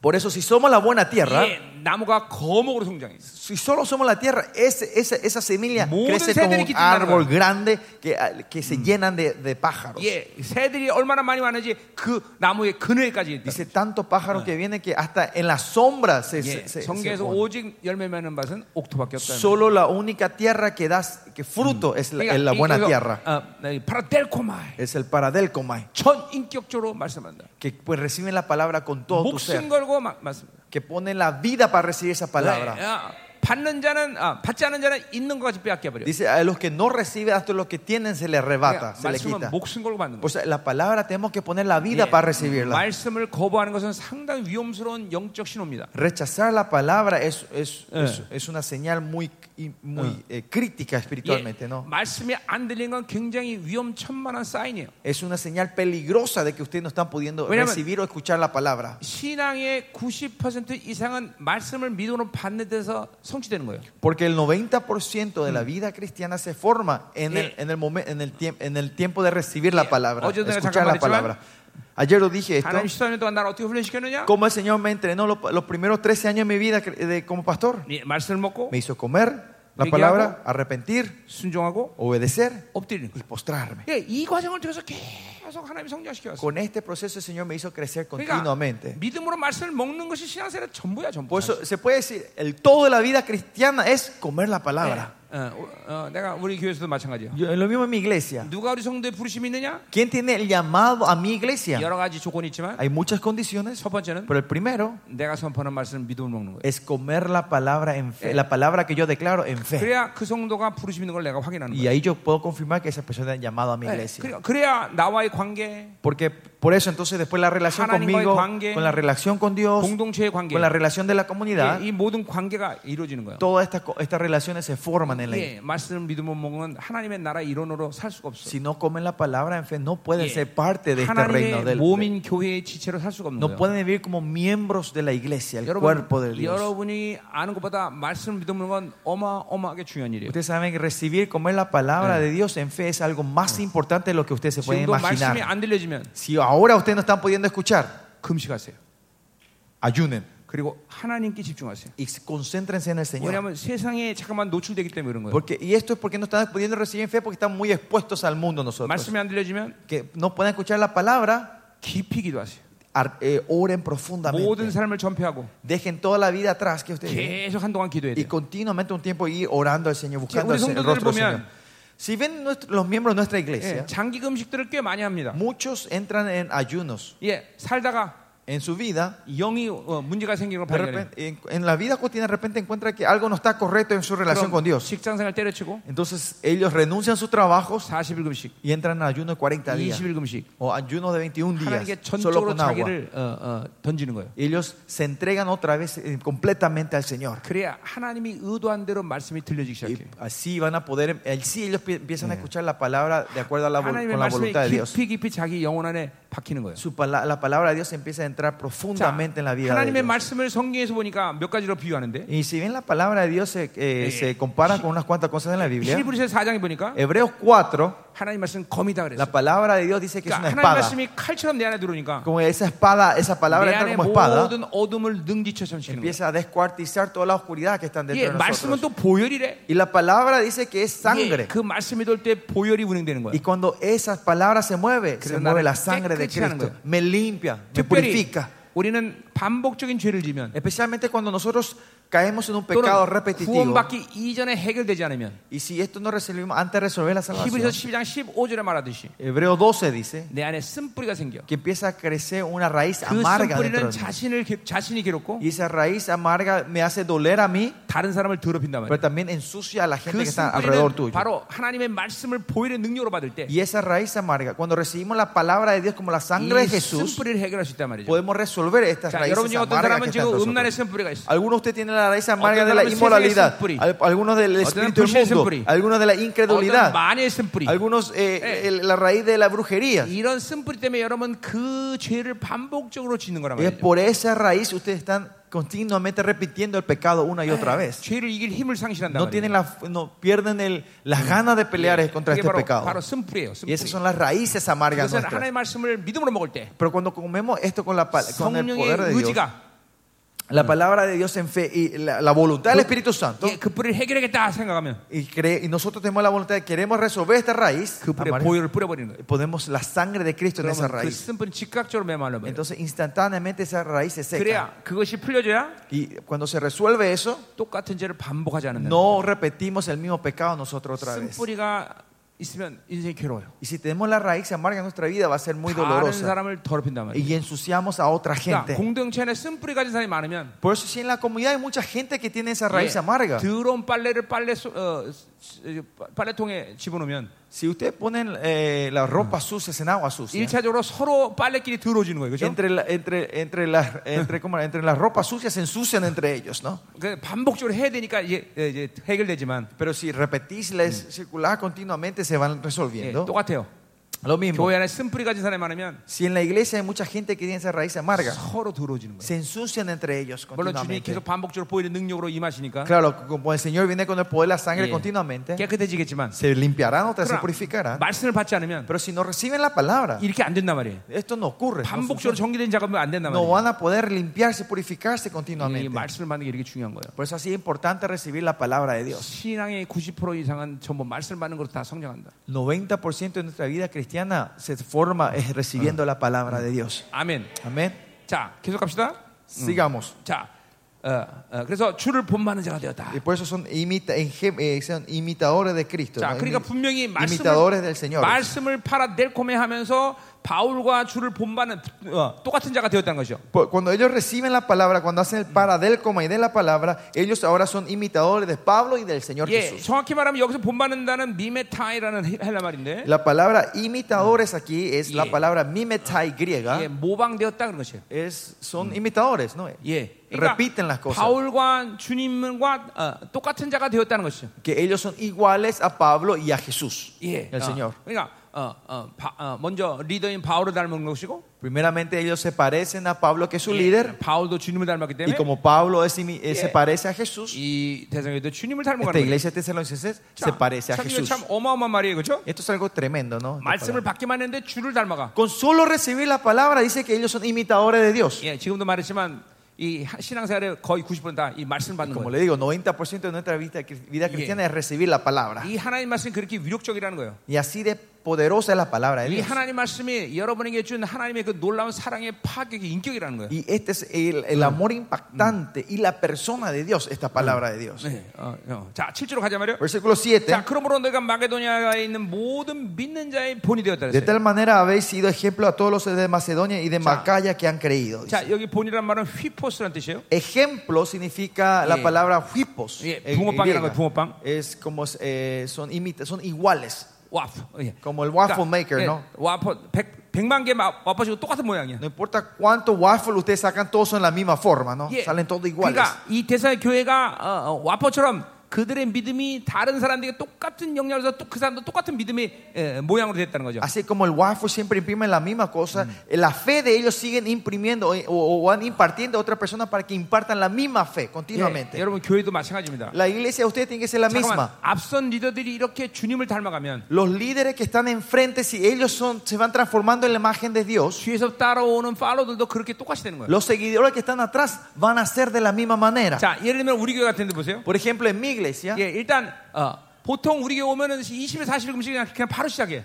[SPEAKER 1] Por eso, si somos la buena tierra,
[SPEAKER 2] 예, 나무가 거목으로 성장해.
[SPEAKER 1] si solo somos la tierra, ese- esa, esa semilla
[SPEAKER 2] 모든
[SPEAKER 1] crece como
[SPEAKER 2] 새들이
[SPEAKER 1] un
[SPEAKER 2] 기특하는
[SPEAKER 1] árbol Mm. grande que, ah, que se llenan de, de pájaros.
[SPEAKER 2] 예, 새들이 얼마나 많이 왔는지 그 나무의 그늘에까지 예, 있다.
[SPEAKER 1] Dice tanto pájaro que viene que hasta en la sombra se.
[SPEAKER 2] 예,
[SPEAKER 1] se- se- se
[SPEAKER 2] 성경에서
[SPEAKER 1] pone.
[SPEAKER 2] 오직 열매 맺는 밭은 옥토밖에 없다.
[SPEAKER 1] Solo la única tierra que da que fruto es,
[SPEAKER 2] 그러니까
[SPEAKER 1] la, es la buena tierra.
[SPEAKER 2] 어, 네, 파라델코마이
[SPEAKER 1] Es el paradelcomai.
[SPEAKER 2] 전 인격적으로 말씀한다.
[SPEAKER 1] Que pues, reciben la palabra con todo tu
[SPEAKER 2] 목숨
[SPEAKER 1] ser.
[SPEAKER 2] 걸고 마, 맞습니다.
[SPEAKER 1] Que ponen la vida para recibir esa
[SPEAKER 2] 네,
[SPEAKER 1] palabra.
[SPEAKER 2] 아, 받는 자는 아, 받지 않은 자는 있는 것까지 빼앗겨 버려. 그러니까
[SPEAKER 1] Dice a los que no reciben, hasta los que tienen se les arrebata, se les
[SPEAKER 2] 말씀은
[SPEAKER 1] quita.
[SPEAKER 2] 목숨 걸고 받는
[SPEAKER 1] O
[SPEAKER 2] 거예요.
[SPEAKER 1] sea, la palabra tenemos que poner la vida
[SPEAKER 2] 예,
[SPEAKER 1] para recibirla.
[SPEAKER 2] 말씀을 거부하는 것은 상당히 위험스러운 영적 신호입니다.
[SPEAKER 1] Rechazar la palabra es, es,
[SPEAKER 2] Eh.
[SPEAKER 1] es, es una señal muy, y muy eh, crítica espiritualmente,
[SPEAKER 2] 예,
[SPEAKER 1] ¿no?
[SPEAKER 2] 말씀이 안 들리는 건 굉장히 위험천만한 사인이에요.
[SPEAKER 1] Es una señal peligrosa de que ustedes no están pudiendo
[SPEAKER 2] Mira,
[SPEAKER 1] recibir o escuchar la palabra.
[SPEAKER 2] 신앙의 90% 이상은 말씀을 믿음으로 받는 데서 성취되는 거예요.
[SPEAKER 1] Porque el 90% de la vida cristiana se forma en el, en el, momen- en el, tiemp- en el tiempo de recibir la palabra,
[SPEAKER 2] Oye, tengo
[SPEAKER 1] escuchar la
[SPEAKER 2] que sacar
[SPEAKER 1] palabra. Ayer lo dije esto.
[SPEAKER 2] 하나님 14년 동안 나를 어떻게 훈련시켰느냐?
[SPEAKER 1] Como el Señor me entrenó lo- los primeros 13 años de mi vida cre- de- como pastor.
[SPEAKER 2] 예, 말씀을 먹고
[SPEAKER 1] Me hizo comer la
[SPEAKER 2] Miguel,
[SPEAKER 1] palabra, arrepentir,
[SPEAKER 2] 순종하고
[SPEAKER 1] obedecer
[SPEAKER 2] 엎드리는
[SPEAKER 1] y
[SPEAKER 2] 거예요.
[SPEAKER 1] postrarme.
[SPEAKER 2] 예, 이 과정을 통해서 계속 하나님이 성장시켜 왔어요.
[SPEAKER 1] Con este proceso el Señor me hizo crecer
[SPEAKER 2] 그러니까
[SPEAKER 1] continuamente.
[SPEAKER 2] 믿음으로 말씀을 먹는 것이 신앙생활의 전부야, 전부.
[SPEAKER 1] Por eso se puede decir, el todo de la vida cristiana es comer la palabra.
[SPEAKER 2] 어, 어, 내가 우리 교회에서도 마찬가지야.
[SPEAKER 1] Yo- lo mismo en mi iglesia.
[SPEAKER 2] 누가 우리 성도의 부르심이 있느냐?
[SPEAKER 1] ¿Quién tiene el llamado a mi iglesia?
[SPEAKER 2] 여러 가지 조건이 있지만
[SPEAKER 1] Hay muchas condiciones,
[SPEAKER 2] 첫 번째는
[SPEAKER 1] pero el primero
[SPEAKER 2] 내가 선포하는 말씀을 믿음으로 먹는 거예요.
[SPEAKER 1] es comer la palabra en fe, la palabra que yo declaro en fe.
[SPEAKER 2] 그래야 그 성도가 부르심 있는 걸 내가 확인하는
[SPEAKER 1] Y
[SPEAKER 2] 거예요.
[SPEAKER 1] ahí yo puedo confirmar que esa persona es llamado a mi
[SPEAKER 2] 예,
[SPEAKER 1] iglesia.
[SPEAKER 2] 그래- 그래야 나와의 관계,
[SPEAKER 1] Porque por eso entonces después la relación
[SPEAKER 2] 하나님과의
[SPEAKER 1] conmigo,
[SPEAKER 2] 관계,
[SPEAKER 1] con la relación con Dios,
[SPEAKER 2] 공동체의 관계,
[SPEAKER 1] con la relación de la comunidad,
[SPEAKER 2] 예, 이 모든 관계가 이루어지는 거예요.
[SPEAKER 1] todas estas co- estas relaciones se forman en la iglesia.
[SPEAKER 2] 예, 말씀을 믿음으로 먹으면 하나님의 나라 일원으로 살 수가 없어.
[SPEAKER 1] Si no comen la palabra en fe, no pueden
[SPEAKER 2] 예.
[SPEAKER 1] ser parte de este reino.
[SPEAKER 2] 하나님의
[SPEAKER 1] Del,
[SPEAKER 2] 몸인 교회의 지체로 살 수가 없는
[SPEAKER 1] no
[SPEAKER 2] 거예요.
[SPEAKER 1] pueden vivir como miembros de la iglesia, el cuerpo de
[SPEAKER 2] 여러분,
[SPEAKER 1] Dios.
[SPEAKER 2] 여러분이 아는 것보다 말씀을 믿는 건 어마어마하게 중요한 일이에요.
[SPEAKER 1] Ustedes saben que recibir, comer la palabra de Dios en fe es algo más importante de lo que ustedes se pueden
[SPEAKER 2] 지금도 말씀이
[SPEAKER 1] imaginar.
[SPEAKER 2] 안 들려지면
[SPEAKER 1] Si ahora ustedes no están pudiendo escuchar,
[SPEAKER 2] 금식하세요.
[SPEAKER 1] ayunen
[SPEAKER 2] 그리고 하나님께 집중하세요.
[SPEAKER 1] y concéntrense en el Señor.
[SPEAKER 2] 왜냐하면 세상에 잠깐만 노출되기 때문에 그런 거예요.
[SPEAKER 1] Porque, y esto es porque no están pudiendo recibir en fe porque están muy expuestos al mundo nosotros.
[SPEAKER 2] 말씀이 안 들려지면
[SPEAKER 1] que no puedan escuchar la palabra,
[SPEAKER 2] 깊이 기도하세요.
[SPEAKER 1] ar- eh, oren
[SPEAKER 2] 모든
[SPEAKER 1] profundamente.
[SPEAKER 2] 삶을 전폐하고
[SPEAKER 1] Dejen toda la vida atrás que
[SPEAKER 2] 네.
[SPEAKER 1] ustedes viven
[SPEAKER 2] 계속 한동안 기도해야
[SPEAKER 1] y
[SPEAKER 2] 돼요.
[SPEAKER 1] continuamente un tiempo ir orando al Señor, buscando
[SPEAKER 2] 우리
[SPEAKER 1] al Se- el
[SPEAKER 2] 성도들을
[SPEAKER 1] rostro del
[SPEAKER 2] 보면
[SPEAKER 1] Señor. Si ven nuestro- los miembros de nuestra
[SPEAKER 2] 예,
[SPEAKER 1] iglesia,
[SPEAKER 2] 장기 금식들을 꽤 많이 합니다.
[SPEAKER 1] muchos entran en ayunos
[SPEAKER 2] 예, 살다가
[SPEAKER 1] en su vida.
[SPEAKER 2] 영이 어, 문제가 생기는 걸
[SPEAKER 1] De
[SPEAKER 2] 발견해요.
[SPEAKER 1] repente, en, en la vida cotidiana, de repente encuentra que algo no está correcto en su relación con Dios.
[SPEAKER 2] 직장생활 때려치고
[SPEAKER 1] Entonces, ellos renuncian a sus trabajos
[SPEAKER 2] 40일 금식,
[SPEAKER 1] y entran en ayuno de 40 días
[SPEAKER 2] 20일 금식
[SPEAKER 1] o ayuno de 21 días,
[SPEAKER 2] 하나님께
[SPEAKER 1] solo
[SPEAKER 2] 전적으로
[SPEAKER 1] con agua.
[SPEAKER 2] 자기를 어, 어, 던지는 거예요.
[SPEAKER 1] Ellos se entregan otra vez eh, completamente al Señor.
[SPEAKER 2] 그래야 하나님이 의도한 대로 말씀이 들려지기
[SPEAKER 1] Y
[SPEAKER 2] 시작해요.
[SPEAKER 1] así van a poder, así ellos pi- empiezan a escuchar la palabra de acuerdo a la, vol-
[SPEAKER 2] 하나님의
[SPEAKER 1] con la
[SPEAKER 2] 말씀이
[SPEAKER 1] voluntad de Dios.
[SPEAKER 2] 깊이 깊이 자기 영혼 안에 박히는 거예요.
[SPEAKER 1] Su pala- la palabra de Dios empieza a entrar
[SPEAKER 2] 자,
[SPEAKER 1] profundamente en la vida de
[SPEAKER 2] 하나님의
[SPEAKER 1] ellos.
[SPEAKER 2] 말씀을 성경에서 보니까 몇 가지로 비유하는데
[SPEAKER 1] Y si bien la palabra de Dios se, eh,
[SPEAKER 2] Eh,
[SPEAKER 1] se compara con unas cuantas cosas en la Biblia,
[SPEAKER 2] 예. 히브리서 4장에 보니까
[SPEAKER 1] Hebreos 4
[SPEAKER 2] 하나님 말씀 검이다 그랬어.
[SPEAKER 1] La palabra de Dios dice que es
[SPEAKER 2] 그러니까
[SPEAKER 1] una
[SPEAKER 2] 하나님
[SPEAKER 1] espada.
[SPEAKER 2] 말씀이 칼처럼 내 안에 들어오니까
[SPEAKER 1] Como esa espada, esa palabra
[SPEAKER 2] 내
[SPEAKER 1] entra
[SPEAKER 2] 안에
[SPEAKER 1] como espada,
[SPEAKER 2] 모든 어둠을 능지쳐 삼키는 거야.
[SPEAKER 1] empieza a descuartizar toda la oscuridad que están dentro
[SPEAKER 2] 예,
[SPEAKER 1] de
[SPEAKER 2] 말씀은
[SPEAKER 1] nosotros.
[SPEAKER 2] 또 보혈이래.
[SPEAKER 1] Y la palabra dice que es
[SPEAKER 2] 예,
[SPEAKER 1] sangre.
[SPEAKER 2] 그 말씀이 돌 때 보혈이 운행되는 거야.
[SPEAKER 1] Y cuando esas palabras se mueven, se
[SPEAKER 2] 그래서
[SPEAKER 1] mueve
[SPEAKER 2] 나를
[SPEAKER 1] la sangre de
[SPEAKER 2] 깨끗이 하는
[SPEAKER 1] Cristo.
[SPEAKER 2] 거예요.
[SPEAKER 1] Me limpia, me
[SPEAKER 2] 특별히 예,
[SPEAKER 1] purifica.
[SPEAKER 2] 우리는 반복적인 죄를 지면
[SPEAKER 1] Especialmente cuando nosotros caemos en un pecado
[SPEAKER 2] 또는
[SPEAKER 1] repetitivo.
[SPEAKER 2] 구원받기 이전에 해결되지 않으면
[SPEAKER 1] Y si esto no recibimos antes de resolver la
[SPEAKER 2] 히브리서
[SPEAKER 1] salvación,
[SPEAKER 2] 12장 15절에 말하듯이
[SPEAKER 1] Hebreo 12 dice
[SPEAKER 2] 내 안에 쓴뿌리가 생겨.
[SPEAKER 1] que empieza a crecer una raíz
[SPEAKER 2] 그
[SPEAKER 1] amarga dentro
[SPEAKER 2] 쓴뿌리는
[SPEAKER 1] de mí.
[SPEAKER 2] 자신을 기- 자신이 괴롭고
[SPEAKER 1] Y esa raíz amarga me hace doler a mí,
[SPEAKER 2] 다른 사람을 더럽힌단 말이야.
[SPEAKER 1] pero también ensucia a la gente
[SPEAKER 2] 그
[SPEAKER 1] que está alrededor
[SPEAKER 2] 쓴뿌리는
[SPEAKER 1] tuyo.
[SPEAKER 2] 바로 하나님의 말씀을 보혈의 능력으로 받을 때
[SPEAKER 1] Y esa raíz amarga, cuando recibimos la palabra de Dios como la sangre de
[SPEAKER 2] 이
[SPEAKER 1] Jesús,
[SPEAKER 2] 쓴뿌리를 해결할 수 있단 말이죠.
[SPEAKER 1] podemos resolver estas
[SPEAKER 2] 자,
[SPEAKER 1] raíces
[SPEAKER 2] 여러분 중에 어떤
[SPEAKER 1] amargas que están
[SPEAKER 2] 사람은
[SPEAKER 1] en
[SPEAKER 2] 지금 음란의
[SPEAKER 1] nosotros.
[SPEAKER 2] 쓴뿌리가 있어.
[SPEAKER 1] Algunos de ustedes tienen la raíz amarga
[SPEAKER 2] Otros
[SPEAKER 1] de la
[SPEAKER 2] tenemos
[SPEAKER 1] inmoralidad,
[SPEAKER 2] seres
[SPEAKER 1] al- algunos del
[SPEAKER 2] Otros
[SPEAKER 1] espíritu
[SPEAKER 2] tenemos
[SPEAKER 1] del mundo,
[SPEAKER 2] seres
[SPEAKER 1] algunos de la
[SPEAKER 2] 어떤
[SPEAKER 1] incredulidad,
[SPEAKER 2] 만의 쓴뿌리.
[SPEAKER 1] algunos eh, el- la raíz de la brujería.
[SPEAKER 2] 이런 쓴뿌리 때문에 여러분 그 죄를 반복적으로 짓는 거란
[SPEAKER 1] Y es
[SPEAKER 2] 말이죠.
[SPEAKER 1] por esa raíz ustedes están continuamente repitiendo el pecado una y otra vez.
[SPEAKER 2] 죄를 이길 힘을 상실한다.
[SPEAKER 1] No tienen la, no pierden el, las ganas de pelear contra este
[SPEAKER 2] 바로,
[SPEAKER 1] pecado.
[SPEAKER 2] 바로 쓴뿌리예요. 쓴뿌리.
[SPEAKER 1] Y esas son las raíces amargas
[SPEAKER 2] 그것은
[SPEAKER 1] nuestras.
[SPEAKER 2] 하나님의 말씀을 믿음으로 먹을 때
[SPEAKER 1] Pero cuando comemos esto con, la, pal- con el
[SPEAKER 2] 성령의
[SPEAKER 1] poder de Dios,
[SPEAKER 2] 의지가
[SPEAKER 1] la palabra de Dios en fe y la, la voluntad del Espíritu Santo,
[SPEAKER 2] 예, 그 뿌리를 해결하겠다 생각하면
[SPEAKER 1] y, cre- y nosotros tenemos la voluntad de queremos resolver esta raíz,
[SPEAKER 2] 그 뿌리에
[SPEAKER 1] amarga,
[SPEAKER 2] 보혈을 뿌려버리는 거예요.
[SPEAKER 1] ponemos la sangre de Cristo en esa
[SPEAKER 2] 그러면 그
[SPEAKER 1] raíz.
[SPEAKER 2] 쓴뿌리 즉각적으로 메말라 버려요.
[SPEAKER 1] Entonces instantáneamente esa raíz se seca.
[SPEAKER 2] 그래야 그것이 풀려져야
[SPEAKER 1] Y cuando se resuelve eso,
[SPEAKER 2] 똑같은 죄를 반복하지 않는다.
[SPEAKER 1] no repetimos el mismo pecado nosotros otra vez.
[SPEAKER 2] 쓴뿌리가 있으면 인생이 괴로워요.
[SPEAKER 1] Y si tenemos la raíz amarga en nuestra vida, va a ser muy
[SPEAKER 2] 다른
[SPEAKER 1] dolorosa.
[SPEAKER 2] 사람을 더럽힌단 말이에요.
[SPEAKER 1] Y ensuciamos a otra
[SPEAKER 2] 그러니까
[SPEAKER 1] gente.
[SPEAKER 2] 공동체 안에 쓴뿌리 가진 사람이 많으면
[SPEAKER 1] Por eso, si en la comunidad hay mucha gente que tiene esa raíz
[SPEAKER 2] 예,
[SPEAKER 1] amarga,
[SPEAKER 2] 더러운 빨래를 빨래 소- 어, 스- 빨래통에 집어넣으면
[SPEAKER 1] si ustedes ponen eh, las ropas sucias en agua sucia,
[SPEAKER 2] 1차적으로 서로 빨래끼리 더러워지는 거예요. 그죠?
[SPEAKER 1] entre, la- entre, entre, las- entre, ¿cómo era? entre las ropas sucias se ensucian entre ellos, ¿no?
[SPEAKER 2] 그 반복적으로 해야 되니까 이제, 예, 이제 해결되지만
[SPEAKER 1] Pero si repetís, les circular continuamente, se van
[SPEAKER 2] 예,
[SPEAKER 1] resolviendo.
[SPEAKER 2] 똑같아요.
[SPEAKER 1] Lo mismo.
[SPEAKER 2] 교회 안에 쓴뿌리 가진 사람이 많으면
[SPEAKER 1] Si en la iglesia hay mucha gente que tiene esa raíz amarga,
[SPEAKER 2] 서로 더러워지는 거예요.
[SPEAKER 1] se ensucian entre ellos
[SPEAKER 2] 물론 주님이
[SPEAKER 1] continuamente.
[SPEAKER 2] 계속 반복적으로 보이는 능력으로 임하시니까
[SPEAKER 1] Claro, como el Señor viene con el poder de la sangre
[SPEAKER 2] 예,
[SPEAKER 1] continuamente,
[SPEAKER 2] 깨끗해지겠지만
[SPEAKER 1] se limpiarán otras, se
[SPEAKER 2] 그러나
[SPEAKER 1] purificarán.
[SPEAKER 2] 말씀을 받지 않으면
[SPEAKER 1] Pero si no reciben la palabra,
[SPEAKER 2] 이렇게 안 된단 말이에요.
[SPEAKER 1] esto no ocurre. no
[SPEAKER 2] 반복적으로
[SPEAKER 1] funciona.
[SPEAKER 2] 전개된 작업이 안 된단
[SPEAKER 1] No
[SPEAKER 2] 말이에요.
[SPEAKER 1] van a poder limpiarse, purificarse
[SPEAKER 2] 이
[SPEAKER 1] continuamente.
[SPEAKER 2] 말씀을 받는 게 이렇게 중요한 거예요.
[SPEAKER 1] Por eso así es importante recibir la palabra de Dios.
[SPEAKER 2] 신앙의 90% 이상은 전부 말씀을 받는 것으로 다 성장한다.
[SPEAKER 1] 90% de nuestra vida cristiana se forma es recibiendo la palabra de Dios.
[SPEAKER 2] 아멘.
[SPEAKER 1] Amén.
[SPEAKER 2] 자, 계속 갑시다.
[SPEAKER 1] Mm. Sigamos.
[SPEAKER 2] 자, 어, 어, 그래서 주를 본받는 자가 되었다.
[SPEAKER 1] Y por eso son, imita- enge- eh, son imitadores de Cristo.
[SPEAKER 2] 자,
[SPEAKER 1] ¿no?
[SPEAKER 2] 그러니까
[SPEAKER 1] Imi-
[SPEAKER 2] 분명히 말씀을
[SPEAKER 1] imitadores del Señor.
[SPEAKER 2] 말씀을 팔아 델코메하면서 바울과 주를 본받는 어, 똑같은 자가 되었다는 것이죠.
[SPEAKER 1] Por- Cuando ellos reciben la palabra, cuando hacen el paradelcoma y de la palabra, ellos ahora son imitadores de Pablo y del Señor
[SPEAKER 2] 예,
[SPEAKER 1] Jesús.
[SPEAKER 2] 정확히 말하면 여기서 본받는다는 미메타이라는 헬- 헬라 말인데,
[SPEAKER 1] La palabra imitadores aquí es la
[SPEAKER 2] Yeah.
[SPEAKER 1] palabra mimetai griega.
[SPEAKER 2] 예, 모방되었다 그런 것이에요.
[SPEAKER 1] Es, son imitadores, ¿no?
[SPEAKER 2] 예,
[SPEAKER 1] Repiten las cosas.
[SPEAKER 2] 바울과 주님과 어, 똑같은 자가 되었다는 것이죠.
[SPEAKER 1] Que ellos son iguales a Pablo y a Jesús.
[SPEAKER 2] 예,
[SPEAKER 1] El
[SPEAKER 2] 어,
[SPEAKER 1] Señor.
[SPEAKER 2] 그러니까 어, 어, 바- 어, 먼저 리더인 바울을 닮은 것이고,
[SPEAKER 1] Primeramente ellos se parecen a Pablo, que es su
[SPEAKER 2] 예,
[SPEAKER 1] líder,
[SPEAKER 2] 바울도 주님을 닮았기
[SPEAKER 1] y
[SPEAKER 2] 때문에
[SPEAKER 1] como Pablo es imi- eh, se
[SPEAKER 2] Yeah.
[SPEAKER 1] parece a Jesús,
[SPEAKER 2] 이 대상에도 주님을 닮은
[SPEAKER 1] esta
[SPEAKER 2] 거라는 거예요.
[SPEAKER 1] iglesia de tesalonicenses se
[SPEAKER 2] 자,
[SPEAKER 1] parece a
[SPEAKER 2] 참 이거
[SPEAKER 1] Jesús.
[SPEAKER 2] 참 어마어마한 말이에요, 그렇죠?
[SPEAKER 1] Esto es algo tremendo, ¿no? Esta
[SPEAKER 2] 말씀을
[SPEAKER 1] palabra.
[SPEAKER 2] 받기만 했는데 주를 닮아가.
[SPEAKER 1] Con solo recibir la palabra dice que ellos son imitadores de Dios.
[SPEAKER 2] 예, 지금도 말했지만 이 신앙생활의 거의 90%다 이 말씀 받는
[SPEAKER 1] Como
[SPEAKER 2] 거예요.
[SPEAKER 1] le digo, 90% de nuestra vida, vida cristiana es recibir la palabra.
[SPEAKER 2] 이 하나님 말씀이 그렇게 위력적이라는 거예요.
[SPEAKER 1] Y así de poderosa es la palabra de
[SPEAKER 2] 이
[SPEAKER 1] Dios.
[SPEAKER 2] 하나님 말씀이 여러분에게 준 하나님의 그 놀라운 사랑의 파격이 인격이라는 거예요.
[SPEAKER 1] Y este es el, el amor impactante y la persona de Dios, esta palabra de Dios.
[SPEAKER 2] 네, 어, 어. 자, 7주로 가자 말이요.
[SPEAKER 1] Versículo 7.
[SPEAKER 2] 자, 그러므로 너희가 마게도냐에 있는 모든 믿는 자의 본이 되었다
[SPEAKER 1] De
[SPEAKER 2] 그랬어요.
[SPEAKER 1] tal manera habéis sido ejemplo a todos los de Macedonia y de Macaya que han creído. dice.
[SPEAKER 2] 자, 여기 본이란 말은 휘포스라는 뜻이에요.
[SPEAKER 1] Ejemplo significa la
[SPEAKER 2] Yeah.
[SPEAKER 1] palabra huipos.
[SPEAKER 2] Yeah,
[SPEAKER 1] en
[SPEAKER 2] 붕어빵이라는
[SPEAKER 1] griega.
[SPEAKER 2] 거, 붕어빵.
[SPEAKER 1] Es como eh, son, imita, son iguales.
[SPEAKER 2] 와프. 예.
[SPEAKER 1] Como el waffle maker,
[SPEAKER 2] 예,
[SPEAKER 1] ¿no? 네.
[SPEAKER 2] 와퍼 100, 100만 개 마- 와퍼지고 똑같은 모양이야.
[SPEAKER 1] No importa cuánto waffle ustedes sacan, todos son la misma forma, ¿no?
[SPEAKER 2] 예.
[SPEAKER 1] Salen todos iguales.
[SPEAKER 2] 그러니까 이 대사의 교회가 어, 어, 와퍼처럼 그들의 믿음이 다른 사람들에게 똑같은 영향을 줘서 또그 사람도 똑같은 믿음의 에, 모양으로 됐다는 거죠.
[SPEAKER 1] Así como el waffle siempre imprime la misma cosa, eh, la fe de ellos siguen imprimiendo o, o- o van impartiendo a otras personas para que impartan la misma fe continuamente.
[SPEAKER 2] 예, 여러분 교회도 마찬가지입니다.
[SPEAKER 1] La iglesia de ustedes tiene que ser la
[SPEAKER 2] 잠깐만,
[SPEAKER 1] misma.
[SPEAKER 2] 앞선 리더들이 이렇게 주님을 닮아가면
[SPEAKER 1] Los líderes que están enfrente, si ellos son, se van transformando en la imagen de Dios,
[SPEAKER 2] 뒤에서 따라오는 팔로들도 그렇게 똑같이 되는 거예요.
[SPEAKER 1] los seguidores que están atrás van a ser de la misma manera.
[SPEAKER 2] 자, 예를 들면 우리 교회 같은데 보세요.
[SPEAKER 1] Por ejemplo, en mi iglesia,
[SPEAKER 2] 예, 일단 어, 보통 우리 교회 오면은 20일 40일 금식 그냥, 그냥 바로 시작해.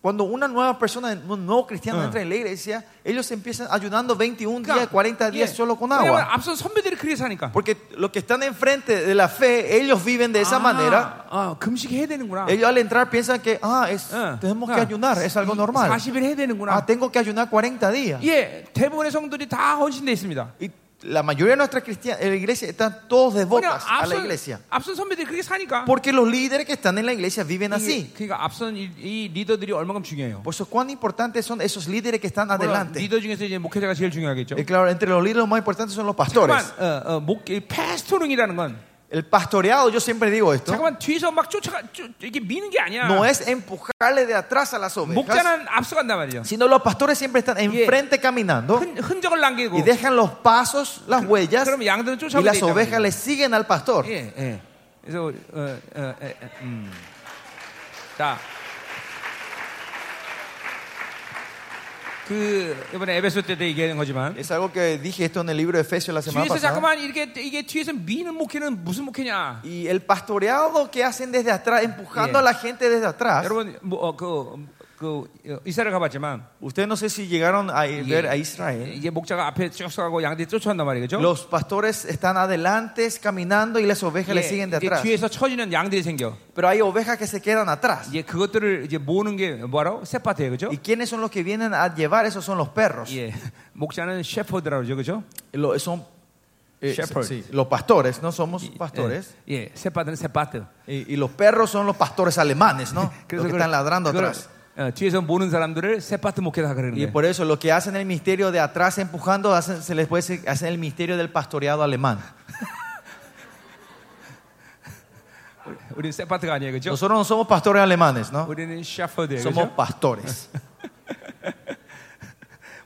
[SPEAKER 1] cuando una nueva persona, un nuevo cristiano entra en la iglesia, ellos empiezan ayudando 21 días, 40 días solo con
[SPEAKER 2] 그러니까 예. 왜냐면
[SPEAKER 1] agua. 뭐
[SPEAKER 2] 앞선 선배들이 그렇게 사니까.
[SPEAKER 1] Porque los que están enfrente de la fe, ellos viven de esa
[SPEAKER 2] 아,
[SPEAKER 1] manera.
[SPEAKER 2] 아, 금식 해야 되는구나.
[SPEAKER 1] Ellos al entrar piensan que, ah, es-
[SPEAKER 2] 응.
[SPEAKER 1] tenemos que
[SPEAKER 2] 그러니까
[SPEAKER 1] ayunar, es algo
[SPEAKER 2] 이-
[SPEAKER 1] normal.
[SPEAKER 2] 40일 해야 되는구나.
[SPEAKER 1] Ah, tengo que ayunar 40 días.
[SPEAKER 2] 예, 대부분의 성들이 다 헌신돼 있습니다.
[SPEAKER 1] Y la mayoría de nuestras cristianas, en la iglesia, están todos
[SPEAKER 2] 그냥
[SPEAKER 1] devotas a la
[SPEAKER 2] 앞선,
[SPEAKER 1] iglesia.
[SPEAKER 2] 앞선 선배들이 그렇게 사니까.
[SPEAKER 1] Porque los líderes que están en la iglesia viven
[SPEAKER 2] 이게,
[SPEAKER 1] así.
[SPEAKER 2] 그러니까 앞선 이, 이 리더들이 얼마큼 중요해요.
[SPEAKER 1] Por eso, cuán importantes son esos líderes que están
[SPEAKER 2] 물론
[SPEAKER 1] adelante.
[SPEAKER 2] 리더 중에서 이제 목회자가 제일 중요하겠죠.
[SPEAKER 1] Y claro, entre los líderes los más importantes son los
[SPEAKER 2] 잠깐만,
[SPEAKER 1] pastores.
[SPEAKER 2] 어, 어, 목, 이 패스토링이라는 건
[SPEAKER 1] El pastoreado, yo siempre digo esto,
[SPEAKER 2] 잠깐만 뒤에서 막 쫓아가, 쫓, 이렇게 미는 게 아니야.
[SPEAKER 1] no es empujarle de atrás a las ovejas,
[SPEAKER 2] 목자는 앞서간단 말이죠.
[SPEAKER 1] sino los pastores siempre están enfrente caminando
[SPEAKER 2] 흔, 흔적을 남기고.
[SPEAKER 1] y dejan los pasos, las huellas,
[SPEAKER 2] 그러면 양들은
[SPEAKER 1] y
[SPEAKER 2] 쫓아오게
[SPEAKER 1] las
[SPEAKER 2] 돼 있단
[SPEAKER 1] ovejas
[SPEAKER 2] 말이에요.
[SPEAKER 1] le siguen al pastor.
[SPEAKER 2] 예, 예. 그래서 어, 어, 어, 어, 음. 자, 그 이번에 에베소 때도 얘기하는 거지만
[SPEAKER 1] Es algo que dije esto en el libro de Efesios la semana
[SPEAKER 2] 뒤에서
[SPEAKER 1] pasada.
[SPEAKER 2] 잠깐만 이렇게 이게 뒤에서 미는 목회는 무슨 목회냐?
[SPEAKER 1] Y el pastoreado que hacen desde atrás, empujando
[SPEAKER 2] Bien.
[SPEAKER 1] a la gente desde atrás.
[SPEAKER 2] 여러분 뭐그그 어, 이스라엘 가봤지만
[SPEAKER 1] Ustedes no sé si llegaron a
[SPEAKER 2] 이게-
[SPEAKER 1] ver a Israel.
[SPEAKER 2] 이게 목자가 앞에 쭉 서가고 양들이 쫓아온단 말이죠.
[SPEAKER 1] Los pastores están adelante caminando y las ovejas le siguen de
[SPEAKER 2] 이게
[SPEAKER 1] atrás.
[SPEAKER 2] 뒤에서 쳐지는 양들이 생겨.
[SPEAKER 1] Pero hay ovejas que se quedan atrás.
[SPEAKER 2] 이제 그것들을 이제 모으는 게 뭐라고? 세파트예요, 그죠?
[SPEAKER 1] ¿Y quiénes son los que vienen a llevar? Esos son los perros.
[SPEAKER 2] 예, 목자는 셰퍼드라고 그러죠, 그죠?
[SPEAKER 1] Lo- son eh,
[SPEAKER 2] Shepherd.
[SPEAKER 1] sí, los pastores, ¿no? Somos pastores.
[SPEAKER 2] 예, 예, 세파트는 세파트.
[SPEAKER 1] eh, Y, y los perros son los pastores alemanes, ¿no? Los que
[SPEAKER 2] 그걸-
[SPEAKER 1] están ladrando
[SPEAKER 2] 그걸,
[SPEAKER 1] atrás.
[SPEAKER 2] 어, 뒤에서 모는 사람들을 세파트 목회다 그러는
[SPEAKER 1] Y
[SPEAKER 2] 거예요.
[SPEAKER 1] por eso lo que hacen el misterio de atrás empujando, hacen- se les puede decir, hacen el misterio del pastoreado alemán.
[SPEAKER 2] 우리는 세파트가 아니에요, 그죠?
[SPEAKER 1] Nosotros no somos pastores alemanes, ¿no?
[SPEAKER 2] 우리는 셰퍼드예요,
[SPEAKER 1] Somos
[SPEAKER 2] 그죠?
[SPEAKER 1] pastores.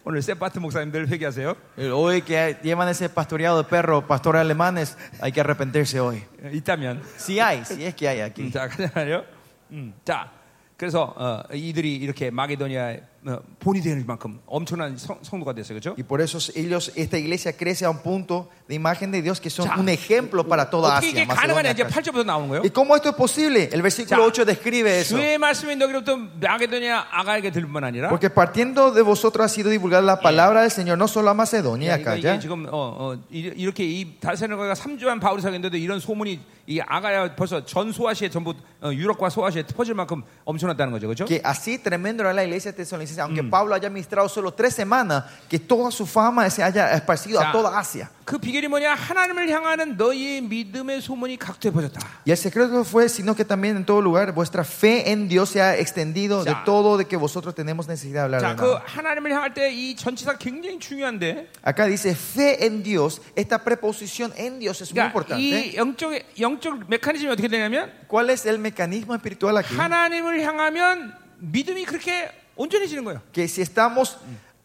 [SPEAKER 2] 오늘 세파트 목사님들 회개하세요. 어,
[SPEAKER 1] Eh, Hoy que llevan ese pastoreado de perro, pastores alemanes, hay que arrepentirse hoy.
[SPEAKER 2] 어, 있다면.
[SPEAKER 1] Si hay, si es que hay
[SPEAKER 2] 음,
[SPEAKER 1] aquí.
[SPEAKER 2] 자, 가잖아요. 음, 자, 그래서 어, 이들이 이렇게 마게도니아의 어, 본이 될 만큼 엄청난 성, 성도가 됐어요, 그죠?
[SPEAKER 1] Y por eso ellos, esta iglesia crece a un punto de imagen de Dios que son
[SPEAKER 2] Ya.
[SPEAKER 1] un ejemplo para toda
[SPEAKER 2] 어떻게
[SPEAKER 1] Asia.
[SPEAKER 2] 이게
[SPEAKER 1] Macedonia,
[SPEAKER 2] 가능하냐? 이제
[SPEAKER 1] Acacia.
[SPEAKER 2] 8절부터 나오는 거예요.
[SPEAKER 1] ¿Y cómo esto es posible? El versículo
[SPEAKER 2] Ya.
[SPEAKER 1] 8 describe eso.
[SPEAKER 2] 주의 말씀이 너희로부터 마게도니아 아가에게 들 뿐만 아니라
[SPEAKER 1] Porque partiendo de vosotros ha sido divulgada la palabra del Señor, no solo a Macedonia, y
[SPEAKER 2] 그러니까
[SPEAKER 1] a
[SPEAKER 2] 이게
[SPEAKER 1] Acaya.
[SPEAKER 2] 지금 어, 어, 이- 이렇게 이 다세노가가 3주한 바울사인데도 이런 소문이 이 아가야 벌써 전 소아시아 전부 어, 유럽과 소아시아에 퍼질 만큼 엄청났다는 거죠. 그렇죠?
[SPEAKER 1] Que así tremendo era la iglesia de tesalonicense, aunque
[SPEAKER 2] Mm.
[SPEAKER 1] Pablo haya ministrado solo tres semanas, que toda su fama se haya esparcido
[SPEAKER 2] Ya.
[SPEAKER 1] a toda Asia.
[SPEAKER 2] 그 비결이 뭐냐? 하나님을 향하는 너희의 믿음의 소문이 각도에 퍼졌다.
[SPEAKER 1] Y el secreto fue, sino que también en todo lugar vuestra fe en Dios se ha extendido de
[SPEAKER 2] Ya.
[SPEAKER 1] todo de que vosotros tenemos necesidad de hablar.
[SPEAKER 2] 자,
[SPEAKER 1] de
[SPEAKER 2] 그
[SPEAKER 1] nada.
[SPEAKER 2] 하나님을 향할 때 이 전치사 굉장히 중요한데.
[SPEAKER 1] Acá dice fe en Dios, esta preposición en Dios es muy
[SPEAKER 2] 그러니까
[SPEAKER 1] importante.
[SPEAKER 2] 이 영적 영적 메커니즘이 어떻게 되냐면
[SPEAKER 1] ¿Cuál es el mecanismo espiritual
[SPEAKER 2] 예.
[SPEAKER 1] aquí?
[SPEAKER 2] 하나님을 향하면 믿음이 그렇게 온전해지는 거예요.
[SPEAKER 1] Que si estamos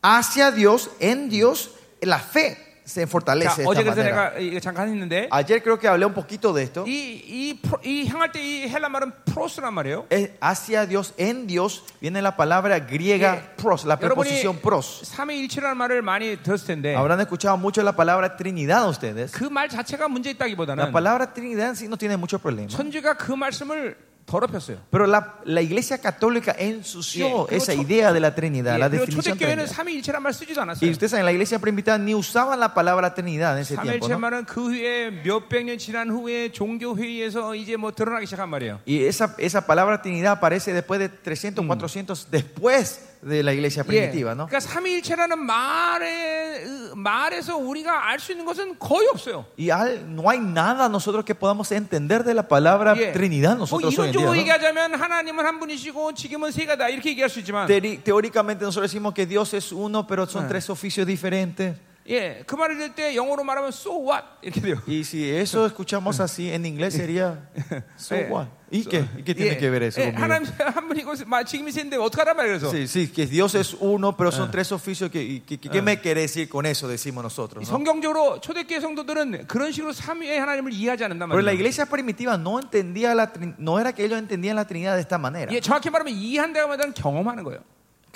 [SPEAKER 1] hacia Dios, en Dios, la fe se
[SPEAKER 2] 자,
[SPEAKER 1] fortalece. De
[SPEAKER 2] 어제
[SPEAKER 1] esta
[SPEAKER 2] 그래서
[SPEAKER 1] manera.
[SPEAKER 2] 내가 이거 잠깐 했는데
[SPEAKER 1] Ayer creo que hablé un poquito de esto.
[SPEAKER 2] 이이 이 향할 때 이 헬라 말은 프로스란 말이에요.
[SPEAKER 1] Es hacia Dios, en Dios, viene la palabra griega
[SPEAKER 2] Yeah.
[SPEAKER 1] pros, la
[SPEAKER 2] 여러분이
[SPEAKER 1] preposición pros.
[SPEAKER 2] 삼위일체라는 말을 많이 들었을 텐데
[SPEAKER 1] Habrán escuchado mucho la palabra Trinidad ustedes.
[SPEAKER 2] 그 말 자체가 문제
[SPEAKER 1] La
[SPEAKER 2] 있다기보다는
[SPEAKER 1] palabra Trinidad en sí no tiene mucho problema.
[SPEAKER 2] 천주가 그 말씀을 더럽혔어요.
[SPEAKER 1] Pero la, la iglesia católica ensució
[SPEAKER 2] Yeah.
[SPEAKER 1] esa
[SPEAKER 2] 그리고 초-
[SPEAKER 1] idea de la Trinidad,
[SPEAKER 2] 예,
[SPEAKER 1] la
[SPEAKER 2] 그리고
[SPEAKER 1] definición
[SPEAKER 2] 초대교회는
[SPEAKER 1] Trinidad.
[SPEAKER 2] 삼위일체란 말 쓰지도
[SPEAKER 1] Y
[SPEAKER 2] 않았어요.
[SPEAKER 1] ustedes saben, la iglesia primitiva ni usaban la palabra Trinidad en ese tiempo.
[SPEAKER 2] 삼위일체
[SPEAKER 1] ¿no?
[SPEAKER 2] 말은 그 후에 몇백 년 지난 후에 종교 회의에서 이제 뭐 드러나기 시작한 말이에요.
[SPEAKER 1] Y esa, esa palabra Trinidad aparece después de 300, 400, después de la iglesia
[SPEAKER 2] 예,
[SPEAKER 1] primitiva, ¿no?
[SPEAKER 2] 그러니까 삼위일체라는 말에 으, 말에서 우리가 알 수 있는 것은 거의 없어요.
[SPEAKER 1] Y al- no hay nada nosotros que podamos entender de la palabra
[SPEAKER 2] 예.
[SPEAKER 1] Trinidad
[SPEAKER 2] 뭐
[SPEAKER 1] nosotros hoy en
[SPEAKER 2] 이론적으로
[SPEAKER 1] día. ¿no?
[SPEAKER 2] 얘기하자면 하나님은 한 분이시고 지금은 세 가다 이렇게 얘기할 수 있지만
[SPEAKER 1] 네. Teori- Teóricamente nosotros decimos que Dios es uno, pero son
[SPEAKER 2] Ah.
[SPEAKER 1] tres oficios diferentes.
[SPEAKER 2] 예, 그 말을 들을 때 영어로 말하면 so what 이렇게 돼요.
[SPEAKER 1] Y si eso escuchamos así, en inglés sería so
[SPEAKER 2] Eh.
[SPEAKER 1] what? ¿Y qué? ¿Y qué tiene
[SPEAKER 2] 예,
[SPEAKER 1] que ver eso
[SPEAKER 2] 예,
[SPEAKER 1] conmigo?
[SPEAKER 2] 하나님 한 분이고 마- 지금이 샌데 어떡하란 말이에요. 그래서
[SPEAKER 1] Sí, sí, que Dios es uno, pero son tres oficios. Que, y que- que- ¿Qué me quiere decir con eso? Decimos nosotros. ¿no?
[SPEAKER 2] 성경적으로 초대교회 성도들은 그런 식으로 삼위의 하나님을 이해하지 않는단
[SPEAKER 1] Pero la
[SPEAKER 2] 말이에요.
[SPEAKER 1] iglesia primitiva no entendía la trin- no era que ellos entendían la Trinidad de esta manera.
[SPEAKER 2] 예, 정확히 말하면 이해한다고 하면 경험하는 거예요.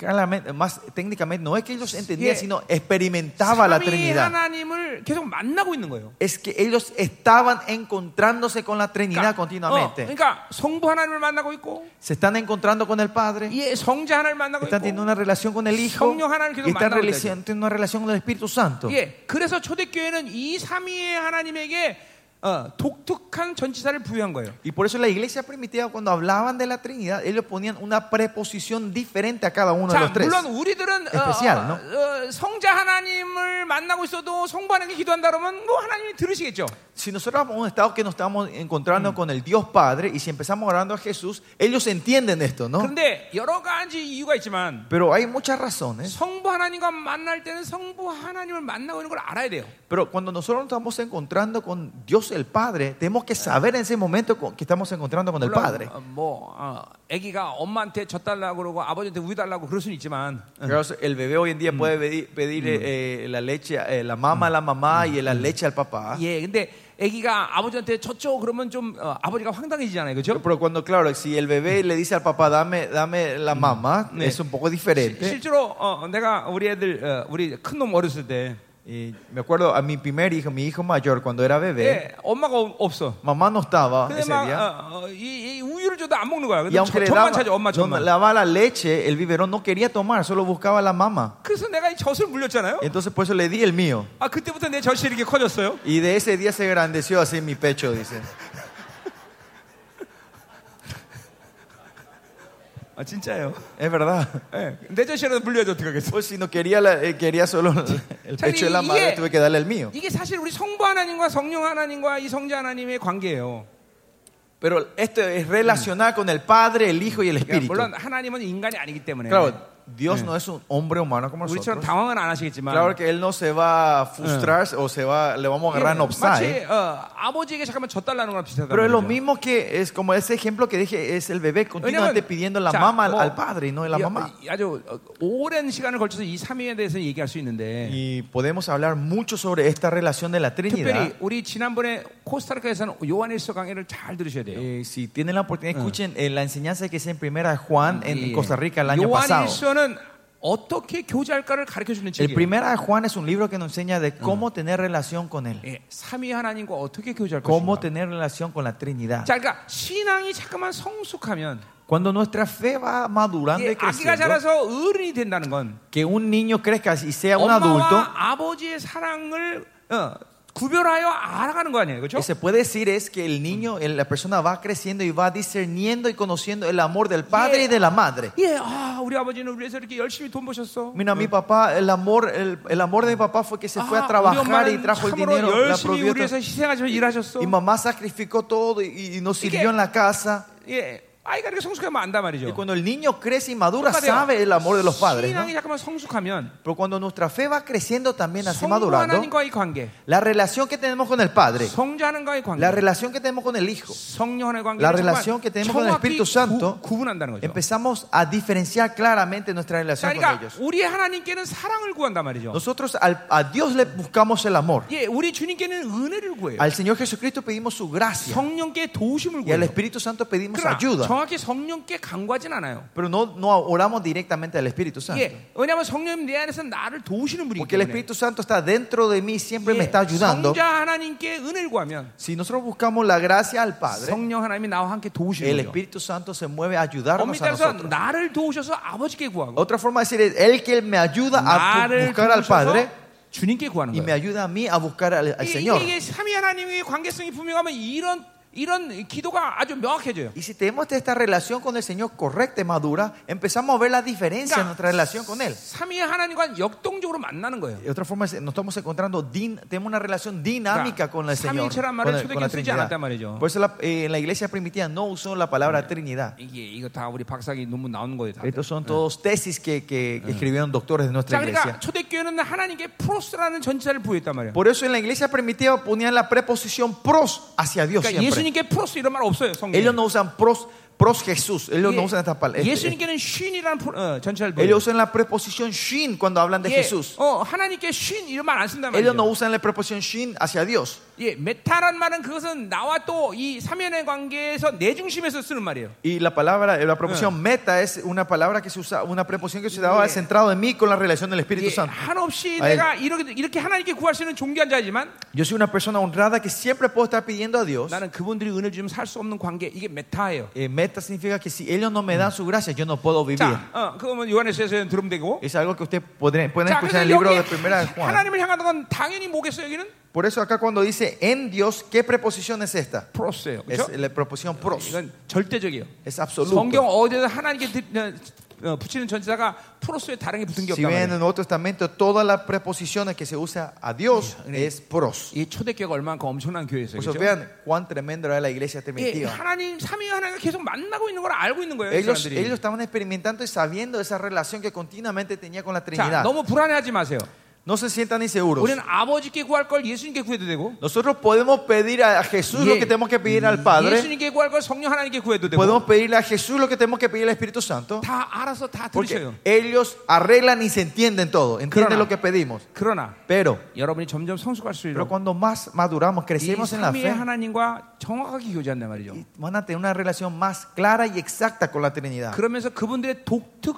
[SPEAKER 1] Claramente, más técnicamente, no es que ellos entendían,
[SPEAKER 2] Yeah.
[SPEAKER 1] sino experimentaba la
[SPEAKER 2] 삼위
[SPEAKER 1] Trinidad.
[SPEAKER 2] 하나님을 계속 만나고 있는 거예요.
[SPEAKER 1] Es que ellos estaban encontrándose con la Trinidad
[SPEAKER 2] 그러니까, 어,
[SPEAKER 1] continuamente.
[SPEAKER 2] 그러니까 성부 하나님을 만나고 있고,
[SPEAKER 1] Se están encontrando con el Padre,
[SPEAKER 2] 예, 네 성자 하나님을 만나고
[SPEAKER 1] están teniendo
[SPEAKER 2] 있고,
[SPEAKER 1] una relación con el Hijo,
[SPEAKER 2] 성령 하나를 계속
[SPEAKER 1] y están
[SPEAKER 2] 만나고
[SPEAKER 1] relacion- teniendo una relación con el Espíritu Santo.
[SPEAKER 2] 예, 그래서 초대교회는 이 삼위의 하나님에게 어, 독특한 전치사를 부여한 거예요.
[SPEAKER 1] Y por eso la iglesia primitiva, cuando hablaban de la Trinidad, ellos ponían una preposición diferente a cada uno de
[SPEAKER 2] 자,
[SPEAKER 1] los tres.
[SPEAKER 2] 물론 우리들은 어,
[SPEAKER 1] Especial,
[SPEAKER 2] 어,
[SPEAKER 1] no?
[SPEAKER 2] 어, 성자 하나님을 만나고 있어도 성부 하나님께 기도한다 그러면 뭐 하나님이 들으시겠죠.
[SPEAKER 1] Si nosotros vamos a un estado que nos estamos encontrando con el Dios Padre y si empezamos orando a Jesús, ellos entienden esto, ¿no?
[SPEAKER 2] 그런데 여러 가지 이유가 있지만
[SPEAKER 1] Pero hay muchas razones.
[SPEAKER 2] 성부 하나님과 만날 때는 성부 하나님을 만나고 있는 걸 알아야 돼요.
[SPEAKER 1] Pero cuando nosotros nos estamos encontrando con Dios el Padre, tenemos que saber en ese momento con- que estamos encontrando con el
[SPEAKER 2] 물론,
[SPEAKER 1] Padre.
[SPEAKER 2] 어, 뭐 어, 아기가 엄마한테 젖 달라고 그러고 아버지한테 우유 달라고 그럴 수는 있지만
[SPEAKER 1] Claro, el bebé hoy en día puede pedir, pedirle, eh, la leche, eh, la mamá a la mamá y la leche al papá.
[SPEAKER 2] 예, 근데 아기가 아버지한테 젖죠 그러면 좀 어, 아버지가 황당해지잖아요, 그렇죠?
[SPEAKER 1] Pero cuando, claro, si el bebé le dice al papá, dame, dame la mamá,
[SPEAKER 2] Sí.
[SPEAKER 1] es un poco diferente.
[SPEAKER 2] 실제로 어, 내가 우리 애들 어, 우리 큰 놈 어렸을 때
[SPEAKER 1] Y me acuerdo a mi primer hijo, mi hijo mayor, cuando era bebé,
[SPEAKER 2] 예, 엄마가 없- 없어.
[SPEAKER 1] mamá no estaba
[SPEAKER 2] 근데
[SPEAKER 1] ese
[SPEAKER 2] 막
[SPEAKER 1] día.
[SPEAKER 2] 어, 어, 이, 이 우유를 줘도 안 먹는 거야.
[SPEAKER 1] Y
[SPEAKER 2] 근데 젖-
[SPEAKER 1] aunque le
[SPEAKER 2] 젖만
[SPEAKER 1] daba,
[SPEAKER 2] 찾아 엄마
[SPEAKER 1] no,
[SPEAKER 2] 젖만.
[SPEAKER 1] lavaba la leche, el biberón no quería tomar, solo buscaba a la mamá.
[SPEAKER 2] 그래서 내가 이 젖을 물렸잖아요.
[SPEAKER 1] Entonces por eso le di el mío.
[SPEAKER 2] 아 그때부터 내 젖이 이렇게 커졌어요.
[SPEAKER 1] Y de ese día se engrandeció así mi pecho, dice.
[SPEAKER 2] 아 진짜요.
[SPEAKER 1] Es verdad.
[SPEAKER 2] 예, 내 젖이라도 물려야지 어떻게 하겠어.
[SPEAKER 1] Pues si no quería, la- eh, quería solo el- el pecho de la madre, tuve que darle el mío.
[SPEAKER 2] 이게 사실 우리 성부 하나님과 성령 하나님과 이 성자 하나님의 관계예요.
[SPEAKER 1] Pero esto es relacionar con el Padre, el Hijo y el
[SPEAKER 2] 그러니까
[SPEAKER 1] Espíritu.
[SPEAKER 2] 물론 하나님은 인간이 아니기 때문에
[SPEAKER 1] Claro, Dios no es un hombre humano como
[SPEAKER 2] 우리처럼
[SPEAKER 1] nosotros.
[SPEAKER 2] 당황은 안 하시겠지만
[SPEAKER 1] Claro que Él no se va a frustrar o se va, le vamos a
[SPEAKER 2] 예,
[SPEAKER 1] agarrar en
[SPEAKER 2] 마치
[SPEAKER 1] offside.
[SPEAKER 2] 어, 아버지에게 잠깐만 젖달라는 거랑 비슷하다.
[SPEAKER 1] Pero es lo mismo que es como ese ejemplo que dije, es el bebé continuamente pidiendo la mamá al,
[SPEAKER 2] 뭐
[SPEAKER 1] al padre y no de la mamá.
[SPEAKER 2] 아주 어, 오랜 시간을 걸쳐서 이 삼위에 대해서 얘기할 수 있는데
[SPEAKER 1] Y podemos hablar mucho sobre esta relación de la Trinidad.
[SPEAKER 2] 특별히 우리 지난번에 코스타리카에서는 요한일서 강의를 잘 들으셔야 돼요.
[SPEAKER 1] Eh, si tienen la oportunidad, escuchen eh, la enseñanza que hice en Primera de Juan en Costa Rica el año pasado.
[SPEAKER 2] 예. 요한일서는 어떻게 교제할까를 가르쳐 주는
[SPEAKER 1] El
[SPEAKER 2] 책이에요.
[SPEAKER 1] Primera de Juan es un libro que nos enseña de cómo tener relación con Él,
[SPEAKER 2] 예, 삼위 하나님과 어떻게 교제할
[SPEAKER 1] cómo
[SPEAKER 2] 것인가.
[SPEAKER 1] tener relación con la Trinidad.
[SPEAKER 2] 자, 그러니까 신앙이 잠깐만 성숙하면
[SPEAKER 1] Cuando nuestra fe va madurando
[SPEAKER 2] 예,
[SPEAKER 1] y
[SPEAKER 2] 아기가
[SPEAKER 1] creciendo,
[SPEAKER 2] 자라서 어른이 된다는 건
[SPEAKER 1] que un niño crezca y sea
[SPEAKER 2] Oh,
[SPEAKER 1] un adulto,
[SPEAKER 2] 엄마와 아버지의 사랑을 어, 구별하여 알아가는 거 아니에요,
[SPEAKER 1] Lo
[SPEAKER 2] 그렇죠?
[SPEAKER 1] que se puede decir es que el niño, el- la persona va creciendo y va discerniendo y conociendo el amor del padre y de la madre.
[SPEAKER 2] 예, 아, 우리 아버지는 우리에서 이렇게 열심히 돈 버셨어.
[SPEAKER 1] Mira, mi papá, el amor, el, el amor de mi papá fue que se
[SPEAKER 2] Ah,
[SPEAKER 1] fue a trabajar y trajo el
[SPEAKER 2] 아, 참으로
[SPEAKER 1] dinero, la
[SPEAKER 2] 열심히
[SPEAKER 1] provió.
[SPEAKER 2] 우리에서 희생하셔서 일하셨어.
[SPEAKER 1] Y mamá sacrificó todo y, y nos sirvió en la casa.
[SPEAKER 2] 예, 아이가 이렇게 성숙하면 안다
[SPEAKER 1] Y
[SPEAKER 2] 말이죠.
[SPEAKER 1] cuando el niño crece y madura,
[SPEAKER 2] 똑같아요.
[SPEAKER 1] sabe el amor de los padres. ¿no?
[SPEAKER 2] 신앙이 잠깐만 성숙하면
[SPEAKER 1] Pero cuando nuestra fe va creciendo también, así
[SPEAKER 2] 성부
[SPEAKER 1] madurando,
[SPEAKER 2] 하나님과의 관계,
[SPEAKER 1] la relación que tenemos con el padre,
[SPEAKER 2] 성자 하나님과의 관계,
[SPEAKER 1] la relación que tenemos con el hijo,
[SPEAKER 2] 성령의 관계,
[SPEAKER 1] La relación que tenemos con el Espíritu Santo,
[SPEAKER 2] 구분한다는 거죠.
[SPEAKER 1] empezamos a diferenciar claramente nuestra
[SPEAKER 2] 자,
[SPEAKER 1] relación con
[SPEAKER 2] 그러니까
[SPEAKER 1] ellos.
[SPEAKER 2] 우리 하나님께는 사랑을 구한단 말이죠.
[SPEAKER 1] Nosotros al- a Dios le buscamos el amor.
[SPEAKER 2] 예, 우리 주님께는 은혜를 구해요.
[SPEAKER 1] Al Señor Jesucristo pedimos su gracia.
[SPEAKER 2] 성령께 도우심을
[SPEAKER 1] Y al
[SPEAKER 2] 구해요.
[SPEAKER 1] Espíritu Santo pedimos
[SPEAKER 2] 그러나
[SPEAKER 1] ayuda.
[SPEAKER 2] 정확히 성령께 간구하진 않아요.
[SPEAKER 1] Pero no, no oramos directamente al Espíritu Santo.
[SPEAKER 2] 예, 왜냐하면 성령님 내 안에서 나를 도우시는 분이기
[SPEAKER 1] Porque el
[SPEAKER 2] 때문에
[SPEAKER 1] Espíritu Santo está dentro de mí, siempre me
[SPEAKER 2] 예,
[SPEAKER 1] está ayudando.
[SPEAKER 2] 성자 하나님께 은혜를 구하면
[SPEAKER 1] Si nosotros buscamos la gracia al Padre,
[SPEAKER 2] 성령 하나님이 나와 함께
[SPEAKER 1] el
[SPEAKER 2] 도우시는 거죠.
[SPEAKER 1] Espíritu Santo se mueve a
[SPEAKER 2] 엄밀히
[SPEAKER 1] ayudarnos a
[SPEAKER 2] 따라서 어,
[SPEAKER 1] nosotros.
[SPEAKER 2] 나를 도우셔서 아버지께 구하고
[SPEAKER 1] Otra forma de decir es, Él que me ayuda
[SPEAKER 2] 아,
[SPEAKER 1] a bu-
[SPEAKER 2] 나를
[SPEAKER 1] buscar al
[SPEAKER 2] 도우셔서
[SPEAKER 1] Padre
[SPEAKER 2] 주님께 구하는
[SPEAKER 1] y me
[SPEAKER 2] 거예요.
[SPEAKER 1] ayuda a mí a buscar al, al
[SPEAKER 2] 이-
[SPEAKER 1] Señor.
[SPEAKER 2] 이게, 이게 삼위 하나님의 관계성이 분명하면 이런 이런 기도가 아주 명확해져요.
[SPEAKER 1] Y si tenemos esta relación con el Señor correcta y madura, empezamos a ver la diferencia en nuestra relación con Él.
[SPEAKER 2] 삼위 하나님과 역동적으로 만나는 거예요.
[SPEAKER 1] De otra forma, es- nos estamos encontrando, din- tenemos una relación dinámica con el Señor.
[SPEAKER 2] 삼위일체란
[SPEAKER 1] Con,
[SPEAKER 2] 말을
[SPEAKER 1] el- con la
[SPEAKER 2] 초대교회 쓰지
[SPEAKER 1] Trinidad.
[SPEAKER 2] 않았단 말이죠.
[SPEAKER 1] Por eso la- eh, en la iglesia primitiva no usó la palabra Trinidad.
[SPEAKER 2] 이게 이거 다 우리 박사기 논문 나오는 거예요. 다.
[SPEAKER 1] Estos son todos tesis que, que- que escribieron doctores de
[SPEAKER 2] 자,
[SPEAKER 1] nuestra iglesia.
[SPEAKER 2] 그러니까 초대교회 교회는 하나님께 프로스라는 전치사를 부여했단 말이야.
[SPEAKER 1] Por eso en la iglesia primitiva ponían la preposición pros hacia Dios
[SPEAKER 2] 그러니까
[SPEAKER 1] siempre.
[SPEAKER 2] 예수님께 프로스 이런 말 없어요.
[SPEAKER 1] Ellos
[SPEAKER 2] 성경에.
[SPEAKER 1] no usan pros, pros Jesús, ellos no usan esta palabra. Este, eh,
[SPEAKER 2] 예, 예수님께는 쉰이라는 프로- 어, 전치사를 부여해요.
[SPEAKER 1] Ellos usan la preposición shin cuando hablan de
[SPEAKER 2] 예,
[SPEAKER 1] Jesús.
[SPEAKER 2] 어, 하나님께 쉰 이런 말 안 쓴단 말이에요.
[SPEAKER 1] Ellos no usan la preposición shin hacia Dios.
[SPEAKER 2] 예, 메타란 말은 그것은 나와 또 이 삼연의 관계에서 내 중심에서 쓰는 말이에요.
[SPEAKER 1] Y la palabra, la preposición meta es una palabra que se usa, una preposición que se daba centrado en mí con la relación del
[SPEAKER 2] 예,
[SPEAKER 1] Espíritu Santo.
[SPEAKER 2] 한없이
[SPEAKER 1] 아예.
[SPEAKER 2] 내가 이렇게, 이렇게 하나님께 구할 수 있는 종교한 자지만
[SPEAKER 1] Yo soy una persona honrada que siempre puedo estar pidiendo a Dios.
[SPEAKER 2] 나는 그분들이 은혜 주면 살 수 없는 관계 이게 메타예요.
[SPEAKER 1] Eh, meta significa que si ellos no me dan su gracia, yo no puedo vivir.
[SPEAKER 2] 자, 어, 그거면 요한에서에서는 들으면 되고.
[SPEAKER 1] Es algo que ustedes podrán- pueden
[SPEAKER 2] 자,
[SPEAKER 1] escuchar en
[SPEAKER 2] 그래서
[SPEAKER 1] el libro
[SPEAKER 2] 여기
[SPEAKER 1] de Primera de Juan.
[SPEAKER 2] 하나님을 향하는 건 당연히 뭐겠어요? 여기는
[SPEAKER 1] Por eso acá cuando dice en Dios, ¿qué preposición es esta?
[SPEAKER 2] 프로스예요.
[SPEAKER 1] Es
[SPEAKER 2] 그렇죠?
[SPEAKER 1] la preposición pros.
[SPEAKER 2] 이건 절대적이에요.
[SPEAKER 1] Es absoluto.
[SPEAKER 2] 성경 어디서 하나님께 드- 어, 어, 붙이는 전치사가 프로스에 다른 게 붙은 게
[SPEAKER 1] Si
[SPEAKER 2] 없단
[SPEAKER 1] ven en
[SPEAKER 2] 말이에요.
[SPEAKER 1] el Nuevo Testamento, todas las preposiciones que se usa a Dios es pros.
[SPEAKER 2] 이 초대교회가 얼마나 엄청난 그렇죠? 교회였어요.
[SPEAKER 1] Por
[SPEAKER 2] 그죠?
[SPEAKER 1] eso vean cuán tremenda era la iglesia
[SPEAKER 2] 예,
[SPEAKER 1] primitiva.
[SPEAKER 2] 하나님 삼위의 하나님을 계속 만나고 있는 걸 알고 있는 거예요. 이
[SPEAKER 1] Ellos,
[SPEAKER 2] 사람들이.
[SPEAKER 1] ellos estaban experimentando y sabiendo esa relación que continuamente tenía con la
[SPEAKER 2] 자,
[SPEAKER 1] Trinidad.
[SPEAKER 2] 너무 불안해하지 마세요.
[SPEAKER 1] No se sientan inseguros.
[SPEAKER 2] 우리는 아버지께 구할 걸 예수님께 구해도 되고,
[SPEAKER 1] Nosotros podemos pedir a Jesús lo
[SPEAKER 2] 예-
[SPEAKER 1] que tenemos que pedir al Padre.
[SPEAKER 2] 예수님께 구할 걸 성령 하나님께 구해도 되고,
[SPEAKER 1] Podemos pedirle a Jesús lo que tenemos que pedir al Espíritu Santo.
[SPEAKER 2] 다 알아서 다
[SPEAKER 1] Porque
[SPEAKER 2] 들으셔요.
[SPEAKER 1] ellos arreglan y se entienden todo.
[SPEAKER 2] Claro.
[SPEAKER 1] Entienden lo que pedimos.
[SPEAKER 2] 그러나
[SPEAKER 1] Pero,
[SPEAKER 2] 여러분이 점점 성숙할수록
[SPEAKER 1] pero cuando más maduramos,
[SPEAKER 2] 이
[SPEAKER 1] crecemos en la
[SPEAKER 2] 삼위의
[SPEAKER 1] fe,
[SPEAKER 2] 하나님과 정확하게 교제한단 말이죠.
[SPEAKER 1] van a tener una relación más clara y exacta con la Trinidad.
[SPEAKER 2] 그러면서 그분들의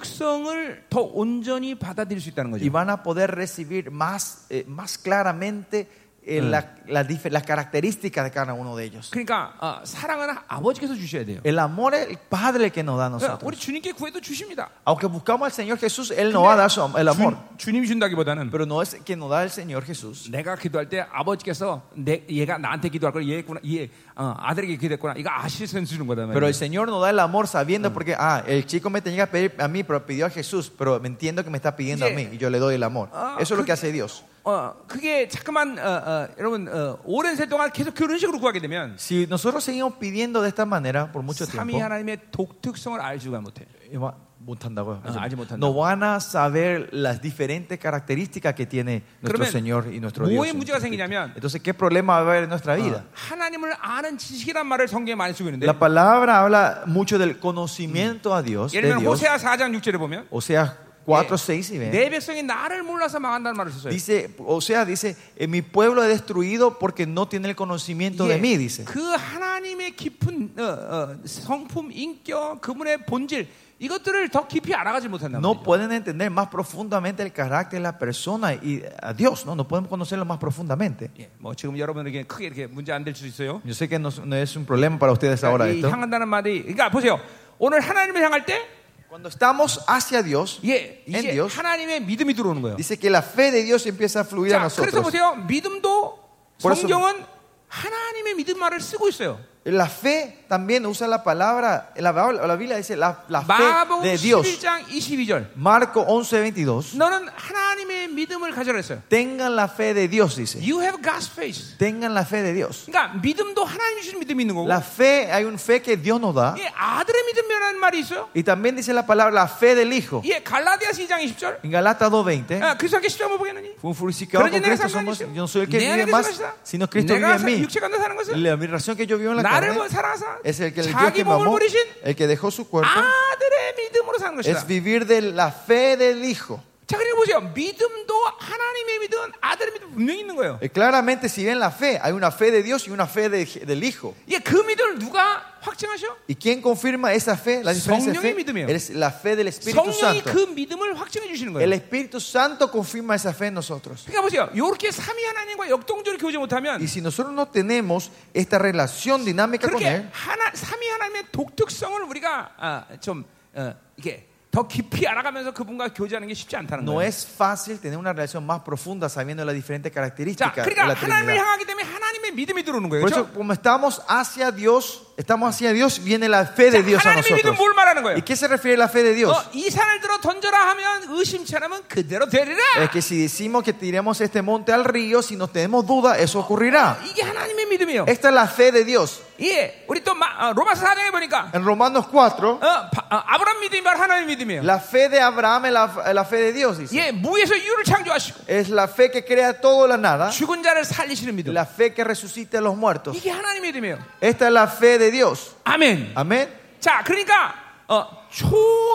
[SPEAKER 2] 독특성을 더 온전히 받아들일 수 있다는
[SPEAKER 1] Y
[SPEAKER 2] 거죠.
[SPEAKER 1] van a poder recibir más, eh, más claramente eh,
[SPEAKER 2] Mm.
[SPEAKER 1] la- la dif- las características de cada uno de ellos.
[SPEAKER 2] 그러니까 아, 사랑은 아버지께서 주셔야 돼요.
[SPEAKER 1] El amor es el Padre que nos da a
[SPEAKER 2] 그러니까 우리
[SPEAKER 1] nosotros.
[SPEAKER 2] 주님께 구해도 주십니다.
[SPEAKER 1] Aunque buscamos al Señor Jesús, Él nos va a dar su am- el amor.
[SPEAKER 2] 주, 님이 준다기보다는
[SPEAKER 1] Pero no es que nos da el Señor Jesús.
[SPEAKER 2] 내가 기도할 때 아버지께서 내, 얘가 나한테 기도할 걸 얘했구나, 얘 어, 아들에게 기도했구나. 이거 아시선 주는 거다
[SPEAKER 1] Pero
[SPEAKER 2] 말이야.
[SPEAKER 1] el Señor nos da el amor sabiendo
[SPEAKER 2] Mm.
[SPEAKER 1] porque, ah, el chico me tenía que pedir a mí, pero pidió a Jesús, pero me entiendo que me está pidiendo a
[SPEAKER 2] Sí.
[SPEAKER 1] mí y yo le doy el amor.
[SPEAKER 2] Ah,
[SPEAKER 1] Eso es lo que
[SPEAKER 2] que-
[SPEAKER 1] hace Dios.
[SPEAKER 2] 어, 그게 자꾸만 어, 어, 여러분 어, 오랜 세 동안 계속 그런 식으로 구하게 되면
[SPEAKER 1] Si nosotros seguimos pidiendo de esta manera por mucho
[SPEAKER 2] 삼위
[SPEAKER 1] tiempo,
[SPEAKER 2] 하나님의 독특성을 알지가 못해.
[SPEAKER 1] eh, va- 못한다고요.
[SPEAKER 2] Ah, 아직 못한다고.
[SPEAKER 1] no van a saber las diferentes características que tiene nuestro
[SPEAKER 2] 그러면
[SPEAKER 1] Señor y nuestro Dios.
[SPEAKER 2] 뭐에 문제가 생기냐면 Ah,
[SPEAKER 1] Entonces, ¿qué problema va a haber en nuestra
[SPEAKER 2] 예.
[SPEAKER 1] vida?
[SPEAKER 2] 하나님을 아는 지식이란 말을 성경에 많이 쓰고 있는데
[SPEAKER 1] La palabra habla mucho del conocimiento a Dios,
[SPEAKER 2] 예를
[SPEAKER 1] de
[SPEAKER 2] 들면
[SPEAKER 1] Dios.
[SPEAKER 2] 호세아 4장 6절에 보면
[SPEAKER 1] O sea,
[SPEAKER 2] Eh,
[SPEAKER 1] 4, 6 y 20.
[SPEAKER 2] 내 백성이 나를 몰라서 망한다는 말을 썼어요.
[SPEAKER 1] Dice, o sea, dice, "Eh, mi pueblo es destruido porque no tiene el conocimiento de mí, dice.
[SPEAKER 2] 그 하나님의 깊은 어, 어, 성품, 인격, 그분의 본질 이것들을 더 깊이 알아가지 못한다.
[SPEAKER 1] No pueden entender más profundamente el carácter de la persona y a Dios, ¿no? No podemos conocerlo más profundamente.
[SPEAKER 2] 예, 뭐 지금 여러분에게 크게 이렇게 문제 안 될 수 있어요.
[SPEAKER 1] Yo sé que no, no es un problema para ustedes ahora
[SPEAKER 2] 그러니까 이
[SPEAKER 1] esto.
[SPEAKER 2] 향한다는 말이 그러니까 보세요. 오늘 하나님을 향할 때
[SPEAKER 1] Cuando estamos hacia Dios,
[SPEAKER 2] 예,
[SPEAKER 1] en
[SPEAKER 2] 이제
[SPEAKER 1] Dios,
[SPEAKER 2] 하나님의 믿음이 들어오는 거예요.
[SPEAKER 1] dice que la fe de Dios empieza a fluir a
[SPEAKER 2] 자, 그래서
[SPEAKER 1] nosotros.
[SPEAKER 2] 보세요. 믿음도
[SPEAKER 1] 벌써-
[SPEAKER 2] 성경은 하나님의 믿음 말을 쓰고 있어요.
[SPEAKER 1] La fe también usa la palabra, la, la Biblia dice la, la
[SPEAKER 2] 마복
[SPEAKER 1] fe de Dios.
[SPEAKER 2] 11장 22절.
[SPEAKER 1] Marco 11, 22.
[SPEAKER 2] 너는 하나님의 믿음을 가져라 했어요.
[SPEAKER 1] Tengan la fe de Dios, dice.
[SPEAKER 2] You have God's faith.
[SPEAKER 1] Tengan la fe de Dios.
[SPEAKER 2] 그러니까 믿음도 하나님이 주신 믿음이 있는 거고.
[SPEAKER 1] La fe, hay un fe que Dios nos da.
[SPEAKER 2] 예, 아들의 믿음이라는 말이 있어요.
[SPEAKER 1] Y también dice la palabra la fe del Hijo.
[SPEAKER 2] 예, 갈라디아서 2장 20절.
[SPEAKER 1] En Galatas 2.20.
[SPEAKER 2] 아, 그리스도께 십자가 못 보겠느니?
[SPEAKER 1] Fue crucificado
[SPEAKER 2] 그러니
[SPEAKER 1] con
[SPEAKER 2] 내가
[SPEAKER 1] Cristo.
[SPEAKER 2] 산
[SPEAKER 1] Somos,
[SPEAKER 2] 것이요.
[SPEAKER 1] yo no soy el que
[SPEAKER 2] 내
[SPEAKER 1] vive
[SPEAKER 2] 안에서 어,
[SPEAKER 1] más,
[SPEAKER 2] 것이다.
[SPEAKER 1] sino Cristo vive
[SPEAKER 2] 내가
[SPEAKER 1] en
[SPEAKER 2] 사-
[SPEAKER 1] mí.
[SPEAKER 2] 육체 가운데 사는 것은
[SPEAKER 1] La relación que yo vivo en la
[SPEAKER 2] 나를
[SPEAKER 1] carne
[SPEAKER 2] 뭐 사랑하사
[SPEAKER 1] es el que el Dios
[SPEAKER 2] 자기
[SPEAKER 1] que me
[SPEAKER 2] 몸을
[SPEAKER 1] amó,
[SPEAKER 2] 버리신
[SPEAKER 1] el que dejó su cuerpo,
[SPEAKER 2] 아들의 믿음으로 사는 것이다.
[SPEAKER 1] es vivir de la fe del Hijo.
[SPEAKER 2] 자, 그리고 보세요. 믿음도 하나님의 믿음, 아들의 믿음 분명히 있는 거예요.
[SPEAKER 1] Eh, claramente, si ven la fe, hay una fe de Dios y una fe de- del Hijo.
[SPEAKER 2] 예, 그 믿음을 누가 확증하셔?
[SPEAKER 1] ¿Y quién confirma esa fe? La diferencia de
[SPEAKER 2] 성령의 믿음이에요.
[SPEAKER 1] fe es la fe del Espíritu
[SPEAKER 2] 성령이
[SPEAKER 1] Santo.
[SPEAKER 2] 그 믿음을 확증해 주시는
[SPEAKER 1] El
[SPEAKER 2] 거예요.
[SPEAKER 1] Espíritu Santo confirma esa fe en nosotros.
[SPEAKER 2] 그러니까 보세요. 이렇게 삼위 하나님과 역동적으로 교제 못하면
[SPEAKER 1] Y si nosotros no tenemos esta relación dinámica con
[SPEAKER 2] 그렇게
[SPEAKER 1] Él,
[SPEAKER 2] 하나 삼위 하나님의 독특성을 우리가 아, 좀 어, 이게 더 깊이 알아가면서 그분과 교제하는 게 쉽지 않다는
[SPEAKER 1] no
[SPEAKER 2] 거예요.
[SPEAKER 1] es fácil tener una relación más profunda sabiendo las diferentes
[SPEAKER 2] 자,
[SPEAKER 1] características de
[SPEAKER 2] 그러니까
[SPEAKER 1] la
[SPEAKER 2] 하나님을
[SPEAKER 1] Trinidad.
[SPEAKER 2] 향하기 때문에 하나님의 믿음이 들어오는 거예요.
[SPEAKER 1] Por
[SPEAKER 2] 그렇죠?
[SPEAKER 1] eso, como estamos hacia Dios, estamos hacia Dios, viene la fe
[SPEAKER 2] 자,
[SPEAKER 1] de Dios a
[SPEAKER 2] 하나님의 믿음
[SPEAKER 1] nosotros.
[SPEAKER 2] 뭘 말하는 거예요?
[SPEAKER 1] ¿Y qué se refiere la fe de Dios?
[SPEAKER 2] 어, 이 산을 들어 던져라 하면 의심치 않으면 그대로 되리라.
[SPEAKER 1] Es que si decimos que tiremos este monte al río, si nos tenemos duda, eso ocurrirá.
[SPEAKER 2] 이게 하나님의 믿음이에요.
[SPEAKER 1] Esta es la fe de Dios.
[SPEAKER 2] 예, 우리 또 마- 어, 로마서 4장에 보니까
[SPEAKER 1] En Romanos 4,
[SPEAKER 2] 어, 바- 어, 아브라함 믿음이 바로 하나님의 믿음이에요.
[SPEAKER 1] la fe de Abraham es la, la fe de Dios. dice.
[SPEAKER 2] 예, 무에서 유를 창조하시고
[SPEAKER 1] Es la fe que crea todo la nada,
[SPEAKER 2] 죽은 자를 살리시는 믿음.
[SPEAKER 1] la fe que resucita a los muertos.
[SPEAKER 2] 이게 하나님의 믿음이에요.
[SPEAKER 1] Esta es la fe de Dios.
[SPEAKER 2] 아멘.
[SPEAKER 1] Amén.
[SPEAKER 2] 자, 그러니까 어,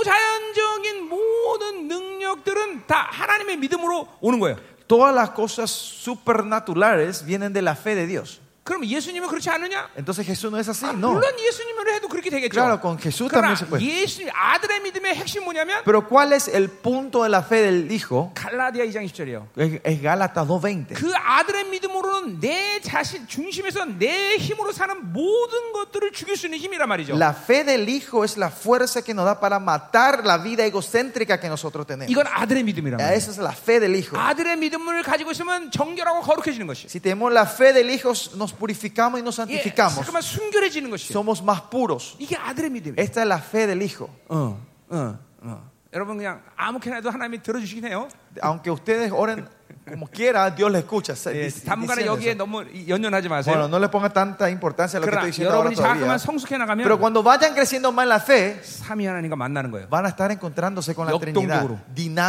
[SPEAKER 2] 초자연적인 모든 능력들은 다 하나님의 믿음으로 오는 거예요.
[SPEAKER 1] Todas las cosas supernaturales vienen de la fe de Dios.
[SPEAKER 2] 그럼 예수님은 그렇지 않느냐?
[SPEAKER 1] Entonces Jesús no es así, no.
[SPEAKER 2] 물론 예수님으로 해도 그렇게 되겠죠.
[SPEAKER 1] Claro, con Jesús
[SPEAKER 2] 그러나
[SPEAKER 1] también se puede.
[SPEAKER 2] 예수님 아들의 믿음의 핵심 뭐냐면
[SPEAKER 1] Pero ¿cuál es el punto de la fe del Hijo?
[SPEAKER 2] 갈라디아 2장 10절이에요.
[SPEAKER 1] Es, es Gálatas 2.20.
[SPEAKER 2] 그 아들의 믿음으로는 내 자신 중심에서 내 힘으로 사는 모든 것들을 죽일 수 있는 힘이란 말이죠.
[SPEAKER 1] La fe del Hijo es la fuerza que nos da para matar la vida egocéntrica que nosotros tenemos.
[SPEAKER 2] 이건 아들의 믿음이란 말이에요.
[SPEAKER 1] Esa es la fe del Hijo.
[SPEAKER 2] 아들의 믿음을 가지고 있으면 정결하고 거룩해지는 것이.
[SPEAKER 1] Si tenemos la fe del Hijo, nos purificamos y nos
[SPEAKER 2] 예,
[SPEAKER 1] santificamos.
[SPEAKER 2] 잠깐만 순결해지는 것이.
[SPEAKER 1] Somos más puros.
[SPEAKER 2] 이게 아들의 믿음이에요.
[SPEAKER 1] Esta es la fe del Hijo.
[SPEAKER 2] 어, 어, 어. 여러분 그냥 아무렇게나 해도 하나님이 들어주시긴 해요.
[SPEAKER 1] Aunque ustedes oren como quiera, Dios le escucha. Se-
[SPEAKER 2] 예,
[SPEAKER 1] dic-
[SPEAKER 2] 당분간은
[SPEAKER 1] diciendo
[SPEAKER 2] 여기에
[SPEAKER 1] eso.
[SPEAKER 2] 너무 이- 연연하지
[SPEAKER 1] Bueno,
[SPEAKER 2] 마세요.
[SPEAKER 1] no le pongan tanta importancia a lo que
[SPEAKER 2] 그러나
[SPEAKER 1] estoy diciendo ahora
[SPEAKER 2] 여러분이
[SPEAKER 1] todavía.
[SPEAKER 2] 자꾸만 성숙해
[SPEAKER 1] Pero
[SPEAKER 2] 나가면
[SPEAKER 1] cuando vayan creciendo más en la fe,
[SPEAKER 2] 삼위 하나님과 만나는 거예요.
[SPEAKER 1] van a estar encontrándose con la Trinidad
[SPEAKER 2] 역동적으로.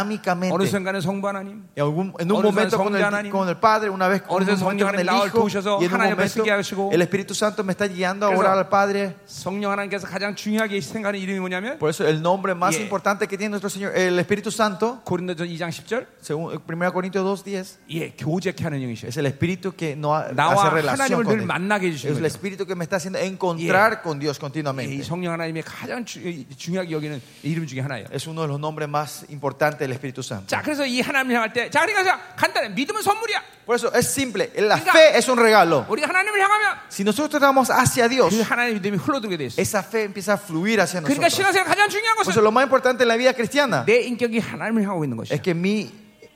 [SPEAKER 2] 어느
[SPEAKER 1] dinámicamente.
[SPEAKER 2] 순간은 성부 하나님,
[SPEAKER 1] En, algún- en un
[SPEAKER 2] 어느
[SPEAKER 1] momento
[SPEAKER 2] 순간
[SPEAKER 1] con
[SPEAKER 2] 성자 하나님,
[SPEAKER 1] el, con el Padre, una vez con,
[SPEAKER 2] 어느
[SPEAKER 1] un
[SPEAKER 2] 순간
[SPEAKER 1] momento
[SPEAKER 2] 성령
[SPEAKER 1] con el
[SPEAKER 2] 하나님 나를
[SPEAKER 1] Hijo,
[SPEAKER 2] 도우셔서
[SPEAKER 1] y en un
[SPEAKER 2] 하나님 앞에
[SPEAKER 1] momento
[SPEAKER 2] 서게 하시고.
[SPEAKER 1] el Espíritu Santo me está guiando a
[SPEAKER 2] 그래서-
[SPEAKER 1] orar al Padre.
[SPEAKER 2] 성령 하나님께서 가장 중요하게 생각하는 이름이 뭐냐면
[SPEAKER 1] Por eso el nombre más
[SPEAKER 2] Yeah.
[SPEAKER 1] importante que tiene nuestro Señor, el Espíritu Santo,
[SPEAKER 2] 고린도전 2장 10절.
[SPEAKER 1] según 1 Corintios 2.10,
[SPEAKER 2] 예, 교제케 하는 영이셔요.
[SPEAKER 1] es el Espíritu que no ha- hace
[SPEAKER 2] 나와
[SPEAKER 1] relación
[SPEAKER 2] 하나님을
[SPEAKER 1] con
[SPEAKER 2] 늘
[SPEAKER 1] él.
[SPEAKER 2] 만나게 해
[SPEAKER 1] Es
[SPEAKER 2] 주시는
[SPEAKER 1] el
[SPEAKER 2] 거죠. 예,
[SPEAKER 1] Espíritu que me está haciendo encontrar con Dios continuamente.
[SPEAKER 2] 이 성령 하나님의 가장 주- 이- 중요하게 여기는 이름 중에 하나예요.
[SPEAKER 1] Es uno de los nombres más importantes del Espíritu Santo.
[SPEAKER 2] 자, 그래서 이 하나님을 향할 때, 자, 그러니까 자, 간단해. 믿음은 선물이야.
[SPEAKER 1] Por eso es simple, la
[SPEAKER 2] 그러니까-
[SPEAKER 1] fe es un regalo.
[SPEAKER 2] 우리가 하나님을 향하면
[SPEAKER 1] Si nosotros damos hacia Dios,
[SPEAKER 2] 그 하나님의 믿음이 흘러들게 돼 있어.
[SPEAKER 1] esa fe empieza a fluir hacia
[SPEAKER 2] 그러니까
[SPEAKER 1] nosotros.
[SPEAKER 2] 신앙생활 가장 중요한
[SPEAKER 1] Por eso
[SPEAKER 2] 것은
[SPEAKER 1] lo más importante en la vida cristiana
[SPEAKER 2] 내 인격이 하나님을 향하고 있는
[SPEAKER 1] es
[SPEAKER 2] 것이야.
[SPEAKER 1] que mi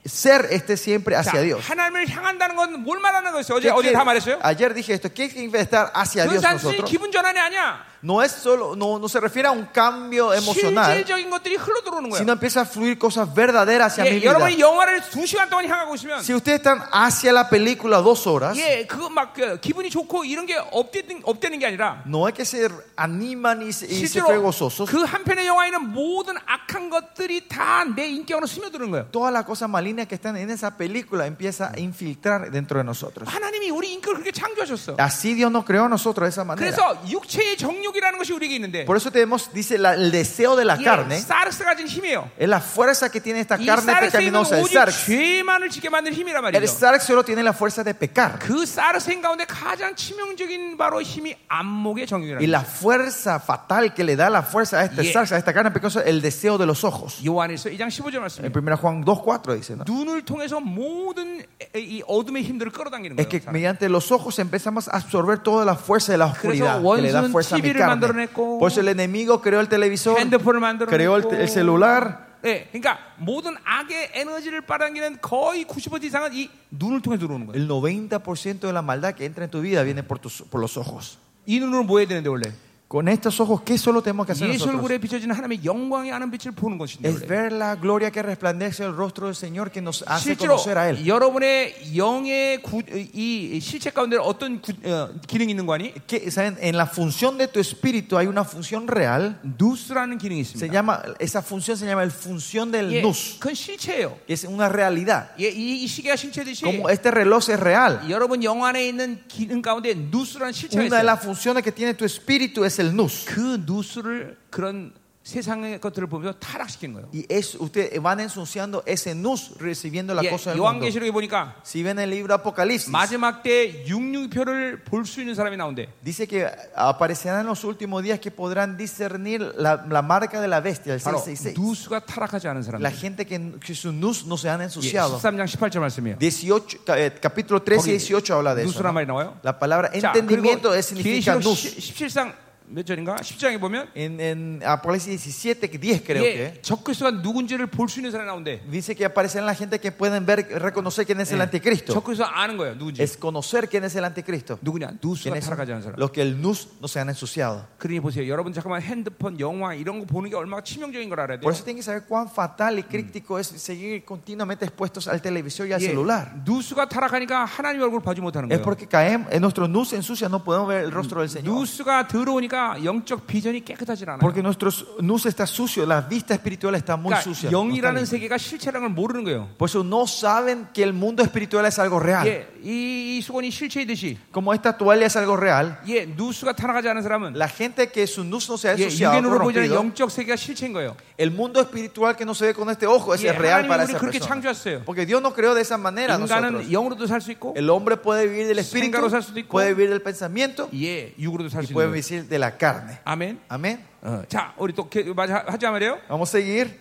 [SPEAKER 1] ser esté siempre
[SPEAKER 2] 자,
[SPEAKER 1] hacia Dios.
[SPEAKER 2] 하나님을 향한다는 건 뭘 말하는 거였어요?
[SPEAKER 1] ¿Qué
[SPEAKER 2] 어제 어제
[SPEAKER 1] quiere-
[SPEAKER 2] 다 말했어요.
[SPEAKER 1] ayer dije esto, ¿qué significa estar hacia Dios
[SPEAKER 2] 은산수의
[SPEAKER 1] nosotros?
[SPEAKER 2] 기분 전환이 아니야.
[SPEAKER 1] No es solo, no, no se refiere a un cambio emocional,
[SPEAKER 2] 실질적인 것들이 흘러 들어오는 거야.
[SPEAKER 1] sino empieza a fluir cosas verdaderas hacia mi
[SPEAKER 2] 예,
[SPEAKER 1] vida.
[SPEAKER 2] 여러분이 영화를 두 시간 동안 향하고 있으면
[SPEAKER 1] Si ustedes están hacia la película dos horas,
[SPEAKER 2] 예, 그거 막 어, 기분이 좋고 이런 게 업되는, 업되는 게 아니라
[SPEAKER 1] no es que se animan y se, y se fue
[SPEAKER 2] 실제로
[SPEAKER 1] gozosos.
[SPEAKER 2] 그 한편의 영화에는 모든 악한 것들이 다 내 인격으로 스며드는 거예요.
[SPEAKER 1] Todas las cosas malignas que están en esa película empieza a infiltrar dentro de nosotros.
[SPEAKER 2] 하나님이 우리 인격을 그렇게 창조하셨어.
[SPEAKER 1] Así Dios nos creó a nosotros de esa manera.
[SPEAKER 2] 그래서 육체의 정욕이라는 것이 우리에게 있는데
[SPEAKER 1] Por eso tenemos, dice, la- el deseo de la
[SPEAKER 2] 예,
[SPEAKER 1] carne
[SPEAKER 2] 사르스가 가진 힘이에요.
[SPEAKER 1] es la fuerza que tiene esta
[SPEAKER 2] 이
[SPEAKER 1] carne
[SPEAKER 2] 사르스는
[SPEAKER 1] pecaminosa. El
[SPEAKER 2] 오직
[SPEAKER 1] sarx.
[SPEAKER 2] 죄만을 지게 만드는 힘이란
[SPEAKER 1] El
[SPEAKER 2] 말이죠.
[SPEAKER 1] sarx solo tiene la fuerza de pecar.
[SPEAKER 2] 그 사르생 가운데 가장 치명적인 바로 힘이 안목의
[SPEAKER 1] Y
[SPEAKER 2] 정욕이라는
[SPEAKER 1] la fuerza fatal que le da la fuerza a este
[SPEAKER 2] Yeah.
[SPEAKER 1] sarx, a esta carne pecaminosa, el deseo de los ojos.
[SPEAKER 2] 거예요. 요한에서 2장 15절 말씀입니다.
[SPEAKER 1] En 1 Juan 2.4 dice, ¿no?
[SPEAKER 2] 눈을 통해서 모든 이 어둠의 힘들을 끌어당기는
[SPEAKER 1] Es
[SPEAKER 2] 거예요.
[SPEAKER 1] que
[SPEAKER 2] 사람.
[SPEAKER 1] mediante los ojos empezamos a absorber toda la fuerza de la oscuridad
[SPEAKER 2] 그래서
[SPEAKER 1] que le da
[SPEAKER 2] 원수는
[SPEAKER 1] fuerza a mi
[SPEAKER 2] TV를
[SPEAKER 1] carne.
[SPEAKER 2] 만들어냈고,
[SPEAKER 1] Por eso el enemigo creó el televisor,
[SPEAKER 2] 핸드폰을 만들어냈고,
[SPEAKER 1] creó el, el celular.
[SPEAKER 2] 예, 그러니까 모든 악의 에너지를 빨아당기는 거의 90% 이상은 이 눈을 통해 들어오는 거예요.
[SPEAKER 1] El 90% de la maldad que entra en tu vida viene por, tus, por los ojos.
[SPEAKER 2] 이 눈으로 뭐 해야 되는데 원래
[SPEAKER 1] Con estos ojos, ¿qué solo tenemos que hacer
[SPEAKER 2] 예수
[SPEAKER 1] nosotros?
[SPEAKER 2] 얼굴에 비춰지는 하나님의 영광의 아는 빛을 보는 것인데
[SPEAKER 1] Es
[SPEAKER 2] 원래.
[SPEAKER 1] ver la gloria que resplandece el rostro del Señor que nos hace
[SPEAKER 2] 실제로
[SPEAKER 1] conocer a Él.
[SPEAKER 2] 여러분의 영의 구, 이 실체 가운데 어떤 구, 어, 기능이 있는 거 아니?
[SPEAKER 1] Que, ¿saben? En la función de tu espíritu hay una función real.
[SPEAKER 2] 누스라는 기능이
[SPEAKER 1] Se
[SPEAKER 2] 있습니다.
[SPEAKER 1] llama, esa función se llama el función del
[SPEAKER 2] 예,
[SPEAKER 1] nus.
[SPEAKER 2] 그건 실체예요.
[SPEAKER 1] que Es una realidad.
[SPEAKER 2] 예, 이, 이 시계가 실체듯이
[SPEAKER 1] Como este reloj es real.
[SPEAKER 2] 여러분 영 안에 있는 기능 가운데 누스라는 실체가
[SPEAKER 1] Una de
[SPEAKER 2] 있어요.
[SPEAKER 1] las funciones que tiene tu espíritu es el nus.
[SPEAKER 2] 그 누수를 그런 세상의 것들을 보면서 타락시키는 거예요.
[SPEAKER 1] Y es, ustedes van ensuciando ese nus recibiendo la
[SPEAKER 2] 예,
[SPEAKER 1] cosa del mundo.
[SPEAKER 2] 요한계시록에 보니까
[SPEAKER 1] Si ven el libro Apocalipsis,
[SPEAKER 2] 마지막 때 육류표를 볼 수 있는 사람이 나온대.
[SPEAKER 1] dice que aparecerán en los últimos días que podrán discernir la, la marca de la bestia, el
[SPEAKER 2] 바로
[SPEAKER 1] 666.
[SPEAKER 2] 누수가 타락하지 않은
[SPEAKER 1] La
[SPEAKER 2] 사람들.
[SPEAKER 1] gente que, que sus nus no se han
[SPEAKER 2] 예,
[SPEAKER 1] ensuciado.
[SPEAKER 2] 13장 18절 말씀이에요.
[SPEAKER 1] 18, ca- eh,
[SPEAKER 2] 네,
[SPEAKER 1] capítulo 13 y 18 habla de eso.
[SPEAKER 2] 누수란
[SPEAKER 1] ¿no?
[SPEAKER 2] 말이 나와요.
[SPEAKER 1] La palabra
[SPEAKER 2] 자, 그리고
[SPEAKER 1] entendimiento es- significa
[SPEAKER 2] 계시록
[SPEAKER 1] nus.
[SPEAKER 2] 17장 몇 절인가? 10장에 보면
[SPEAKER 1] En, en Apocalipsis 17, 10 creo
[SPEAKER 2] 이게
[SPEAKER 1] que.
[SPEAKER 2] 적그리스도가 누군지를 볼 수 있는 사람이 나온대.
[SPEAKER 1] Dice que aparecen la gente que pueden ver, reconocer quién es el anticristo.
[SPEAKER 2] 적그리스도 아는 거예요. 누군지.
[SPEAKER 1] Es conocer quién es el anticristo.
[SPEAKER 2] 누구냐? 누수가
[SPEAKER 1] ¿Quiénes son?
[SPEAKER 2] 타락하지 않은 사람.
[SPEAKER 1] Los que el nus no se han ensuciado.
[SPEAKER 2] 그러니 보세요. 여러분 잠깐만 핸드폰, 영화 이런 거 보는 게 얼마나 치명적인 걸 알아야 돼요.
[SPEAKER 1] Por eso tienen que saber cuán fatal y crítico es seguir continuamente expuestos al televisor y al
[SPEAKER 2] 예,
[SPEAKER 1] celular.
[SPEAKER 2] 누수가 타락하니까 하나님 얼굴 보지 못하는
[SPEAKER 1] Es
[SPEAKER 2] 거예요.
[SPEAKER 1] porque caemos, en nuestro nus se ensucia, no podemos ver el rostro del Señor.
[SPEAKER 2] 누수가 더러우니까 영적 비전이 깨끗하지 않아요.
[SPEAKER 1] Porque nuestro nus está sucio, la vista espiritual está muy
[SPEAKER 2] 그러니까
[SPEAKER 1] sucia. no está
[SPEAKER 2] 영이라는
[SPEAKER 1] limpia.
[SPEAKER 2] 세계가 실체라는 걸 모르는 거예요.
[SPEAKER 1] Por eso no saben que el mundo espiritual es algo real.
[SPEAKER 2] 예, 이, 이 수건이 실체이듯이
[SPEAKER 1] Como esta toalla es algo real,
[SPEAKER 2] 예, 누수가 타락하지 않은 사람은
[SPEAKER 1] la gente que su nus no se ha
[SPEAKER 2] 예,
[SPEAKER 1] ensuciado,
[SPEAKER 2] 육안으로 보지 않는
[SPEAKER 1] corrompido,
[SPEAKER 2] 영적 세계가 실체인 거예요.
[SPEAKER 1] el mundo espiritual que no se ve con este ojo ese
[SPEAKER 2] 예,
[SPEAKER 1] es real
[SPEAKER 2] 하나님
[SPEAKER 1] para
[SPEAKER 2] 우리
[SPEAKER 1] esa
[SPEAKER 2] 그렇게
[SPEAKER 1] persona.
[SPEAKER 2] 창조했어요.
[SPEAKER 1] Porque Dios no creó de esa manera a nosotros.
[SPEAKER 2] 인간은 영으로도 살 수 있고
[SPEAKER 1] El hombre puede vivir del espíritu,
[SPEAKER 2] 생각으로 살 수도 있고,
[SPEAKER 1] puede vivir del pensamiento
[SPEAKER 2] 예, 육으로도 살 수
[SPEAKER 1] y
[SPEAKER 2] 있는
[SPEAKER 1] puede
[SPEAKER 2] 거예요.
[SPEAKER 1] vivir de la carne.
[SPEAKER 2] 아멘.
[SPEAKER 1] Amén.
[SPEAKER 2] 어, 자, 우리 또 게- 마지- 하자 말이에요.
[SPEAKER 1] Vamos a seguir.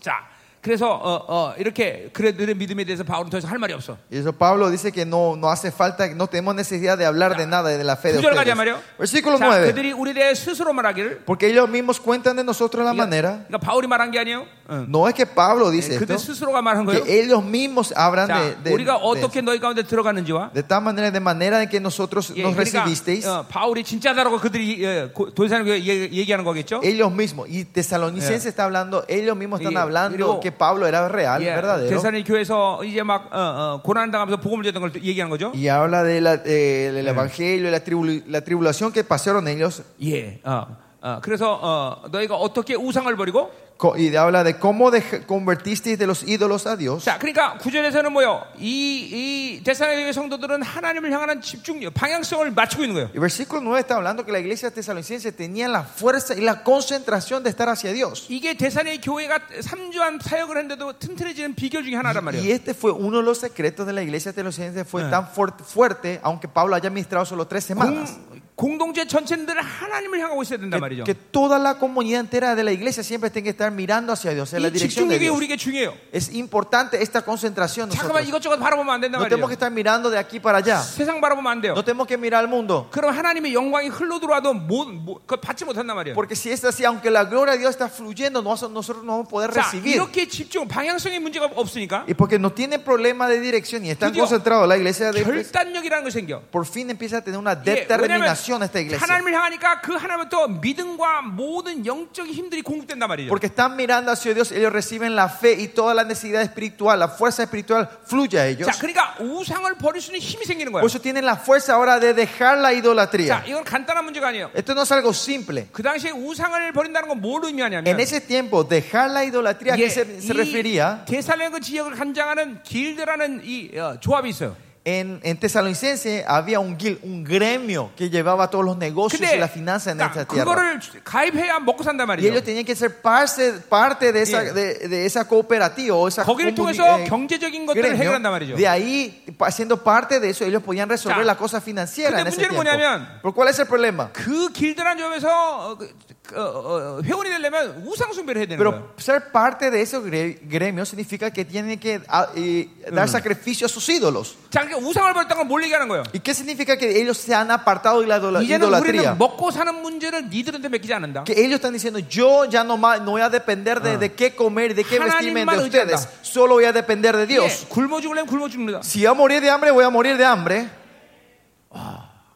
[SPEAKER 2] 자, 그래서 어, 어, 이렇게 그들의 믿음에 대해서 바울은 더 이상 할 말이 없어.
[SPEAKER 1] Y eso Pablo dice que no, no hace falta, no tenemos necesidad de hablar de nada de la fe de
[SPEAKER 2] 구절 가자
[SPEAKER 1] ustedes.
[SPEAKER 2] 말이요.
[SPEAKER 1] 네, Versículo
[SPEAKER 2] 자,
[SPEAKER 1] 9.
[SPEAKER 2] 그들이 우리에 대해 스스로 말하기를.
[SPEAKER 1] Porque ellos mismos cuentan de nosotros la manera.
[SPEAKER 2] 그러니까 바울이 말한 게 아니에요. 응.
[SPEAKER 1] No es que Pablo dice
[SPEAKER 2] 그들
[SPEAKER 1] esto,
[SPEAKER 2] 스스로가 말한 거예요.
[SPEAKER 1] que ellos mismos hablan
[SPEAKER 2] 자,
[SPEAKER 1] de, de-
[SPEAKER 2] 우리가
[SPEAKER 1] de-
[SPEAKER 2] 어떻게 너희 가운데 들어가는지와
[SPEAKER 1] de tal manera, de manera de que nosotros
[SPEAKER 2] 예,
[SPEAKER 1] nos
[SPEAKER 2] 그러니까,
[SPEAKER 1] recibisteis.
[SPEAKER 2] 어, 바울이 진짜다라고 그들이 예, 고- 도사님께 얘기- 얘기하는 거겠죠.
[SPEAKER 1] Ellos mismos, y Tesalonicenses está hablando, ellos mismos están
[SPEAKER 2] Yeah. Luego-
[SPEAKER 1] hablando que Pablo era real, verdadero.
[SPEAKER 2] 예, 대산의 교회에서 이제 막 어, 어, 고난 당하면서 복음을 전하는 걸 얘기하는 거죠.
[SPEAKER 1] Y habla de la- eh, del evangelio y la, tribu- la tribulación que pasaron ellos.
[SPEAKER 2] 예. 어, 어, 그래서 어, 너희가 어떻게 우상을 버리고
[SPEAKER 1] Co- Y habla de cómo dej- convertisteis de los ídolos a Dios.
[SPEAKER 2] 자, 그러니까 구절에서는 뭐요? 이, 이 대사의 성도들은 하나님을 향하는 집중력, 방향성을 맞추고 있는 거예요.
[SPEAKER 1] Y versículo 9 está hablando que la iglesia tesalonicense tenía la fuerza y la concentración de estar hacia Dios.
[SPEAKER 2] 이게 대산의 교회가 3주한 사역을 했는데도 튼튼해지는 비결 중에 하나란
[SPEAKER 1] Y
[SPEAKER 2] 말이에요.
[SPEAKER 1] este fue uno de los secretos de la iglesia tesalonicense, fue tan fuert- fuerte, aunque Pablo haya ministrado solo tres
[SPEAKER 2] 예,
[SPEAKER 1] semanas.
[SPEAKER 2] 공, 공동체 전체는 하나님을 향하고 있어야 된단
[SPEAKER 1] Que,
[SPEAKER 2] 말이죠.
[SPEAKER 1] que toda la comunidad entera de la iglesia siempre tiene que estar mirando hacia Dios, en la
[SPEAKER 2] 이
[SPEAKER 1] dirección de
[SPEAKER 2] 집중력이
[SPEAKER 1] Dios.
[SPEAKER 2] 우리에게 중요해요.
[SPEAKER 1] Es importante esta concentración.
[SPEAKER 2] 잠깐만
[SPEAKER 1] nosotros.
[SPEAKER 2] 이것저것 바라보면 안 된단
[SPEAKER 1] No tenemos que
[SPEAKER 2] 말이에요.
[SPEAKER 1] estar mirando de aquí para allá.
[SPEAKER 2] 세상 바라보면 안 돼요.
[SPEAKER 1] No tenemos que mirar al mundo.
[SPEAKER 2] 그럼 하나님의 영광이 흘러 들어와도 못, 못, 그걸 받지 못한단 말이에요.
[SPEAKER 1] Porque si es así, aunque la gloria de Dios está fluyendo, no- nosotros no vamos a poder
[SPEAKER 2] 자,
[SPEAKER 1] recibir.
[SPEAKER 2] 이렇게 집중, 방향성의 문제가 없으니까
[SPEAKER 1] Y porque no tiene problema de dirección y está
[SPEAKER 2] Dios.
[SPEAKER 1] concentrado la
[SPEAKER 2] 예,
[SPEAKER 1] iglesia de
[SPEAKER 2] 결단력이라는 게 생겨.
[SPEAKER 1] por fin empieza a tener una
[SPEAKER 2] 예, 왜냐면
[SPEAKER 1] determinación esta iglesia.
[SPEAKER 2] 하나님을 향하니까 그 하나님부터 믿음과 모든 영적인 힘들이 공급된단 말이죠.
[SPEAKER 1] Porque están mirando hacia Dios, ellos reciben la fe y toda la necesidad espiritual, la fuerza espiritual fluye a ellos.
[SPEAKER 2] 자, 그러니까 우상을 버릴 수 있는 힘이 생기는 거야.
[SPEAKER 1] Por eso tienen la fuerza ahora de dejar la
[SPEAKER 2] 자,
[SPEAKER 1] idolatría.
[SPEAKER 2] 이건 간단한 문제가 아니에요.
[SPEAKER 1] Esto no es algo simple.
[SPEAKER 2] 그 당시에 우상을 버린다는 건 뭘 의미하냐면
[SPEAKER 1] En ese tiempo, dejar la idolatría, ¿a
[SPEAKER 2] 예,
[SPEAKER 1] qué se, se
[SPEAKER 2] 이
[SPEAKER 1] refería?
[SPEAKER 2] 데살로니가 지역을 간장하는 길드라는 이 어, 조합이 있어요.
[SPEAKER 1] En, en Tesalonicense había un guild, un gremio que llevaba todos los negocios y
[SPEAKER 2] 근데
[SPEAKER 1] la finanza en
[SPEAKER 2] 그러니까
[SPEAKER 1] esta tierra.
[SPEAKER 2] 그거를 가입해야 먹고 산단
[SPEAKER 1] Y
[SPEAKER 2] 말이에요.
[SPEAKER 1] ellos tenían que ser parte, parte de, esa,
[SPEAKER 2] Yeah.
[SPEAKER 1] de, de esa cooperativa o esa
[SPEAKER 2] 거기를
[SPEAKER 1] comuni-
[SPEAKER 2] 통해서
[SPEAKER 1] eh,
[SPEAKER 2] 경제적인 것들을 해결한단
[SPEAKER 1] gremio.
[SPEAKER 2] 말이죠.
[SPEAKER 1] De ahí, pa- siendo parte de eso, ellos podían resolver
[SPEAKER 2] 자,
[SPEAKER 1] la cosa financiera
[SPEAKER 2] 근데
[SPEAKER 1] en ese
[SPEAKER 2] 문제는
[SPEAKER 1] tiempo.
[SPEAKER 2] 뭐냐면,
[SPEAKER 1] ¿Pero cuál es el problema?
[SPEAKER 2] 그 길드라는 조합에서 어, 그, 어, 어, 회원이 되려면 우상 숭배를 해야 되는 거예요.
[SPEAKER 1] Pero ser parte de esos gre- gremios significa que tienen que ah, eh, dar sacrificio a sus ídolos.
[SPEAKER 2] 자, 그러니까 우상을 버렸다는 건 뭘 얘기하는 거예요?
[SPEAKER 1] ¿Y qué significa que ellos se han apartado de la idola-
[SPEAKER 2] 이제는
[SPEAKER 1] idolatría?
[SPEAKER 2] 우리는 먹고 사는 문제를 니들한테 맡기지 않는다.
[SPEAKER 1] Que ellos están diciendo, yo ya no, ma- no voy a depender de, de qué comer, de qué vestirme de
[SPEAKER 2] 하나님만
[SPEAKER 1] ustedes,
[SPEAKER 2] 의지한다.
[SPEAKER 1] solo voy a depender de Dios.
[SPEAKER 2] 예, 굶어 죽으려면 굶어 죽는다.
[SPEAKER 1] Si voy a morir de hambre, voy a morir de hambre.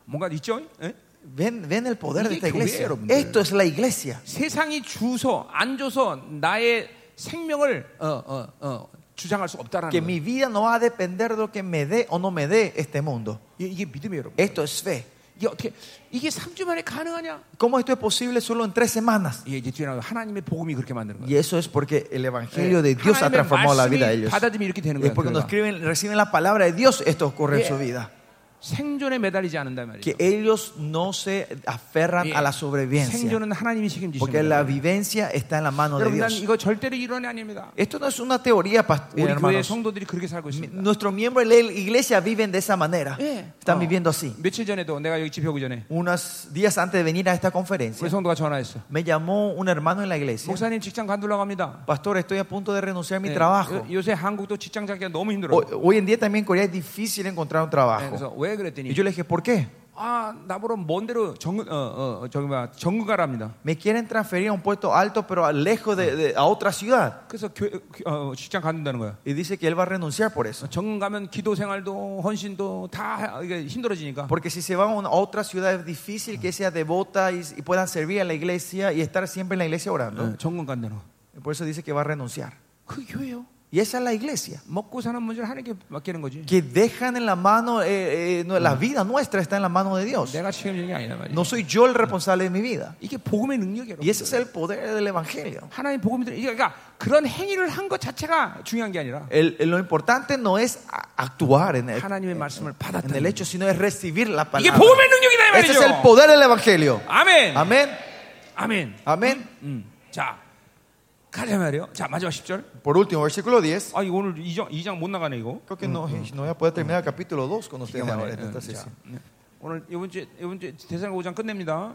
[SPEAKER 2] 뭔가 있죠? 예?
[SPEAKER 1] Ven, ven el poder de
[SPEAKER 2] 이게
[SPEAKER 1] esta iglesia.
[SPEAKER 2] 교회예요, 여러분들.
[SPEAKER 1] Esto es la iglesia.
[SPEAKER 2] 세상이 주소 안 줘서 나의 생명을 어, 어, 어, 주장할 수 없다라는
[SPEAKER 1] Que
[SPEAKER 2] 거예요.
[SPEAKER 1] mi vida no va a depender de lo que me dé o no me dé este mundo.
[SPEAKER 2] 이- 이게 믿음이에요, 여러분.
[SPEAKER 1] Esto es fe.
[SPEAKER 2] 이게 어떻게 이게 3주 만에 가능하냐?
[SPEAKER 1] ¿Cómo esto es posible solo en tres semanas?
[SPEAKER 2] 예, 이제 뒤에 나와 하나님의 복음이 그렇게 만드는 거예요.
[SPEAKER 1] Y eso es porque el
[SPEAKER 2] Eh,
[SPEAKER 1] evangelio de Dios ha
[SPEAKER 2] 하나님의
[SPEAKER 1] transformado la vida de
[SPEAKER 2] 말씀이
[SPEAKER 1] ellos.
[SPEAKER 2] 받아들이면 이렇게 되는
[SPEAKER 1] Es
[SPEAKER 2] 거예요. 그러니까
[SPEAKER 1] porque cuando
[SPEAKER 2] 교회가.
[SPEAKER 1] escriben, reciben la palabra de Dios, esto ocurre en
[SPEAKER 2] Yeah.
[SPEAKER 1] su vida.
[SPEAKER 2] 생존에 매달리지 않는단 말이죠.
[SPEAKER 1] Que ellos no se aferran
[SPEAKER 2] 예.
[SPEAKER 1] a la sobrevivencia.
[SPEAKER 2] 생존은 하나님이 책임지시는
[SPEAKER 1] Porque la
[SPEAKER 2] 거예요.
[SPEAKER 1] vivencia está en la mano de
[SPEAKER 2] 여러분, 난
[SPEAKER 1] Dios.
[SPEAKER 2] 이거 절대로 이론이 아닙니다.
[SPEAKER 1] Esto no es una teoría, past-
[SPEAKER 2] 우리 교회
[SPEAKER 1] hermanos.
[SPEAKER 2] 성도들이 그렇게 살고 있습니다.
[SPEAKER 1] Nuestros miembros de la iglesia viven de esa manera.
[SPEAKER 2] 예.
[SPEAKER 1] Están
[SPEAKER 2] 어,
[SPEAKER 1] viviendo así.
[SPEAKER 2] 며칠 전에도 내가 여기 집에 오기 전에
[SPEAKER 1] Unos días antes de venir a esta
[SPEAKER 2] 우리
[SPEAKER 1] conferencia,
[SPEAKER 2] 성도가 전화했어.
[SPEAKER 1] me llamó un hermano en la iglesia.
[SPEAKER 2] 목사님 직장 관둘러 갑니다.
[SPEAKER 1] Pastor, estoy a punto de renunciar a mi
[SPEAKER 2] 예,
[SPEAKER 1] trabajo.
[SPEAKER 2] 요- 요새 한국도 직장 잡기가 너무 힘들어. 아,
[SPEAKER 1] Hoy, hoy en día también en Corea es difícil encontrar un trabajo.
[SPEAKER 2] 그래서 왜 그랬더니
[SPEAKER 1] Y yo le dije, ¿por qué?
[SPEAKER 2] 아 나보러 먼 데로 정, 어, 어, 저기 뭐야 정근가랍니다.
[SPEAKER 1] Me quieren transferir a un puesto alto, pero lejos de, de- a otra ciudad.
[SPEAKER 2] 그래서 교, 교- 어, 직장 간다는 거야.
[SPEAKER 1] Y dice que él va a renunciar por eso.
[SPEAKER 2] 정근 가면 기도 생활도 헌신도 다 이게 힘들어지니까.
[SPEAKER 1] Porque si se van a una- a otra ciudad es difícil que sea devota y, y puedan servir a la iglesia y estar siempre en la iglesia orando.
[SPEAKER 2] 어, 정근 간다는 거.
[SPEAKER 1] Por eso dice que va a renunciar.
[SPEAKER 2] 그게 교회요.
[SPEAKER 1] Y esa es la iglesia.
[SPEAKER 2] 먹고 사는 문제를 하나님께 맡기는 거지.
[SPEAKER 1] Que dejan en la mano, eh, eh, no, la vida nuestra está en la mano de Dios.
[SPEAKER 2] 내가 책임지는 게 아니란 말이야.
[SPEAKER 1] No soy yo el responsable de mi vida.
[SPEAKER 2] 이게 복음의 능력이에요.
[SPEAKER 1] Y ese es el poder del Evangelio.
[SPEAKER 2] 하나님 복음이 들 그러니까 그런 행위를 한 것 자체가 중요한 게 아니라
[SPEAKER 1] El- el- lo importante no es a- actuar en el,
[SPEAKER 2] 하나님의 말씀을
[SPEAKER 1] en
[SPEAKER 2] 받았다.
[SPEAKER 1] el hecho, sino es recibir la
[SPEAKER 2] 이게
[SPEAKER 1] palabra.
[SPEAKER 2] 복음의 능력이다 이
[SPEAKER 1] Este es el
[SPEAKER 2] 말이죠.
[SPEAKER 1] poder del Evangelio.
[SPEAKER 2] 아멘.
[SPEAKER 1] Amén.
[SPEAKER 2] 아멘.
[SPEAKER 1] Amén.
[SPEAKER 2] 음. 자, 가자 말이요. 자, 마지막 10절.
[SPEAKER 1] Por último, versículo 10.
[SPEAKER 2] 아, 이거 오늘 2장, 2장 못 나가네, 이거.
[SPEAKER 1] Creo que no, no voy a poder terminar el capítulo 2 con ustedes ahora en esta
[SPEAKER 2] 자,
[SPEAKER 1] sesión.
[SPEAKER 2] 오늘 이번 주에 이번 주에 대상 5장 끝냅니다.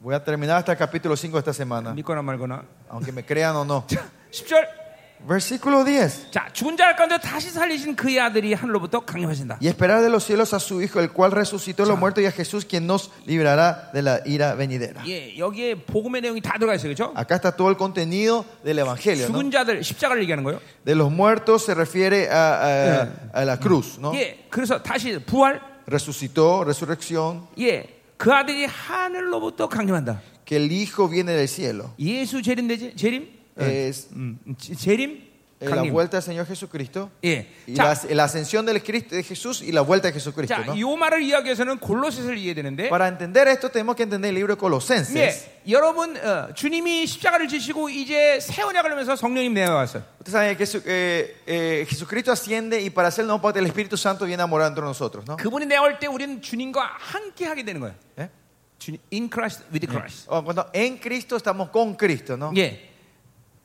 [SPEAKER 1] Voy a terminar hasta el capítulo 5 esta semana,
[SPEAKER 2] 믿거나 말거나.
[SPEAKER 1] aunque me crean o no.
[SPEAKER 2] 10절.
[SPEAKER 1] Versículo 10.
[SPEAKER 2] 자, 죽은 자 가운데 다시 살리신 그의 아들이 하늘로부터 강림하신다.
[SPEAKER 1] Y esperar de los cielos a su Hijo, el cual resucitó a los muertos, y a Jesús, quien nos librará de la ira venidera.
[SPEAKER 2] 예, 여기에 복음의 내용이 다 들어가 있어요. 그렇죠?
[SPEAKER 1] Acá está todo el contenido del Evangelio. ¿no?
[SPEAKER 2] 죽은 자들 십자가를 얘기하는 거예요.
[SPEAKER 1] De los muertos se refiere a, a- a la cruz, ¿no?
[SPEAKER 2] 예. 그래서 다시 부활.
[SPEAKER 1] Resucitó, resurrección,
[SPEAKER 2] 예. 그 아들이 하늘로부터 강림한다.
[SPEAKER 1] que el Hijo viene del cielo.
[SPEAKER 2] 예수 재림 되지? 재림?
[SPEAKER 1] Es
[SPEAKER 2] 음, 음, 지- 재림?
[SPEAKER 1] eh, la
[SPEAKER 2] 강림.
[SPEAKER 1] vuelta del Señor Jesucristo.
[SPEAKER 2] 예.
[SPEAKER 1] Y
[SPEAKER 2] 자,
[SPEAKER 1] la, la ascensión del Cristo, de Jesús y la vuelta de Jesucristo.
[SPEAKER 2] 자,
[SPEAKER 1] ¿no?
[SPEAKER 2] 이 말을 이해하기 위해서는 골로새서를 이해해야 되는데
[SPEAKER 1] Para entender esto tenemos que entender el libro de Colosenses.
[SPEAKER 2] 예, 여러분 어, 주님이 십자가를 지시고 이제 새 언약을 하면서 성령님 내려왔어요.
[SPEAKER 1] Ustedes saben que su- eh, eh, Jesucristo asciende y para hacer el nuevo pacto el Espíritu Santo viene a morar entre nosotros, ¿no?
[SPEAKER 2] 그분이 내려올 때 우리는 주님과 함께 하게 되는 거예요.
[SPEAKER 1] ¿Eh?
[SPEAKER 2] 주님 in Christ with Christ.
[SPEAKER 1] O Cuando en Cristo estamos con Cristo, ¿no?
[SPEAKER 2] 예.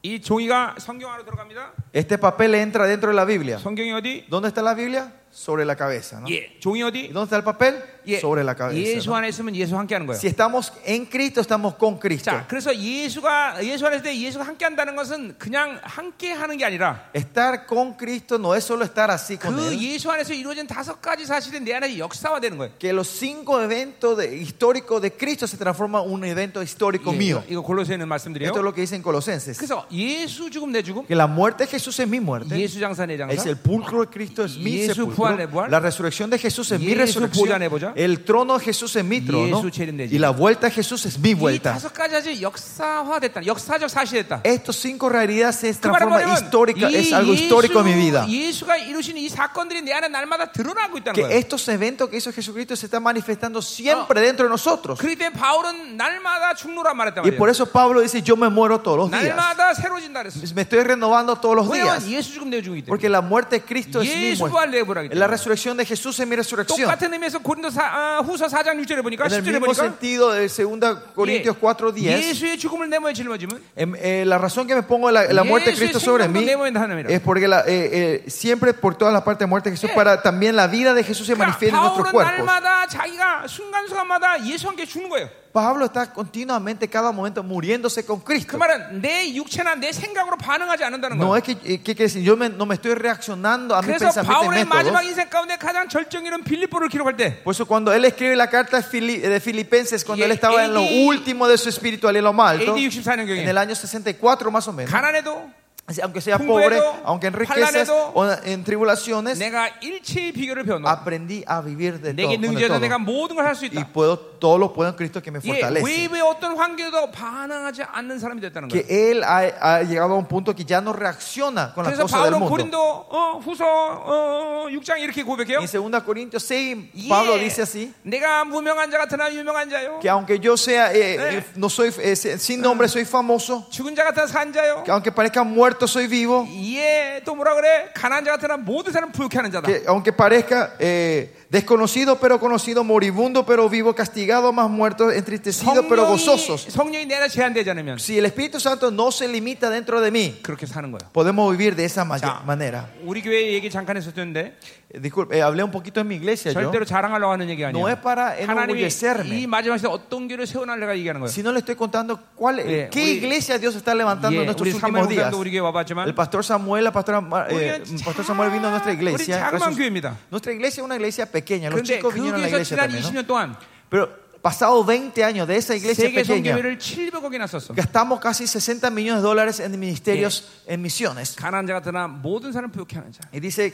[SPEAKER 2] 이 종이가 성경 안으로 들어갑니다.
[SPEAKER 1] Este papel entra dentro de la Biblia.
[SPEAKER 2] 성경이 어디?
[SPEAKER 1] ¿Dónde está la Biblia? Sobre la cabeza, ¿no?
[SPEAKER 2] 예. 종이
[SPEAKER 1] ¿Y
[SPEAKER 2] 어디?
[SPEAKER 1] dónde está el papel?
[SPEAKER 2] 예.
[SPEAKER 1] Sobre la cabeza.
[SPEAKER 2] 예수
[SPEAKER 1] ¿no?
[SPEAKER 2] 안에 있으면 예수 함께 하는 거예요.
[SPEAKER 1] Si estamos en Cristo, estamos con Cristo.
[SPEAKER 2] 자, 그래서 예수가 예수 안에 있을 때 예수가 함께 한다는 것은 그냥 함께 하는 게 아니라
[SPEAKER 1] Estar con Cristo no es solo estar así con
[SPEAKER 2] 그
[SPEAKER 1] Él.
[SPEAKER 2] 예수 안에서 이루어진 다섯 가지 사실이 내 안에 역사화되는 거예요.
[SPEAKER 1] Que los cinco eventos de- históricos de Cristo se transforman en un evento histórico
[SPEAKER 2] 예,
[SPEAKER 1] mío.
[SPEAKER 2] 이거, 이거 골로새 있는 말씀드려요.
[SPEAKER 1] Esto es lo que dicen Colosenses.
[SPEAKER 2] 그래서 예수 죽음 내 죽음,
[SPEAKER 1] Que la muerte de Jesús es mi muerte.
[SPEAKER 2] 예수 장사 내 장사,
[SPEAKER 1] Es el pulcro de Cristo, es mi
[SPEAKER 2] Yesu
[SPEAKER 1] sepulcro.
[SPEAKER 2] buhar, buhar.
[SPEAKER 1] La resurrección de Jesús es mi
[SPEAKER 2] Yesu
[SPEAKER 1] resurrección.
[SPEAKER 2] bojan, bojan.
[SPEAKER 1] El trono de Jesús es mi trono.
[SPEAKER 2] Yesu cherim deci.
[SPEAKER 1] Y la vuelta de Jesús es mi
[SPEAKER 2] 이
[SPEAKER 1] vuelta.
[SPEAKER 2] 다섯 가지 아직 역사화됐다, 역사적 사실됐다.
[SPEAKER 1] Estos cinco realidades se
[SPEAKER 2] 그 말은
[SPEAKER 1] transforman
[SPEAKER 2] 뭐냐면
[SPEAKER 1] histórica,
[SPEAKER 2] 이
[SPEAKER 1] es algo histórico en mi vida.
[SPEAKER 2] 예수가 이루신 이 사건들이 내 안에 날마다 드러나고 있다는
[SPEAKER 1] Que
[SPEAKER 2] 거예요.
[SPEAKER 1] estos eventos que hizo Jesucristo se están manifestando siempre dentro de nosotros.
[SPEAKER 2] 그럴 때 바울은 날마다 죽노라 말했단
[SPEAKER 1] Y por
[SPEAKER 2] 말이에요.
[SPEAKER 1] eso Pablo dice, yo me muero todos los días.
[SPEAKER 2] 날마다 새로진다 그랬어요.
[SPEAKER 1] Me estoy renovando todos los días.
[SPEAKER 2] 왜냐면 예수 죽음 내 죽음이 때
[SPEAKER 1] Porque la muerte de Cristo es mi
[SPEAKER 2] 예수 부활
[SPEAKER 1] muerte.
[SPEAKER 2] 내 부활하기
[SPEAKER 1] La
[SPEAKER 2] 때문에.
[SPEAKER 1] resurrección de Jesús es mi resurrección.
[SPEAKER 2] 똑같은 의미에서 고린도 사, 아, 후서 4장 6절에 보니까
[SPEAKER 1] En el
[SPEAKER 2] 10절에
[SPEAKER 1] mismo
[SPEAKER 2] 보니까
[SPEAKER 1] sentido de 2 Corintios 4.10
[SPEAKER 2] 예수의 죽음을 내 몸에 짊어지면
[SPEAKER 1] em, eh, la razón que me pongo la, la muerte de
[SPEAKER 2] Yesu
[SPEAKER 1] Cristo
[SPEAKER 2] es
[SPEAKER 1] sobre
[SPEAKER 2] signo
[SPEAKER 1] mí
[SPEAKER 2] de movimiento de la vida.
[SPEAKER 1] es porque la- eh, eh, siempre por todas las partes de muerte de Jesús
[SPEAKER 2] Sí.
[SPEAKER 1] para también la vida de Jesús se manifieste en nuestros
[SPEAKER 2] 그러니까 바울은
[SPEAKER 1] cuerpos.
[SPEAKER 2] 날마다 자기가 순간순간마다 예수 함께 죽는 거예요.
[SPEAKER 1] Pablo está continuamente cada momento muriéndose con
[SPEAKER 2] 그
[SPEAKER 1] Cristo.
[SPEAKER 2] 말은 내 육체나 내 생각으로 반응하지 않는다는
[SPEAKER 1] No
[SPEAKER 2] 거예요.
[SPEAKER 1] es que, eh, que, que si yo me- no me estoy reaccionando a mis
[SPEAKER 2] 그래서
[SPEAKER 1] pensamientos y
[SPEAKER 2] 바울의 마지막
[SPEAKER 1] métodos.
[SPEAKER 2] 인생 가운데 가장 절정일은 빌립보를 기록할 때
[SPEAKER 1] Por eso cuando él escribe la carta de Fili- eh, de Filipenses, cuando
[SPEAKER 2] Y
[SPEAKER 1] él estaba en lo
[SPEAKER 2] AD
[SPEAKER 1] último de su espiritualidad, lo más alto,
[SPEAKER 2] AD 64년경에.
[SPEAKER 1] en el año 64 más o menos,
[SPEAKER 2] 가난해도
[SPEAKER 1] Así, aunque sea
[SPEAKER 2] Punguedo,
[SPEAKER 1] pobre, aunque en riquezas
[SPEAKER 2] Palanedo,
[SPEAKER 1] o en tribulaciones,
[SPEAKER 2] 내가 일체의 비결을 배웠노.
[SPEAKER 1] aprendí a vivir de todo.
[SPEAKER 2] 내게
[SPEAKER 1] con
[SPEAKER 2] 능지여서
[SPEAKER 1] el
[SPEAKER 2] 내가
[SPEAKER 1] todo.
[SPEAKER 2] 모든 걸 할 수
[SPEAKER 1] Y
[SPEAKER 2] 있다.
[SPEAKER 1] puedo, todo lo puedo en Cristo que me
[SPEAKER 2] 예,
[SPEAKER 1] fortalece.
[SPEAKER 2] 외부의 어떤 환경에도 반응하지 않는 사람이 됐다는 거예요.
[SPEAKER 1] Que él ha, ha llegado a un punto que ya no reacciona con las
[SPEAKER 2] 그래서
[SPEAKER 1] cosas del
[SPEAKER 2] 바울은
[SPEAKER 1] mundo.
[SPEAKER 2] 고린도 어, 후서 어, 6장 이렇게 고백해요.
[SPEAKER 1] En 2 Corintios 6,
[SPEAKER 2] 예,
[SPEAKER 1] Pablo dice así.
[SPEAKER 2] 내가 무명한 자 같으나 유명한 자요.
[SPEAKER 1] Que aunque yo sea, eh,
[SPEAKER 2] Eh.
[SPEAKER 1] eh, no soy, eh, sin nombre soy famoso,
[SPEAKER 2] 죽은 자 같아 산 자요.
[SPEAKER 1] que aunque parezca muerto soy vivo,
[SPEAKER 2] 예, 또 뭐라 그래? 가난 자 같으나 모든 사람 부욕해 하는 자다.
[SPEAKER 1] que aunque parezca eh, desconocido pero conocido, moribundo pero vivo, castigado más muerto, entristecido pero
[SPEAKER 2] 성령이,
[SPEAKER 1] gozosos.
[SPEAKER 2] 성령이 내가 제한되지 않으면
[SPEAKER 1] Si el Espíritu Santo no se limita dentro de mí,
[SPEAKER 2] 그렇게 사는 거야.
[SPEAKER 1] podemos vivir de esa ma-
[SPEAKER 2] Ya.
[SPEAKER 1] manera.
[SPEAKER 2] 우리 교회 얘기 잠깐 했었는데
[SPEAKER 1] Eh, Disculpe, eh, hablé un poquito en mi iglesia yo.
[SPEAKER 2] 절대로 자랑하려고 하는 얘기 아니야.
[SPEAKER 1] No es para
[SPEAKER 2] 하나님이
[SPEAKER 1] enorgullecerme.
[SPEAKER 2] 이 마지막 시대 어떤 교회를 세워나려고 얘기하는 거야.
[SPEAKER 1] Si no le estoy contando cuál,
[SPEAKER 2] Eh,
[SPEAKER 1] qué
[SPEAKER 2] uri-
[SPEAKER 1] iglesia Dios está levantando en
[SPEAKER 2] 예,
[SPEAKER 1] nuestros
[SPEAKER 2] 우리
[SPEAKER 1] últimos días.
[SPEAKER 2] 사무엘도 우리 교회 와봤지만
[SPEAKER 1] El pastor Samuel, la pastora Ma- eh,
[SPEAKER 2] 우리는
[SPEAKER 1] pastor Samuel vino a nuestra
[SPEAKER 2] 자- 우리
[SPEAKER 1] iglesia.
[SPEAKER 2] 자그마한
[SPEAKER 1] resuc-
[SPEAKER 2] 교회입니다.
[SPEAKER 1] Nuestra iglesia es una iglesia
[SPEAKER 4] pequeña. Los
[SPEAKER 2] 그런데
[SPEAKER 4] chicos
[SPEAKER 2] 그
[SPEAKER 4] vinieron a la
[SPEAKER 2] 교회에서
[SPEAKER 4] iglesia
[SPEAKER 2] 지난
[SPEAKER 4] también. ¿no?
[SPEAKER 2] 20년 동안
[SPEAKER 4] Pero pasado 20 años de esa iglesia
[SPEAKER 2] 세계
[SPEAKER 4] pequeña,
[SPEAKER 2] 선교회를 700억이나 썼어.
[SPEAKER 4] gastamos casi 60 millones de dólares en ministerios, en misiones.
[SPEAKER 2] 가난한 자 같으나 모든 사람 부욕해 하는 자.
[SPEAKER 4] Y dice,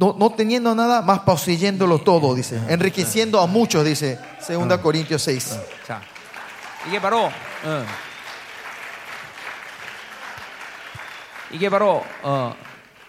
[SPEAKER 1] No, no teniendo nada, más poseyéndolo todo, dice.
[SPEAKER 4] Ah.
[SPEAKER 1] Enriqueciendo a muchos, dice 2 Corintios 6.
[SPEAKER 4] Ah.
[SPEAKER 2] 자, 이게 바로 어, 이게 바로 어,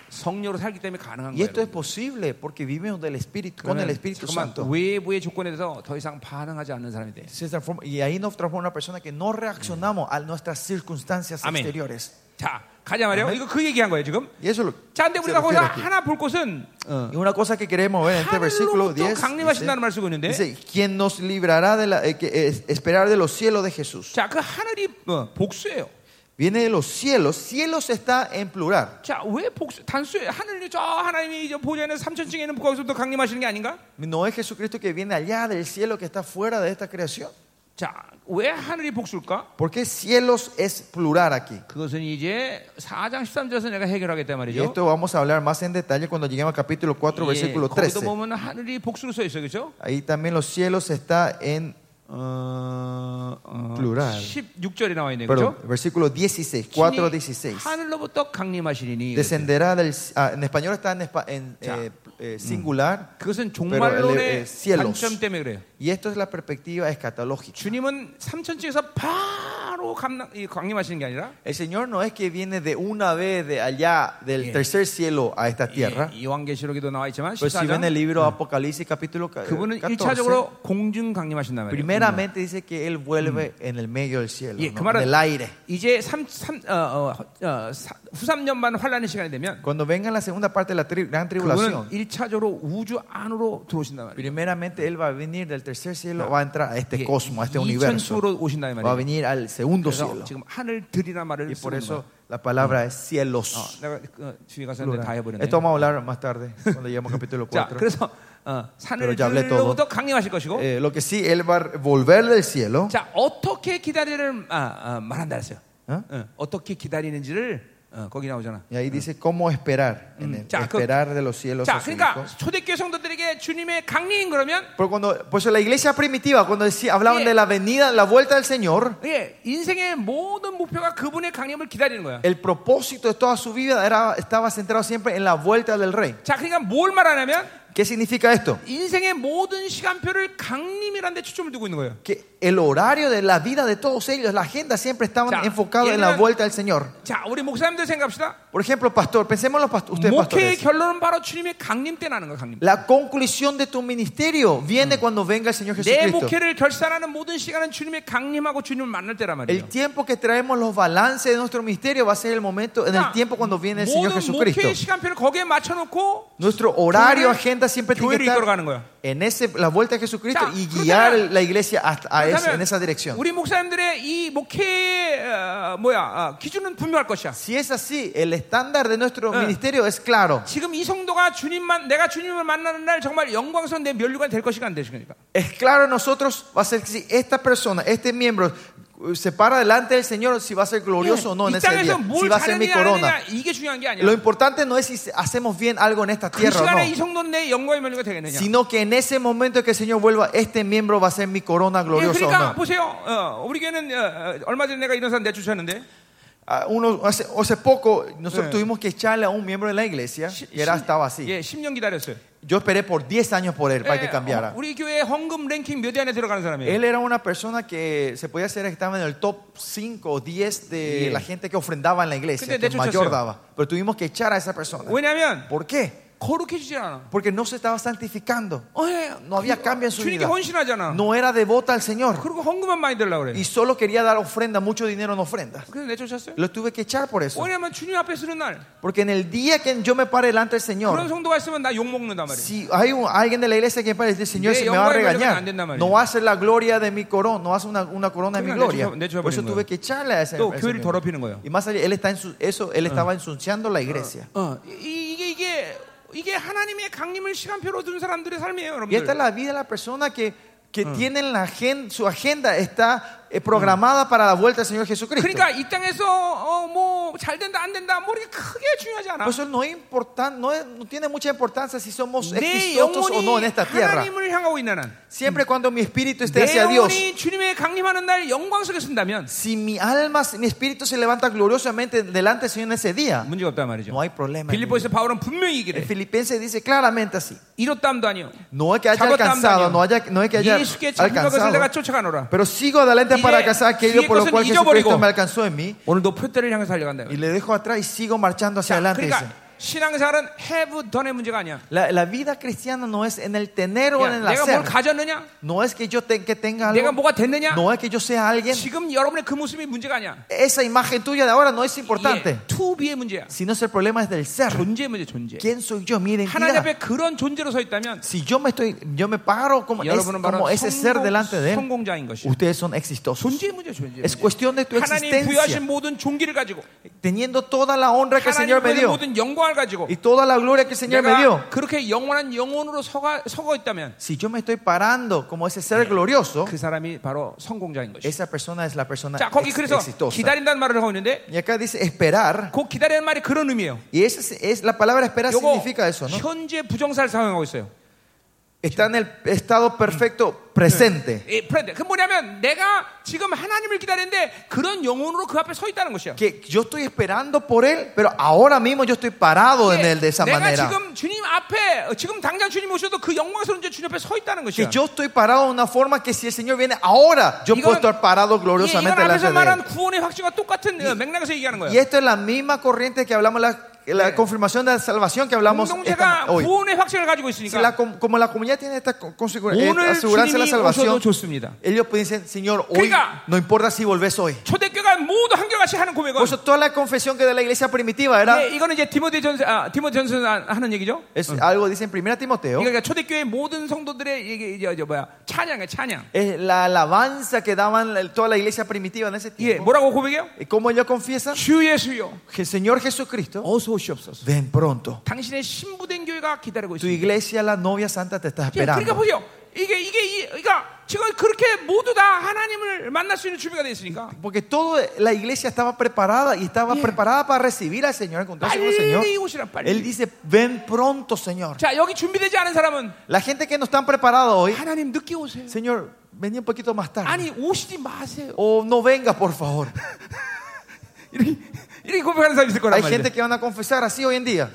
[SPEAKER 2] 성녀로 살기 때문에 가능한
[SPEAKER 4] y esto es
[SPEAKER 2] 거예요.
[SPEAKER 4] posible porque vivimos del Espíritu, con el
[SPEAKER 2] 그러면
[SPEAKER 4] Espíritu
[SPEAKER 2] 잠깐만,
[SPEAKER 4] Santo.
[SPEAKER 2] 외부의 조건에 대해서 더 이상 반응하지 않는 사람이 돼.
[SPEAKER 4] Se transforma- y ahí nos transforma una persona que no reaccionamos a nuestras circunstancias
[SPEAKER 2] Amén.
[SPEAKER 4] exteriores.
[SPEAKER 2] 자, 가자 말이요. 이거 그 얘기한 거예요 지금.
[SPEAKER 1] Y eso lo-
[SPEAKER 2] 자, 어. 근데 우리가
[SPEAKER 1] se
[SPEAKER 2] 거기서
[SPEAKER 1] refiere aquí. Ah.
[SPEAKER 2] 하나 볼 것은
[SPEAKER 4] Y una cosa que queremos ver en este versículo
[SPEAKER 2] 하늘로부터
[SPEAKER 4] 10
[SPEAKER 2] 강림하신다는
[SPEAKER 4] dice,
[SPEAKER 2] 말 쓰고 있는데,
[SPEAKER 4] ¿eh?
[SPEAKER 1] Dice, ¿quién nos librará de la, eh, que, eh, esperar de los cielos de Jesús?
[SPEAKER 2] 자, 그 하늘이 어, 복수예요.
[SPEAKER 1] Viene de los cielos. Cielos está en plural.
[SPEAKER 2] 자, 왜 복수? 단수예요. 하늘이 저 하나님이 저 보좌에는 삼천층에 있는 거기서부터 강림하시는 게 아닌가?
[SPEAKER 1] ¿No es Jesucristo que viene allá del cielo que está fuera de esta creación?
[SPEAKER 2] 자, 왜 하늘이 복수일까?
[SPEAKER 1] ¿Por qué cielos es plural aquí?
[SPEAKER 2] 그것은 이제 4장 13절에서 내가 해결하겠단
[SPEAKER 1] Y
[SPEAKER 2] 말이죠.
[SPEAKER 1] esto vamos a hablar más en detalle cuando lleguemos al capítulo 4,
[SPEAKER 2] 예,
[SPEAKER 1] versículo
[SPEAKER 2] 거기도
[SPEAKER 1] 13.
[SPEAKER 2] 보면 하늘이 복수로 써 있어요, 그렇죠?
[SPEAKER 1] Ahí también los cielos está en
[SPEAKER 2] 어, 어,
[SPEAKER 1] Plural.
[SPEAKER 2] 16절에 나와 있네요,
[SPEAKER 1] perdón,
[SPEAKER 2] 그렇죠?
[SPEAKER 1] versículo 16,
[SPEAKER 2] 신이
[SPEAKER 1] 4, 16.
[SPEAKER 2] Ah, 하늘로부터 강림하시리니
[SPEAKER 1] Descenderá del. ah, en español está en, espa- en, eh, eh, singular. Pero,
[SPEAKER 2] 그것은
[SPEAKER 1] eh,
[SPEAKER 2] 종말론의
[SPEAKER 1] eh, cielos.
[SPEAKER 2] 관점 때문에 그래요.
[SPEAKER 1] Y esto es la perspectiva escatológica.
[SPEAKER 2] 주님은 삼천층에서 바로 감, 이, 강림하시는 게 아니라
[SPEAKER 1] El Señor no es que viene de una vez de allá del tercer cielo a esta tierra.
[SPEAKER 2] 예, 요한계시록에도 나와 있지만
[SPEAKER 1] Pero Pues si ven el
[SPEAKER 2] 14장
[SPEAKER 1] libro Apocalipsis capítulo ca-
[SPEAKER 2] 그분은
[SPEAKER 1] 14,
[SPEAKER 2] 1차적으로 공중 강림하신단 말이에요.
[SPEAKER 1] primeramente dice que Él vuelve en el medio del cielo,
[SPEAKER 2] 예,
[SPEAKER 1] ¿no?
[SPEAKER 2] 그 말은
[SPEAKER 1] del aire.
[SPEAKER 2] 이제 삼, 삼, 어, 어, 어, 사, 후 3년만 환란의 시간이 되면
[SPEAKER 1] Cuando venga la segunda parte de la tri- gran
[SPEAKER 2] 그분은
[SPEAKER 1] tribulación,
[SPEAKER 2] 1차적으로 우주 안으로 들어오신단 말이에요.
[SPEAKER 1] primeramente Él va a venir del tercer cielo, va a entrar a este
[SPEAKER 2] 예,
[SPEAKER 1] cosmos, a este universo,
[SPEAKER 2] 이천수로 오신다 이
[SPEAKER 1] va a
[SPEAKER 2] 말이에요.
[SPEAKER 1] venir al segundo
[SPEAKER 2] 그래서
[SPEAKER 1] cielo.
[SPEAKER 2] 지금 하늘들이란 말을
[SPEAKER 1] Y por
[SPEAKER 2] 쓰는
[SPEAKER 1] eso
[SPEAKER 2] 거예요.
[SPEAKER 1] la palabra es
[SPEAKER 2] 어,
[SPEAKER 1] cielos.
[SPEAKER 2] 내가 그, 주위 가서
[SPEAKER 1] plural.
[SPEAKER 2] 다 해버렸네.
[SPEAKER 1] Esto vamos a hablar más tarde, cuando lleguemos al capítulo
[SPEAKER 2] 자,
[SPEAKER 1] 4.
[SPEAKER 2] 그래서 어,
[SPEAKER 1] Pero ya hablé todo.
[SPEAKER 2] 하늘들로부터 강림하실 것이고,
[SPEAKER 1] Eh, lo que sí, Él va a volver del cielo.
[SPEAKER 2] 자 어떻게 기다리를 아, 아, 말한다 했어요.
[SPEAKER 1] 어?
[SPEAKER 2] 어, 떻게 기다리는지를 어, 거기 나오잖아.
[SPEAKER 1] Y ahí dice cómo esperar, en el-
[SPEAKER 2] Mm, Ya, que-
[SPEAKER 1] esperar de los cielos.
[SPEAKER 2] 자,
[SPEAKER 1] a su
[SPEAKER 2] 그러니까
[SPEAKER 1] Hijo.
[SPEAKER 2] 초대교회 성도들에게 주님의 강림 그러면
[SPEAKER 1] Pero cuando, por eso la iglesia primitiva, cuando decía, hablaban
[SPEAKER 2] Yeah.
[SPEAKER 1] de la venida, la vuelta del Señor,
[SPEAKER 2] 예, 인생의 모든 목표가 그분의 강림을 기다리는 거야.
[SPEAKER 1] el propósito de toda su vida era, estaba centrado siempre en la vuelta del rey.
[SPEAKER 2] 자, 그러니까 뭘 말하냐면
[SPEAKER 1] ¿Qué significa esto?
[SPEAKER 2] 인생의 모든 시간표를 강림이라는 데 초점을 두고 있는 거예요.
[SPEAKER 1] Que el horario de la vida de todos ellos, la agenda siempre estaban
[SPEAKER 2] Ya.
[SPEAKER 1] enfocado
[SPEAKER 2] Y
[SPEAKER 1] en la
[SPEAKER 2] eran-
[SPEAKER 1] vuelta del Señor.
[SPEAKER 2] 자, 우리 목사님들 생각합시다.
[SPEAKER 1] Por ejemplo, pastor, pensemos los past- ustedes,
[SPEAKER 2] 목회의
[SPEAKER 1] pastores.
[SPEAKER 2] 결론은 바로 주님의 강림 때 나는 거야, 강림.
[SPEAKER 1] La conclusión de tu ministerio viene cuando venga el Señor
[SPEAKER 2] 내
[SPEAKER 1] Jesucristo.
[SPEAKER 2] 목회를 결산하는 모든 시간은 주님의 강림하고 주님을 만날 때란 말이에요.
[SPEAKER 1] El tiempo que traemos los balances de nuestro ministerio va a ser el momento, en el
[SPEAKER 2] 그러니까
[SPEAKER 1] tiempo cuando viene el Señor
[SPEAKER 2] 모든 목회의
[SPEAKER 1] Jesucristo.
[SPEAKER 2] 시간표를 거기에 맞춰놓고
[SPEAKER 1] Nuestro horario,
[SPEAKER 2] 교회를-
[SPEAKER 1] agenda siempre tiene
[SPEAKER 2] 교회를
[SPEAKER 1] que estar
[SPEAKER 2] 이끌어가는 거야.
[SPEAKER 1] en ese, la vuelta de Jesucristo
[SPEAKER 2] 자,
[SPEAKER 1] y
[SPEAKER 2] 그렇다면-
[SPEAKER 1] guiar la iglesia hasta- a ese-
[SPEAKER 2] 그렇다면
[SPEAKER 1] en esa dirección.
[SPEAKER 2] 우리 목사님들의 이 목회의 어, 뭐야 아, 기준은 분명할 것이야.
[SPEAKER 1] Si es así, el estándar de nuestro
[SPEAKER 2] Eh.
[SPEAKER 1] ministerio es claro.
[SPEAKER 2] 지금 이 성도가 주님만 내가 주님을 만나는 날 정말 영광스러운 내 면류관 될 것이가 안 그러니까. 되시니까.
[SPEAKER 1] Es claro en nosotros, va a ser que si esta persona, este miembro, eh, se para delante del Señor, si va a ser glorioso o no en
[SPEAKER 2] 이
[SPEAKER 1] ese
[SPEAKER 2] 땅에서
[SPEAKER 1] día, si
[SPEAKER 2] 뭘
[SPEAKER 1] va a ser mi
[SPEAKER 2] 잘하느냐 안 하느냐
[SPEAKER 1] corona.
[SPEAKER 2] 이게 중요한 게
[SPEAKER 1] Lo
[SPEAKER 2] 아니야.
[SPEAKER 1] importante no es si hacemos bien algo en esta
[SPEAKER 2] 그
[SPEAKER 1] tierra o
[SPEAKER 2] 시간에 이
[SPEAKER 1] no,
[SPEAKER 2] 성도는 내 영광의 면류가 되겠느냐.
[SPEAKER 1] sino que en ese momento que el Señor vuelva, este miembro va a ser mi corona
[SPEAKER 2] 예,
[SPEAKER 1] gloriosa o
[SPEAKER 2] 그러니까
[SPEAKER 1] no.
[SPEAKER 2] 보세요. 어, 우리 교회는 어, 어, 얼마 전에 내가 이런 사람 내쫓았는데
[SPEAKER 1] Ah, Uno, hace, hace poco nosotros tuvimos que echarle a un miembro de la iglesia y era, estaba así.
[SPEAKER 2] 예, 10년 기다렸어요.
[SPEAKER 1] Yo esperé por 10 años por él para que
[SPEAKER 2] 예,
[SPEAKER 1] cambiara.
[SPEAKER 2] 어, 우리 교회 헌금 랭킹 몇 위 안에 들어가는 사람이에요.
[SPEAKER 1] Él era una persona que se podía hacer que estaba en el top 5 o 10 de
[SPEAKER 2] Yeah.
[SPEAKER 1] la gente que ofrendaba en la iglesia,
[SPEAKER 2] Pero
[SPEAKER 1] que
[SPEAKER 2] de hecho,
[SPEAKER 1] mayor
[SPEAKER 2] yo-
[SPEAKER 1] daba. Pero tuvimos que echar a esa persona.
[SPEAKER 2] 왜냐하면
[SPEAKER 1] ¿Por qué?
[SPEAKER 2] 거룩해지지 않아.
[SPEAKER 1] Porque no se estaba santificando.
[SPEAKER 2] 어, 예.
[SPEAKER 1] No había cambio en su
[SPEAKER 2] 주님께
[SPEAKER 1] vida.
[SPEAKER 2] 헌신하잖아.
[SPEAKER 1] No era devota al Señor.
[SPEAKER 2] 그리고 헌금만 많이 들려고 그래.
[SPEAKER 1] Y solo quería dar ofrenda, mucho dinero en ofrendas.
[SPEAKER 2] 그래서 내쫓았어요.
[SPEAKER 1] Lo tuve que echar por eso.
[SPEAKER 2] 왜냐하면 주님 앞에 서는 날
[SPEAKER 1] Porque en el día que yo me pare delante del
[SPEAKER 2] 그런
[SPEAKER 1] Señor,
[SPEAKER 2] 성도가 있으면 나 욕 먹는단 말이에요.
[SPEAKER 1] si hay un- alguien de la iglesia que me pare, dice, Señor,
[SPEAKER 2] De
[SPEAKER 1] se me va a
[SPEAKER 2] hombre, pero
[SPEAKER 1] regañar.
[SPEAKER 2] que anda en la
[SPEAKER 1] No
[SPEAKER 2] marina.
[SPEAKER 1] va a ser la gloria de mi corona, no va a ser una, una corona de mi
[SPEAKER 2] Claro,
[SPEAKER 1] gloria.
[SPEAKER 2] de hecho, de hecho,
[SPEAKER 1] Por eso tuve que echarle a ese,
[SPEAKER 2] 또
[SPEAKER 1] a ese
[SPEAKER 2] 교회를
[SPEAKER 1] miembro.
[SPEAKER 2] 더럽히는 거예요.
[SPEAKER 1] Y más allá, él, está en su- eso, él estaba ensuciando la iglesia.
[SPEAKER 2] 어, 이, 게 이게 이게 하나님의 강림을 시간표로 둔 사람들의 삶이에요,
[SPEAKER 1] Y esta es Ah.
[SPEAKER 2] 여러분들.
[SPEAKER 1] la vida de la persona que, que tiene la agen- su agenda, está eh, programada para la vuelta del Señor Jesucristo.
[SPEAKER 2] 그러니까 이 땅에서 뭐 잘 된다 안 된다 뭐 이렇게 크게 중요하지 않아.
[SPEAKER 1] Por eso no, es importan- no, es- no tiene mucha importancia si somos
[SPEAKER 2] 내
[SPEAKER 1] exitosos o no en
[SPEAKER 2] 영혼이
[SPEAKER 1] esta tierra.
[SPEAKER 2] 하나님을 향하고 있는 한,
[SPEAKER 1] Siempre cuando mi espíritu esté
[SPEAKER 2] 내
[SPEAKER 1] hacia Dios,
[SPEAKER 2] 영혼이 주님의 강림하는 날 영광 속에 쓴다면
[SPEAKER 1] si mi alma, si mi espíritu se levanta gloriosamente delante del Señor en ese día,
[SPEAKER 2] 문제가 없단 말이죠.
[SPEAKER 1] no hay problema. en mi vida.
[SPEAKER 2] 빌립보에서 바울은 분명히 얘기를
[SPEAKER 1] En
[SPEAKER 2] 해.
[SPEAKER 1] Filipenses dice claramente así.
[SPEAKER 2] 이렇담도 아니요.
[SPEAKER 1] No es que haya
[SPEAKER 2] Chagotamdaño.
[SPEAKER 1] alcanzado, no, haya, no es que haya
[SPEAKER 2] 예수께 잡힌 것을 내가
[SPEAKER 1] alcanzado.
[SPEAKER 2] 쫓아가노라.
[SPEAKER 1] Pero sigo adelante
[SPEAKER 2] Y
[SPEAKER 1] para
[SPEAKER 2] de-
[SPEAKER 1] alcanzar aquello
[SPEAKER 2] sigue
[SPEAKER 1] por lo
[SPEAKER 2] cosas
[SPEAKER 1] cual
[SPEAKER 2] y yo por
[SPEAKER 1] Jesucristo
[SPEAKER 2] ego.
[SPEAKER 1] me alcanzó en mí.
[SPEAKER 2] 오늘도 표대를 향해서 달려간다.
[SPEAKER 1] Y le dejo atrás y sigo marchando hacia adelante. dice.
[SPEAKER 2] 그러니까 신앙생활은 have done의 문제가 아니야.
[SPEAKER 1] La, la vida cristiana no es en el tener o en
[SPEAKER 2] 그냥
[SPEAKER 1] el
[SPEAKER 2] 내가 뭘
[SPEAKER 1] hacer.
[SPEAKER 2] 가졌느냐?
[SPEAKER 1] No es que yo te- que tenga
[SPEAKER 2] 내가
[SPEAKER 1] algo.
[SPEAKER 2] 뭐가 됐느냐?
[SPEAKER 1] No es que yo sea alguien.
[SPEAKER 2] 지금 여러분의 그 모습이 문제가 아니야.
[SPEAKER 1] Esa imagen tuya de ahora no es importante.
[SPEAKER 2] 이게 to be의 문제야.
[SPEAKER 1] Sino es el problema es del ser.
[SPEAKER 2] 존재의 문제, 존재.
[SPEAKER 1] ¿Quién soy yo? Mi
[SPEAKER 2] 하나님
[SPEAKER 1] identidad.
[SPEAKER 2] 앞에 그런 존재로 서 있다면
[SPEAKER 1] Si yo me estoy, yo me paro como, es-
[SPEAKER 2] 여러분은
[SPEAKER 1] como
[SPEAKER 2] 바로
[SPEAKER 1] ese ser
[SPEAKER 2] 성공,
[SPEAKER 1] delante de él.
[SPEAKER 2] 성공자인 것이야.
[SPEAKER 1] Ustedes son exitosos.
[SPEAKER 2] 존재의 문제, 존재.
[SPEAKER 1] Es cuestión de tu
[SPEAKER 2] 하나님
[SPEAKER 1] existencia.
[SPEAKER 2] 부여하신 모든 종기를 가지고
[SPEAKER 1] teniendo toda la honra que el 그러니까
[SPEAKER 2] 하나님
[SPEAKER 1] Señor me
[SPEAKER 2] 부여하신
[SPEAKER 1] dio
[SPEAKER 2] 모든 영광을 가지고
[SPEAKER 1] y toda la gloria que el Señor me dio,
[SPEAKER 2] 내가 그렇게 영원한 영혼으로 서가, 서고 있다면
[SPEAKER 1] si yo me estoy parando como ese ser glorioso,
[SPEAKER 2] 그 사람이 바로 성공자인 것이죠.
[SPEAKER 1] esa persona es la persona
[SPEAKER 2] 자, 거기
[SPEAKER 1] ex-
[SPEAKER 2] 그래서
[SPEAKER 1] exitosa.
[SPEAKER 2] 기다린다는 말을 하고 있는데
[SPEAKER 1] Y acá dice esperar,
[SPEAKER 2] 그 기다리는 말이 그런 의미예요.
[SPEAKER 1] y esa es, es- la palabra esperar
[SPEAKER 2] 요거
[SPEAKER 1] significa eso, ¿no?
[SPEAKER 2] 현재 부정사를 사용하고 있어요.
[SPEAKER 1] Está en el estado perfecto presente.
[SPEAKER 2] 예, 그런데 그 뭐냐면 내가 지금 하나님을 기다리는데 그런 영혼으로 그 앞에 서 있다는 것이야.
[SPEAKER 1] Que yo estoy esperando por Él, pero ahora mismo yo estoy parado en
[SPEAKER 2] 예,
[SPEAKER 1] Él de esa
[SPEAKER 2] 내가
[SPEAKER 1] manera.
[SPEAKER 2] 지금 주님 앞에 어, 지금 당장 주님 오셔도 그 영광스러운 주님 앞에 서 있다는
[SPEAKER 1] Que
[SPEAKER 2] 것이야.
[SPEAKER 1] yo estoy parado de una forma que si el Señor viene ahora, yo
[SPEAKER 2] 이거는-
[SPEAKER 1] puedo estar parado
[SPEAKER 2] 예, 이건
[SPEAKER 1] gloriosamente delante
[SPEAKER 2] 앞에서
[SPEAKER 1] de Él.
[SPEAKER 2] 말한 구원의 확증과 똑같은 어, 맥락에서 얘기하는
[SPEAKER 1] Y
[SPEAKER 2] 거예요.
[SPEAKER 1] esto es la misma corriente que hablamos, la, la confirmación de la salvación que hablamos
[SPEAKER 2] 공동체가
[SPEAKER 1] esta- hoy.
[SPEAKER 2] 구원의 확증을 가지고
[SPEAKER 1] Si la
[SPEAKER 2] 있으니까
[SPEAKER 1] com- como la comunidad tiene esta co- consigu- eh,
[SPEAKER 2] 오늘
[SPEAKER 1] aseguranza de la
[SPEAKER 2] 주님이 오셔도
[SPEAKER 1] salvación,
[SPEAKER 2] 좋습니다.
[SPEAKER 1] ellos dicen, Señor, hoy
[SPEAKER 2] 그러니까-
[SPEAKER 1] no importa si volvés hoy.
[SPEAKER 2] 초대교가 모두 한결같이 하는
[SPEAKER 1] Por
[SPEAKER 2] 고백은
[SPEAKER 1] eso toda la confesión que de la iglesia primitiva era,
[SPEAKER 2] 예, 이거는 이제 디모데 전서 아, 디모데 전서 하는 얘기죠.
[SPEAKER 1] es algo, dicen 1 Timoteo,
[SPEAKER 2] 그러니까 초대교회 모든 성도들의 이게 이제 저 뭐야 찬양이야 찬양.
[SPEAKER 1] es la alabanza que daban la- toda la iglesia primitiva en ese
[SPEAKER 2] 예,
[SPEAKER 1] tiempo.
[SPEAKER 2] 뭐라고 고백해요?
[SPEAKER 1] Y ¿Cómo ellos confiesan?
[SPEAKER 2] 주 예수여
[SPEAKER 1] Que el Señor Jesucristo,
[SPEAKER 2] 어서 오시옵소서.
[SPEAKER 1] ven pronto.
[SPEAKER 2] 당신의 신부된 교회가 기다리고
[SPEAKER 1] Tu
[SPEAKER 2] 있습니다.
[SPEAKER 1] iglesia, la novia santa, te está
[SPEAKER 2] 예, 그러니까
[SPEAKER 1] esperando.
[SPEAKER 2] 보세요. 이게 이게 이- 그러니까 지금 그렇게 모두 다 하나님을 만날 수 있는 준비가 돼 있으니까
[SPEAKER 1] Porque toda la iglesia estaba preparada y estaba preparada para recibir al Señor, encontrarse con el Señor.
[SPEAKER 2] 빨리 오시라
[SPEAKER 1] Él
[SPEAKER 2] 빨리.
[SPEAKER 1] dice, ven pronto, Señor.
[SPEAKER 2] 자 여기 준비되지 않은 사람은
[SPEAKER 1] La gente que no están preparada hoy,
[SPEAKER 2] 하나님 늦게 오세요.
[SPEAKER 1] Señor, vení un poquito más tarde.
[SPEAKER 2] 아니 오시지 마세요.
[SPEAKER 1] O no venga, por favor.
[SPEAKER 2] 이렇게 이렇게 고백하는 사람 있을 거란
[SPEAKER 1] Hay
[SPEAKER 2] 말이죠.
[SPEAKER 1] gente que van a confesar así hoy en día.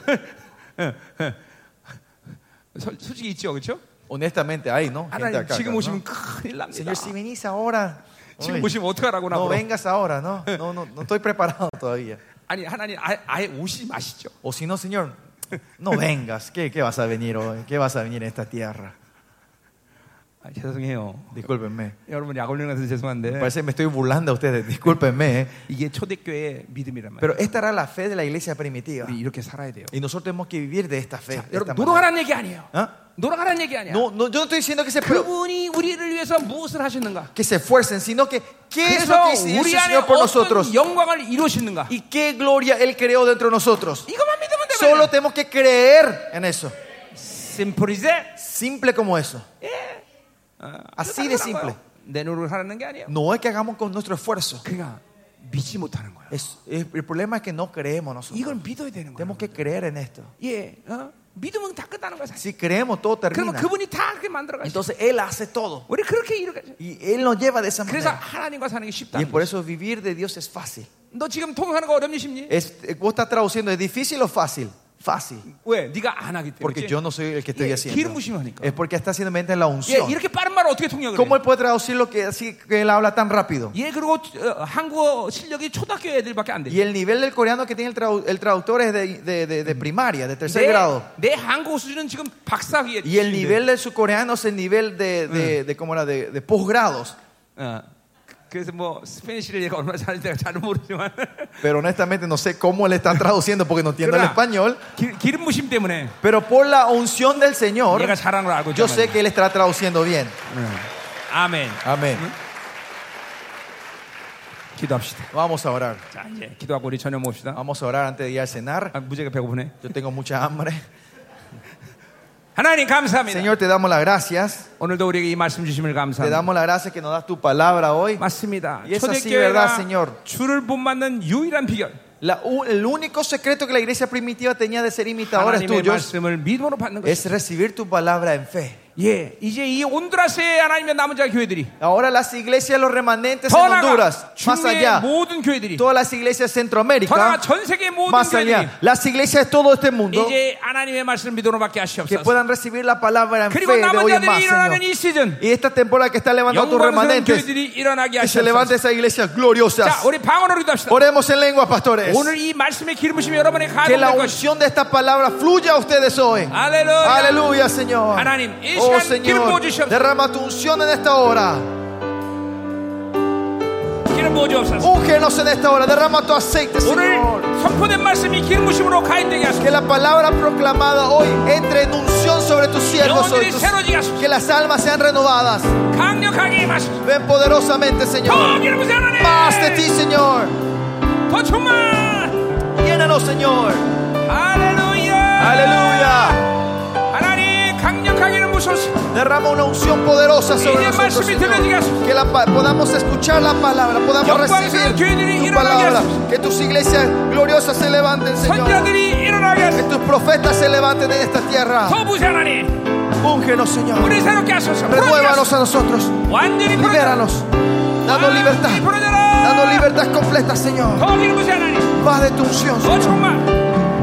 [SPEAKER 2] 서- 솔직히 있죠, 그렇죠?
[SPEAKER 1] Honestamente, hay, ¿no? Gente
[SPEAKER 2] 하나님
[SPEAKER 1] acá,
[SPEAKER 2] 지금
[SPEAKER 1] ¿no?
[SPEAKER 2] 오시면 큰일 납니다.
[SPEAKER 1] Señor, si venís ahora,
[SPEAKER 2] 지금
[SPEAKER 1] uy,
[SPEAKER 2] 오시면 어떡하라고 나
[SPEAKER 1] no
[SPEAKER 2] 물어.
[SPEAKER 1] vengas ahora, ¿no? No, no, no estoy preparado todavía.
[SPEAKER 2] 아니 하나님 아예, 아예 오시지 마시죠.
[SPEAKER 1] O si no, Señor, no vengas. ¿Qué, qué vas a venir hoy? ¿Qué vas a venir en esta tierra?
[SPEAKER 2] 아, 죄송해요.
[SPEAKER 1] Discúlpenme.
[SPEAKER 2] 여러분 약올리는 것서 죄송한데
[SPEAKER 1] Parece que me estoy burlando a ustedes, discúlpenme. ¿eh?
[SPEAKER 2] 이게 초대교회의 믿음이란 말이에요.
[SPEAKER 1] Pero esta era la fe de la iglesia primitiva.
[SPEAKER 2] 우리 이렇게 살아야 돼요.
[SPEAKER 1] Y nosotros tenemos que vivir de esta fe.
[SPEAKER 2] 자,
[SPEAKER 1] de esta
[SPEAKER 2] 여러분
[SPEAKER 1] manera.
[SPEAKER 2] 노력하라는 얘기 아니에요.
[SPEAKER 1] ¿Ah?
[SPEAKER 2] 어? 노력하라는 얘기 아니야.
[SPEAKER 1] No, no, yo no estoy diciendo que se
[SPEAKER 2] 그분이 우리를 위해서 무엇을 하셨는가?
[SPEAKER 1] que se esfuercen, sino que qué es lo
[SPEAKER 2] 그래서
[SPEAKER 1] que hizo el
[SPEAKER 2] 우리 안에
[SPEAKER 1] Señor por nosotros
[SPEAKER 2] 어떤 영광을 이루시는가?
[SPEAKER 1] y qué gloria Él creó dentro de nosotros.
[SPEAKER 2] 이것만 믿으면 돼.
[SPEAKER 1] Solo tenemos que creer en eso,
[SPEAKER 2] 심플이제. 아,
[SPEAKER 1] simple como eso. Así de simple.
[SPEAKER 2] 어, 내 노력을 하라는 게 아니에요.
[SPEAKER 1] No es que hagamos con nuestro esfuerzo.
[SPEAKER 2] 그러니까 믿지 못하는 거야.
[SPEAKER 1] Es- es- el problema es que no creemos
[SPEAKER 2] 예, 이걸
[SPEAKER 1] nosotros.
[SPEAKER 2] 믿어야 되는 거야.
[SPEAKER 1] Tenemos que creer en esto.
[SPEAKER 2] 예, 어? 믿으면 다 끝나는 거야. 사실.
[SPEAKER 1] Si creemos, todo
[SPEAKER 2] 그러면
[SPEAKER 1] termina.
[SPEAKER 2] 그분이 다 그렇게 만들어 가시죠.
[SPEAKER 1] Entonces Él hace todo
[SPEAKER 2] 우리 그렇게 이렇게.
[SPEAKER 1] y Él nos lleva de esa
[SPEAKER 2] 그래서
[SPEAKER 1] manera.
[SPEAKER 2] 하나님과 사는 게
[SPEAKER 1] Y
[SPEAKER 2] 쉽다는
[SPEAKER 1] por
[SPEAKER 2] 거야.
[SPEAKER 1] eso vivir de Dios es fácil.
[SPEAKER 2] 너 지금 통역하는 거 어렵니 쉽니?
[SPEAKER 1] Es, eh, vos estás traduciendo, ¿es difícil o fácil? Fácil.
[SPEAKER 2] 왜? 네가 안 하기 때문에.
[SPEAKER 1] Porque
[SPEAKER 2] 그렇지?
[SPEAKER 1] yo no soy el que estoy
[SPEAKER 2] 예, 기름
[SPEAKER 1] haciendo.
[SPEAKER 2] 부심을 하니까.
[SPEAKER 1] Es porque está haciendo mente en la
[SPEAKER 2] 예,
[SPEAKER 1] unción.
[SPEAKER 2] 이렇게 빠른 말을 어떻게 통역을
[SPEAKER 1] ¿Cómo
[SPEAKER 2] 해?
[SPEAKER 1] él puede traducir lo que así que él habla tan rápido?
[SPEAKER 2] 예, 그리고 어, 한국어 실력이 초등학교 애들밖에 안 돼.
[SPEAKER 1] Y el nivel del coreano que tiene el, trau- el traductor es de, de- de- de primaria, de tercer
[SPEAKER 2] 내,
[SPEAKER 1] grado.
[SPEAKER 2] 내 한국어 수준은 지금 박사기에.
[SPEAKER 1] Y el nivel de su coreano es el nivel de, de, de- ¿cómo era? de, de posgrados.
[SPEAKER 2] 어, 그래서 뭐 스페니쉬를 얘가 얼마나 잘하는지 내가 잘 모르지만.
[SPEAKER 1] Pero honestamente no sé cómo él está traduciendo porque no entiendo el
[SPEAKER 2] Claro.
[SPEAKER 1] español.
[SPEAKER 2] 기, 기름 부심 때문에
[SPEAKER 1] Pero por la unción del Señor,
[SPEAKER 2] 얘가 잘하는 걸 알고
[SPEAKER 1] yo
[SPEAKER 2] 있잖아요.
[SPEAKER 1] sé que él está traduciendo bien.
[SPEAKER 2] 응. 아멘.
[SPEAKER 1] Amén.
[SPEAKER 2] 기도합시다.
[SPEAKER 1] Vamos a orar.
[SPEAKER 2] 자, 이제 기도하고 우리 저녁 먹읍시다. 어,
[SPEAKER 1] Vamos a orar antes de ir a cenar.
[SPEAKER 2] 아, 무지하게 배고프네.
[SPEAKER 1] Yo tengo mucha hambre.
[SPEAKER 2] 하나님 감사합니다.
[SPEAKER 1] Señor, te damos las gracias.
[SPEAKER 2] 오늘도 우리에게 이 말씀 주심을
[SPEAKER 1] Te
[SPEAKER 2] 감사합니다.
[SPEAKER 1] damos las gracias que nos das tu palabra hoy.
[SPEAKER 2] 맞습니다.
[SPEAKER 1] Y es así,
[SPEAKER 2] 초대교회가
[SPEAKER 1] verdad, Señor.
[SPEAKER 2] 주를 본받는 유일한 비결.
[SPEAKER 1] La u- el único secreto que la iglesia primitiva tenía de ser imitadores
[SPEAKER 2] 하나님의
[SPEAKER 1] tuyos
[SPEAKER 2] 말씀을 믿음으로 받는 것이.
[SPEAKER 1] es recibir tu palabra en fe.
[SPEAKER 2] 예, 이제 이 온두라스의 하나님의 남은 자 교회들이
[SPEAKER 1] Ahora las iglesias, los remanentes en
[SPEAKER 2] 더 나가
[SPEAKER 1] Honduras, más
[SPEAKER 2] 중미의
[SPEAKER 1] allá,
[SPEAKER 2] 모든 교회들이
[SPEAKER 1] todas las iglesias de
[SPEAKER 2] 더 나가
[SPEAKER 1] Centroamérica,
[SPEAKER 2] 전 세계 모든
[SPEAKER 1] más
[SPEAKER 2] 교회들이
[SPEAKER 1] allá, las iglesias de todo este mundo,
[SPEAKER 2] 이제 하나님의 말씀 믿음으로 받게
[SPEAKER 1] que
[SPEAKER 2] 하시옵소서.
[SPEAKER 1] puedan recibir la palabra en fe
[SPEAKER 2] 그리고
[SPEAKER 1] de
[SPEAKER 2] 남은
[SPEAKER 1] hoy en más,
[SPEAKER 2] 자들이 일어나는
[SPEAKER 1] Señor.
[SPEAKER 2] 이 시즌
[SPEAKER 1] Y esta temporada que está levantando tus
[SPEAKER 2] 영광스러운
[SPEAKER 1] remanentes,
[SPEAKER 2] 교회들이 일어나게
[SPEAKER 1] que se
[SPEAKER 2] 하시옵소서.
[SPEAKER 1] levante esas iglesias
[SPEAKER 2] 자,
[SPEAKER 1] gloriosas.
[SPEAKER 2] 우리 방언으로 기도합시다.
[SPEAKER 1] Oremos en lengua, pastores.
[SPEAKER 2] 오늘 이 말씀의 기름부심이 여러분의
[SPEAKER 1] Que la
[SPEAKER 2] 가동될 것이.
[SPEAKER 1] unción de esta palabra fluya a ustedes hoy.
[SPEAKER 2] 할렐루야.
[SPEAKER 1] Aleluya, Señor.
[SPEAKER 2] 하나님, 이
[SPEAKER 1] Oh,
[SPEAKER 2] 시간 기름
[SPEAKER 1] Señor,
[SPEAKER 2] 부어주시옵소서.
[SPEAKER 1] derrama tu unción en esta hora.
[SPEAKER 2] 기름 부어주옵소서.
[SPEAKER 1] Úngenos en esta hora. Derrama tu aceite,
[SPEAKER 2] 오늘
[SPEAKER 1] Señor.
[SPEAKER 2] 선포된 말씀이 기름부심으로 가인되게 하소서.
[SPEAKER 1] Que la palabra proclamada hoy entre en unción sobre tus siervos hoy.
[SPEAKER 2] 영혼들이 새로지게 하소서.
[SPEAKER 1] Que las almas sean renovadas.
[SPEAKER 2] 강력하게 임하소서.
[SPEAKER 1] Ven poderosamente, Señor.
[SPEAKER 2] 더 기름부세
[SPEAKER 1] Más de ti,
[SPEAKER 2] 하나님.
[SPEAKER 1] Señor.
[SPEAKER 2] 더 충만.
[SPEAKER 1] Llénanos, Señor.
[SPEAKER 2] 할렐루야.
[SPEAKER 1] Aleluya.
[SPEAKER 2] 하나님 강력하게 부소서.
[SPEAKER 1] Derrama una unción poderosa sobre
[SPEAKER 2] 이제
[SPEAKER 1] nosotros.
[SPEAKER 2] 말씀이
[SPEAKER 1] Señor.
[SPEAKER 2] 들려지게 하소서.
[SPEAKER 1] Que la pa- podamos escuchar la palabra, podamos
[SPEAKER 2] 영광스러운 교회들이
[SPEAKER 1] recibir tu
[SPEAKER 2] 일어나게
[SPEAKER 1] palabra.
[SPEAKER 2] 하소서.
[SPEAKER 1] Que tus iglesias gloriosas se levanten, Señor.
[SPEAKER 2] 선자들이 일어나게
[SPEAKER 1] Que
[SPEAKER 2] 하소서.
[SPEAKER 1] tus profetas se levanten en esta tierra.
[SPEAKER 2] 더 부세 하나님.
[SPEAKER 1] Úngenos, Señor.
[SPEAKER 2] 우리 새롭게 하소서. 부러지게
[SPEAKER 1] Renuévanos
[SPEAKER 2] 하소서.
[SPEAKER 1] a nosotros.
[SPEAKER 2] 완전히 부러져라.
[SPEAKER 1] Libéranos. Danos libertad.
[SPEAKER 2] 완전히 부러져라.
[SPEAKER 1] Danos libertad completa, Señor.
[SPEAKER 2] 더 기름부세 하나님.
[SPEAKER 1] Más de tu unción,
[SPEAKER 2] 더
[SPEAKER 1] Señor.
[SPEAKER 2] 충만.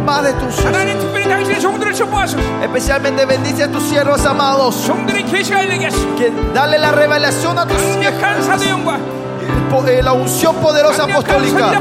[SPEAKER 1] Más de tu unción.
[SPEAKER 2] 하나님 특별히 당신의 종들을 축복하소서
[SPEAKER 1] Especialmente bendice a tus siervos amados.
[SPEAKER 2] 종들의 계시가 일리게 하소서
[SPEAKER 1] Que dale la revelación a tus
[SPEAKER 2] 강력한 사도영과
[SPEAKER 1] el po- eh, la unción poderosa apostólica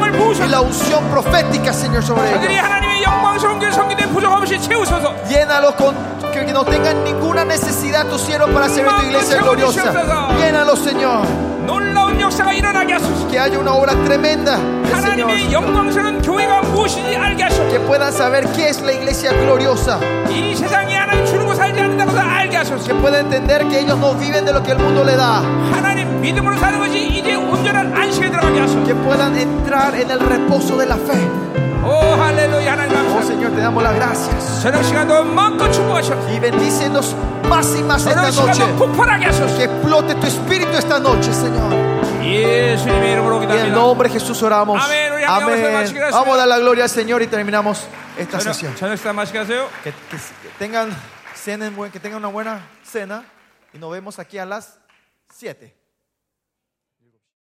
[SPEAKER 1] y la unción profética, Señor, sobre
[SPEAKER 2] 저들이
[SPEAKER 1] ellos.
[SPEAKER 2] 하나님의 영광스러운 교회 성기된 부족 없이 채우소서
[SPEAKER 1] Llénalos con que no tengan ninguna necesidad tus siervos para servir tu iglesia gloriosa. Llénalos, Señor.
[SPEAKER 2] 놀라운 역사가 일어나게 하소서
[SPEAKER 1] Que haya una obra tremenda, del Señor.
[SPEAKER 2] 하나님의 영광스러운 교회가 무엇인지 알게 하소서
[SPEAKER 1] Que puedan saber qué es la iglesia gloriosa.
[SPEAKER 2] 이 세상이 하나님 주는 거 살지 않는다는 것을 알게
[SPEAKER 1] Que
[SPEAKER 2] 하소서
[SPEAKER 1] puedan entender que ellos no viven de lo que el mundo le da.
[SPEAKER 2] 하나님 믿음으로 사는 것이 이제 온전한 안식에 들어가게 하소서
[SPEAKER 1] que puedan entrar en el reposo de la fe.
[SPEAKER 2] 오 할렐루야 하나님
[SPEAKER 1] Oh
[SPEAKER 2] 감사합니다
[SPEAKER 1] Señor, te damos las gracias
[SPEAKER 2] 저녁 시간도 마음껏 축복하소서
[SPEAKER 1] y bendícenos más y más
[SPEAKER 2] 저녁
[SPEAKER 1] esta noche.
[SPEAKER 2] 시간도 폭발하게
[SPEAKER 1] Que
[SPEAKER 2] 하소서
[SPEAKER 1] explote tu espíritu esta noche, Señor.
[SPEAKER 2] 예수님의 이름으로
[SPEAKER 1] En el
[SPEAKER 2] 기도합니다
[SPEAKER 1] nombre de Jesús oramos.
[SPEAKER 2] Amén. Hoy amamos el
[SPEAKER 1] Amén.
[SPEAKER 2] machigrazo.
[SPEAKER 1] Vamos a dar la gloria al Señor y terminamos esta sesión.
[SPEAKER 2] 저녁, 저녁 식사 맛있게 하세요
[SPEAKER 1] Que, que- que tengan, cenen buen- que tengan una buena cena y nos vemos aquí a las 7.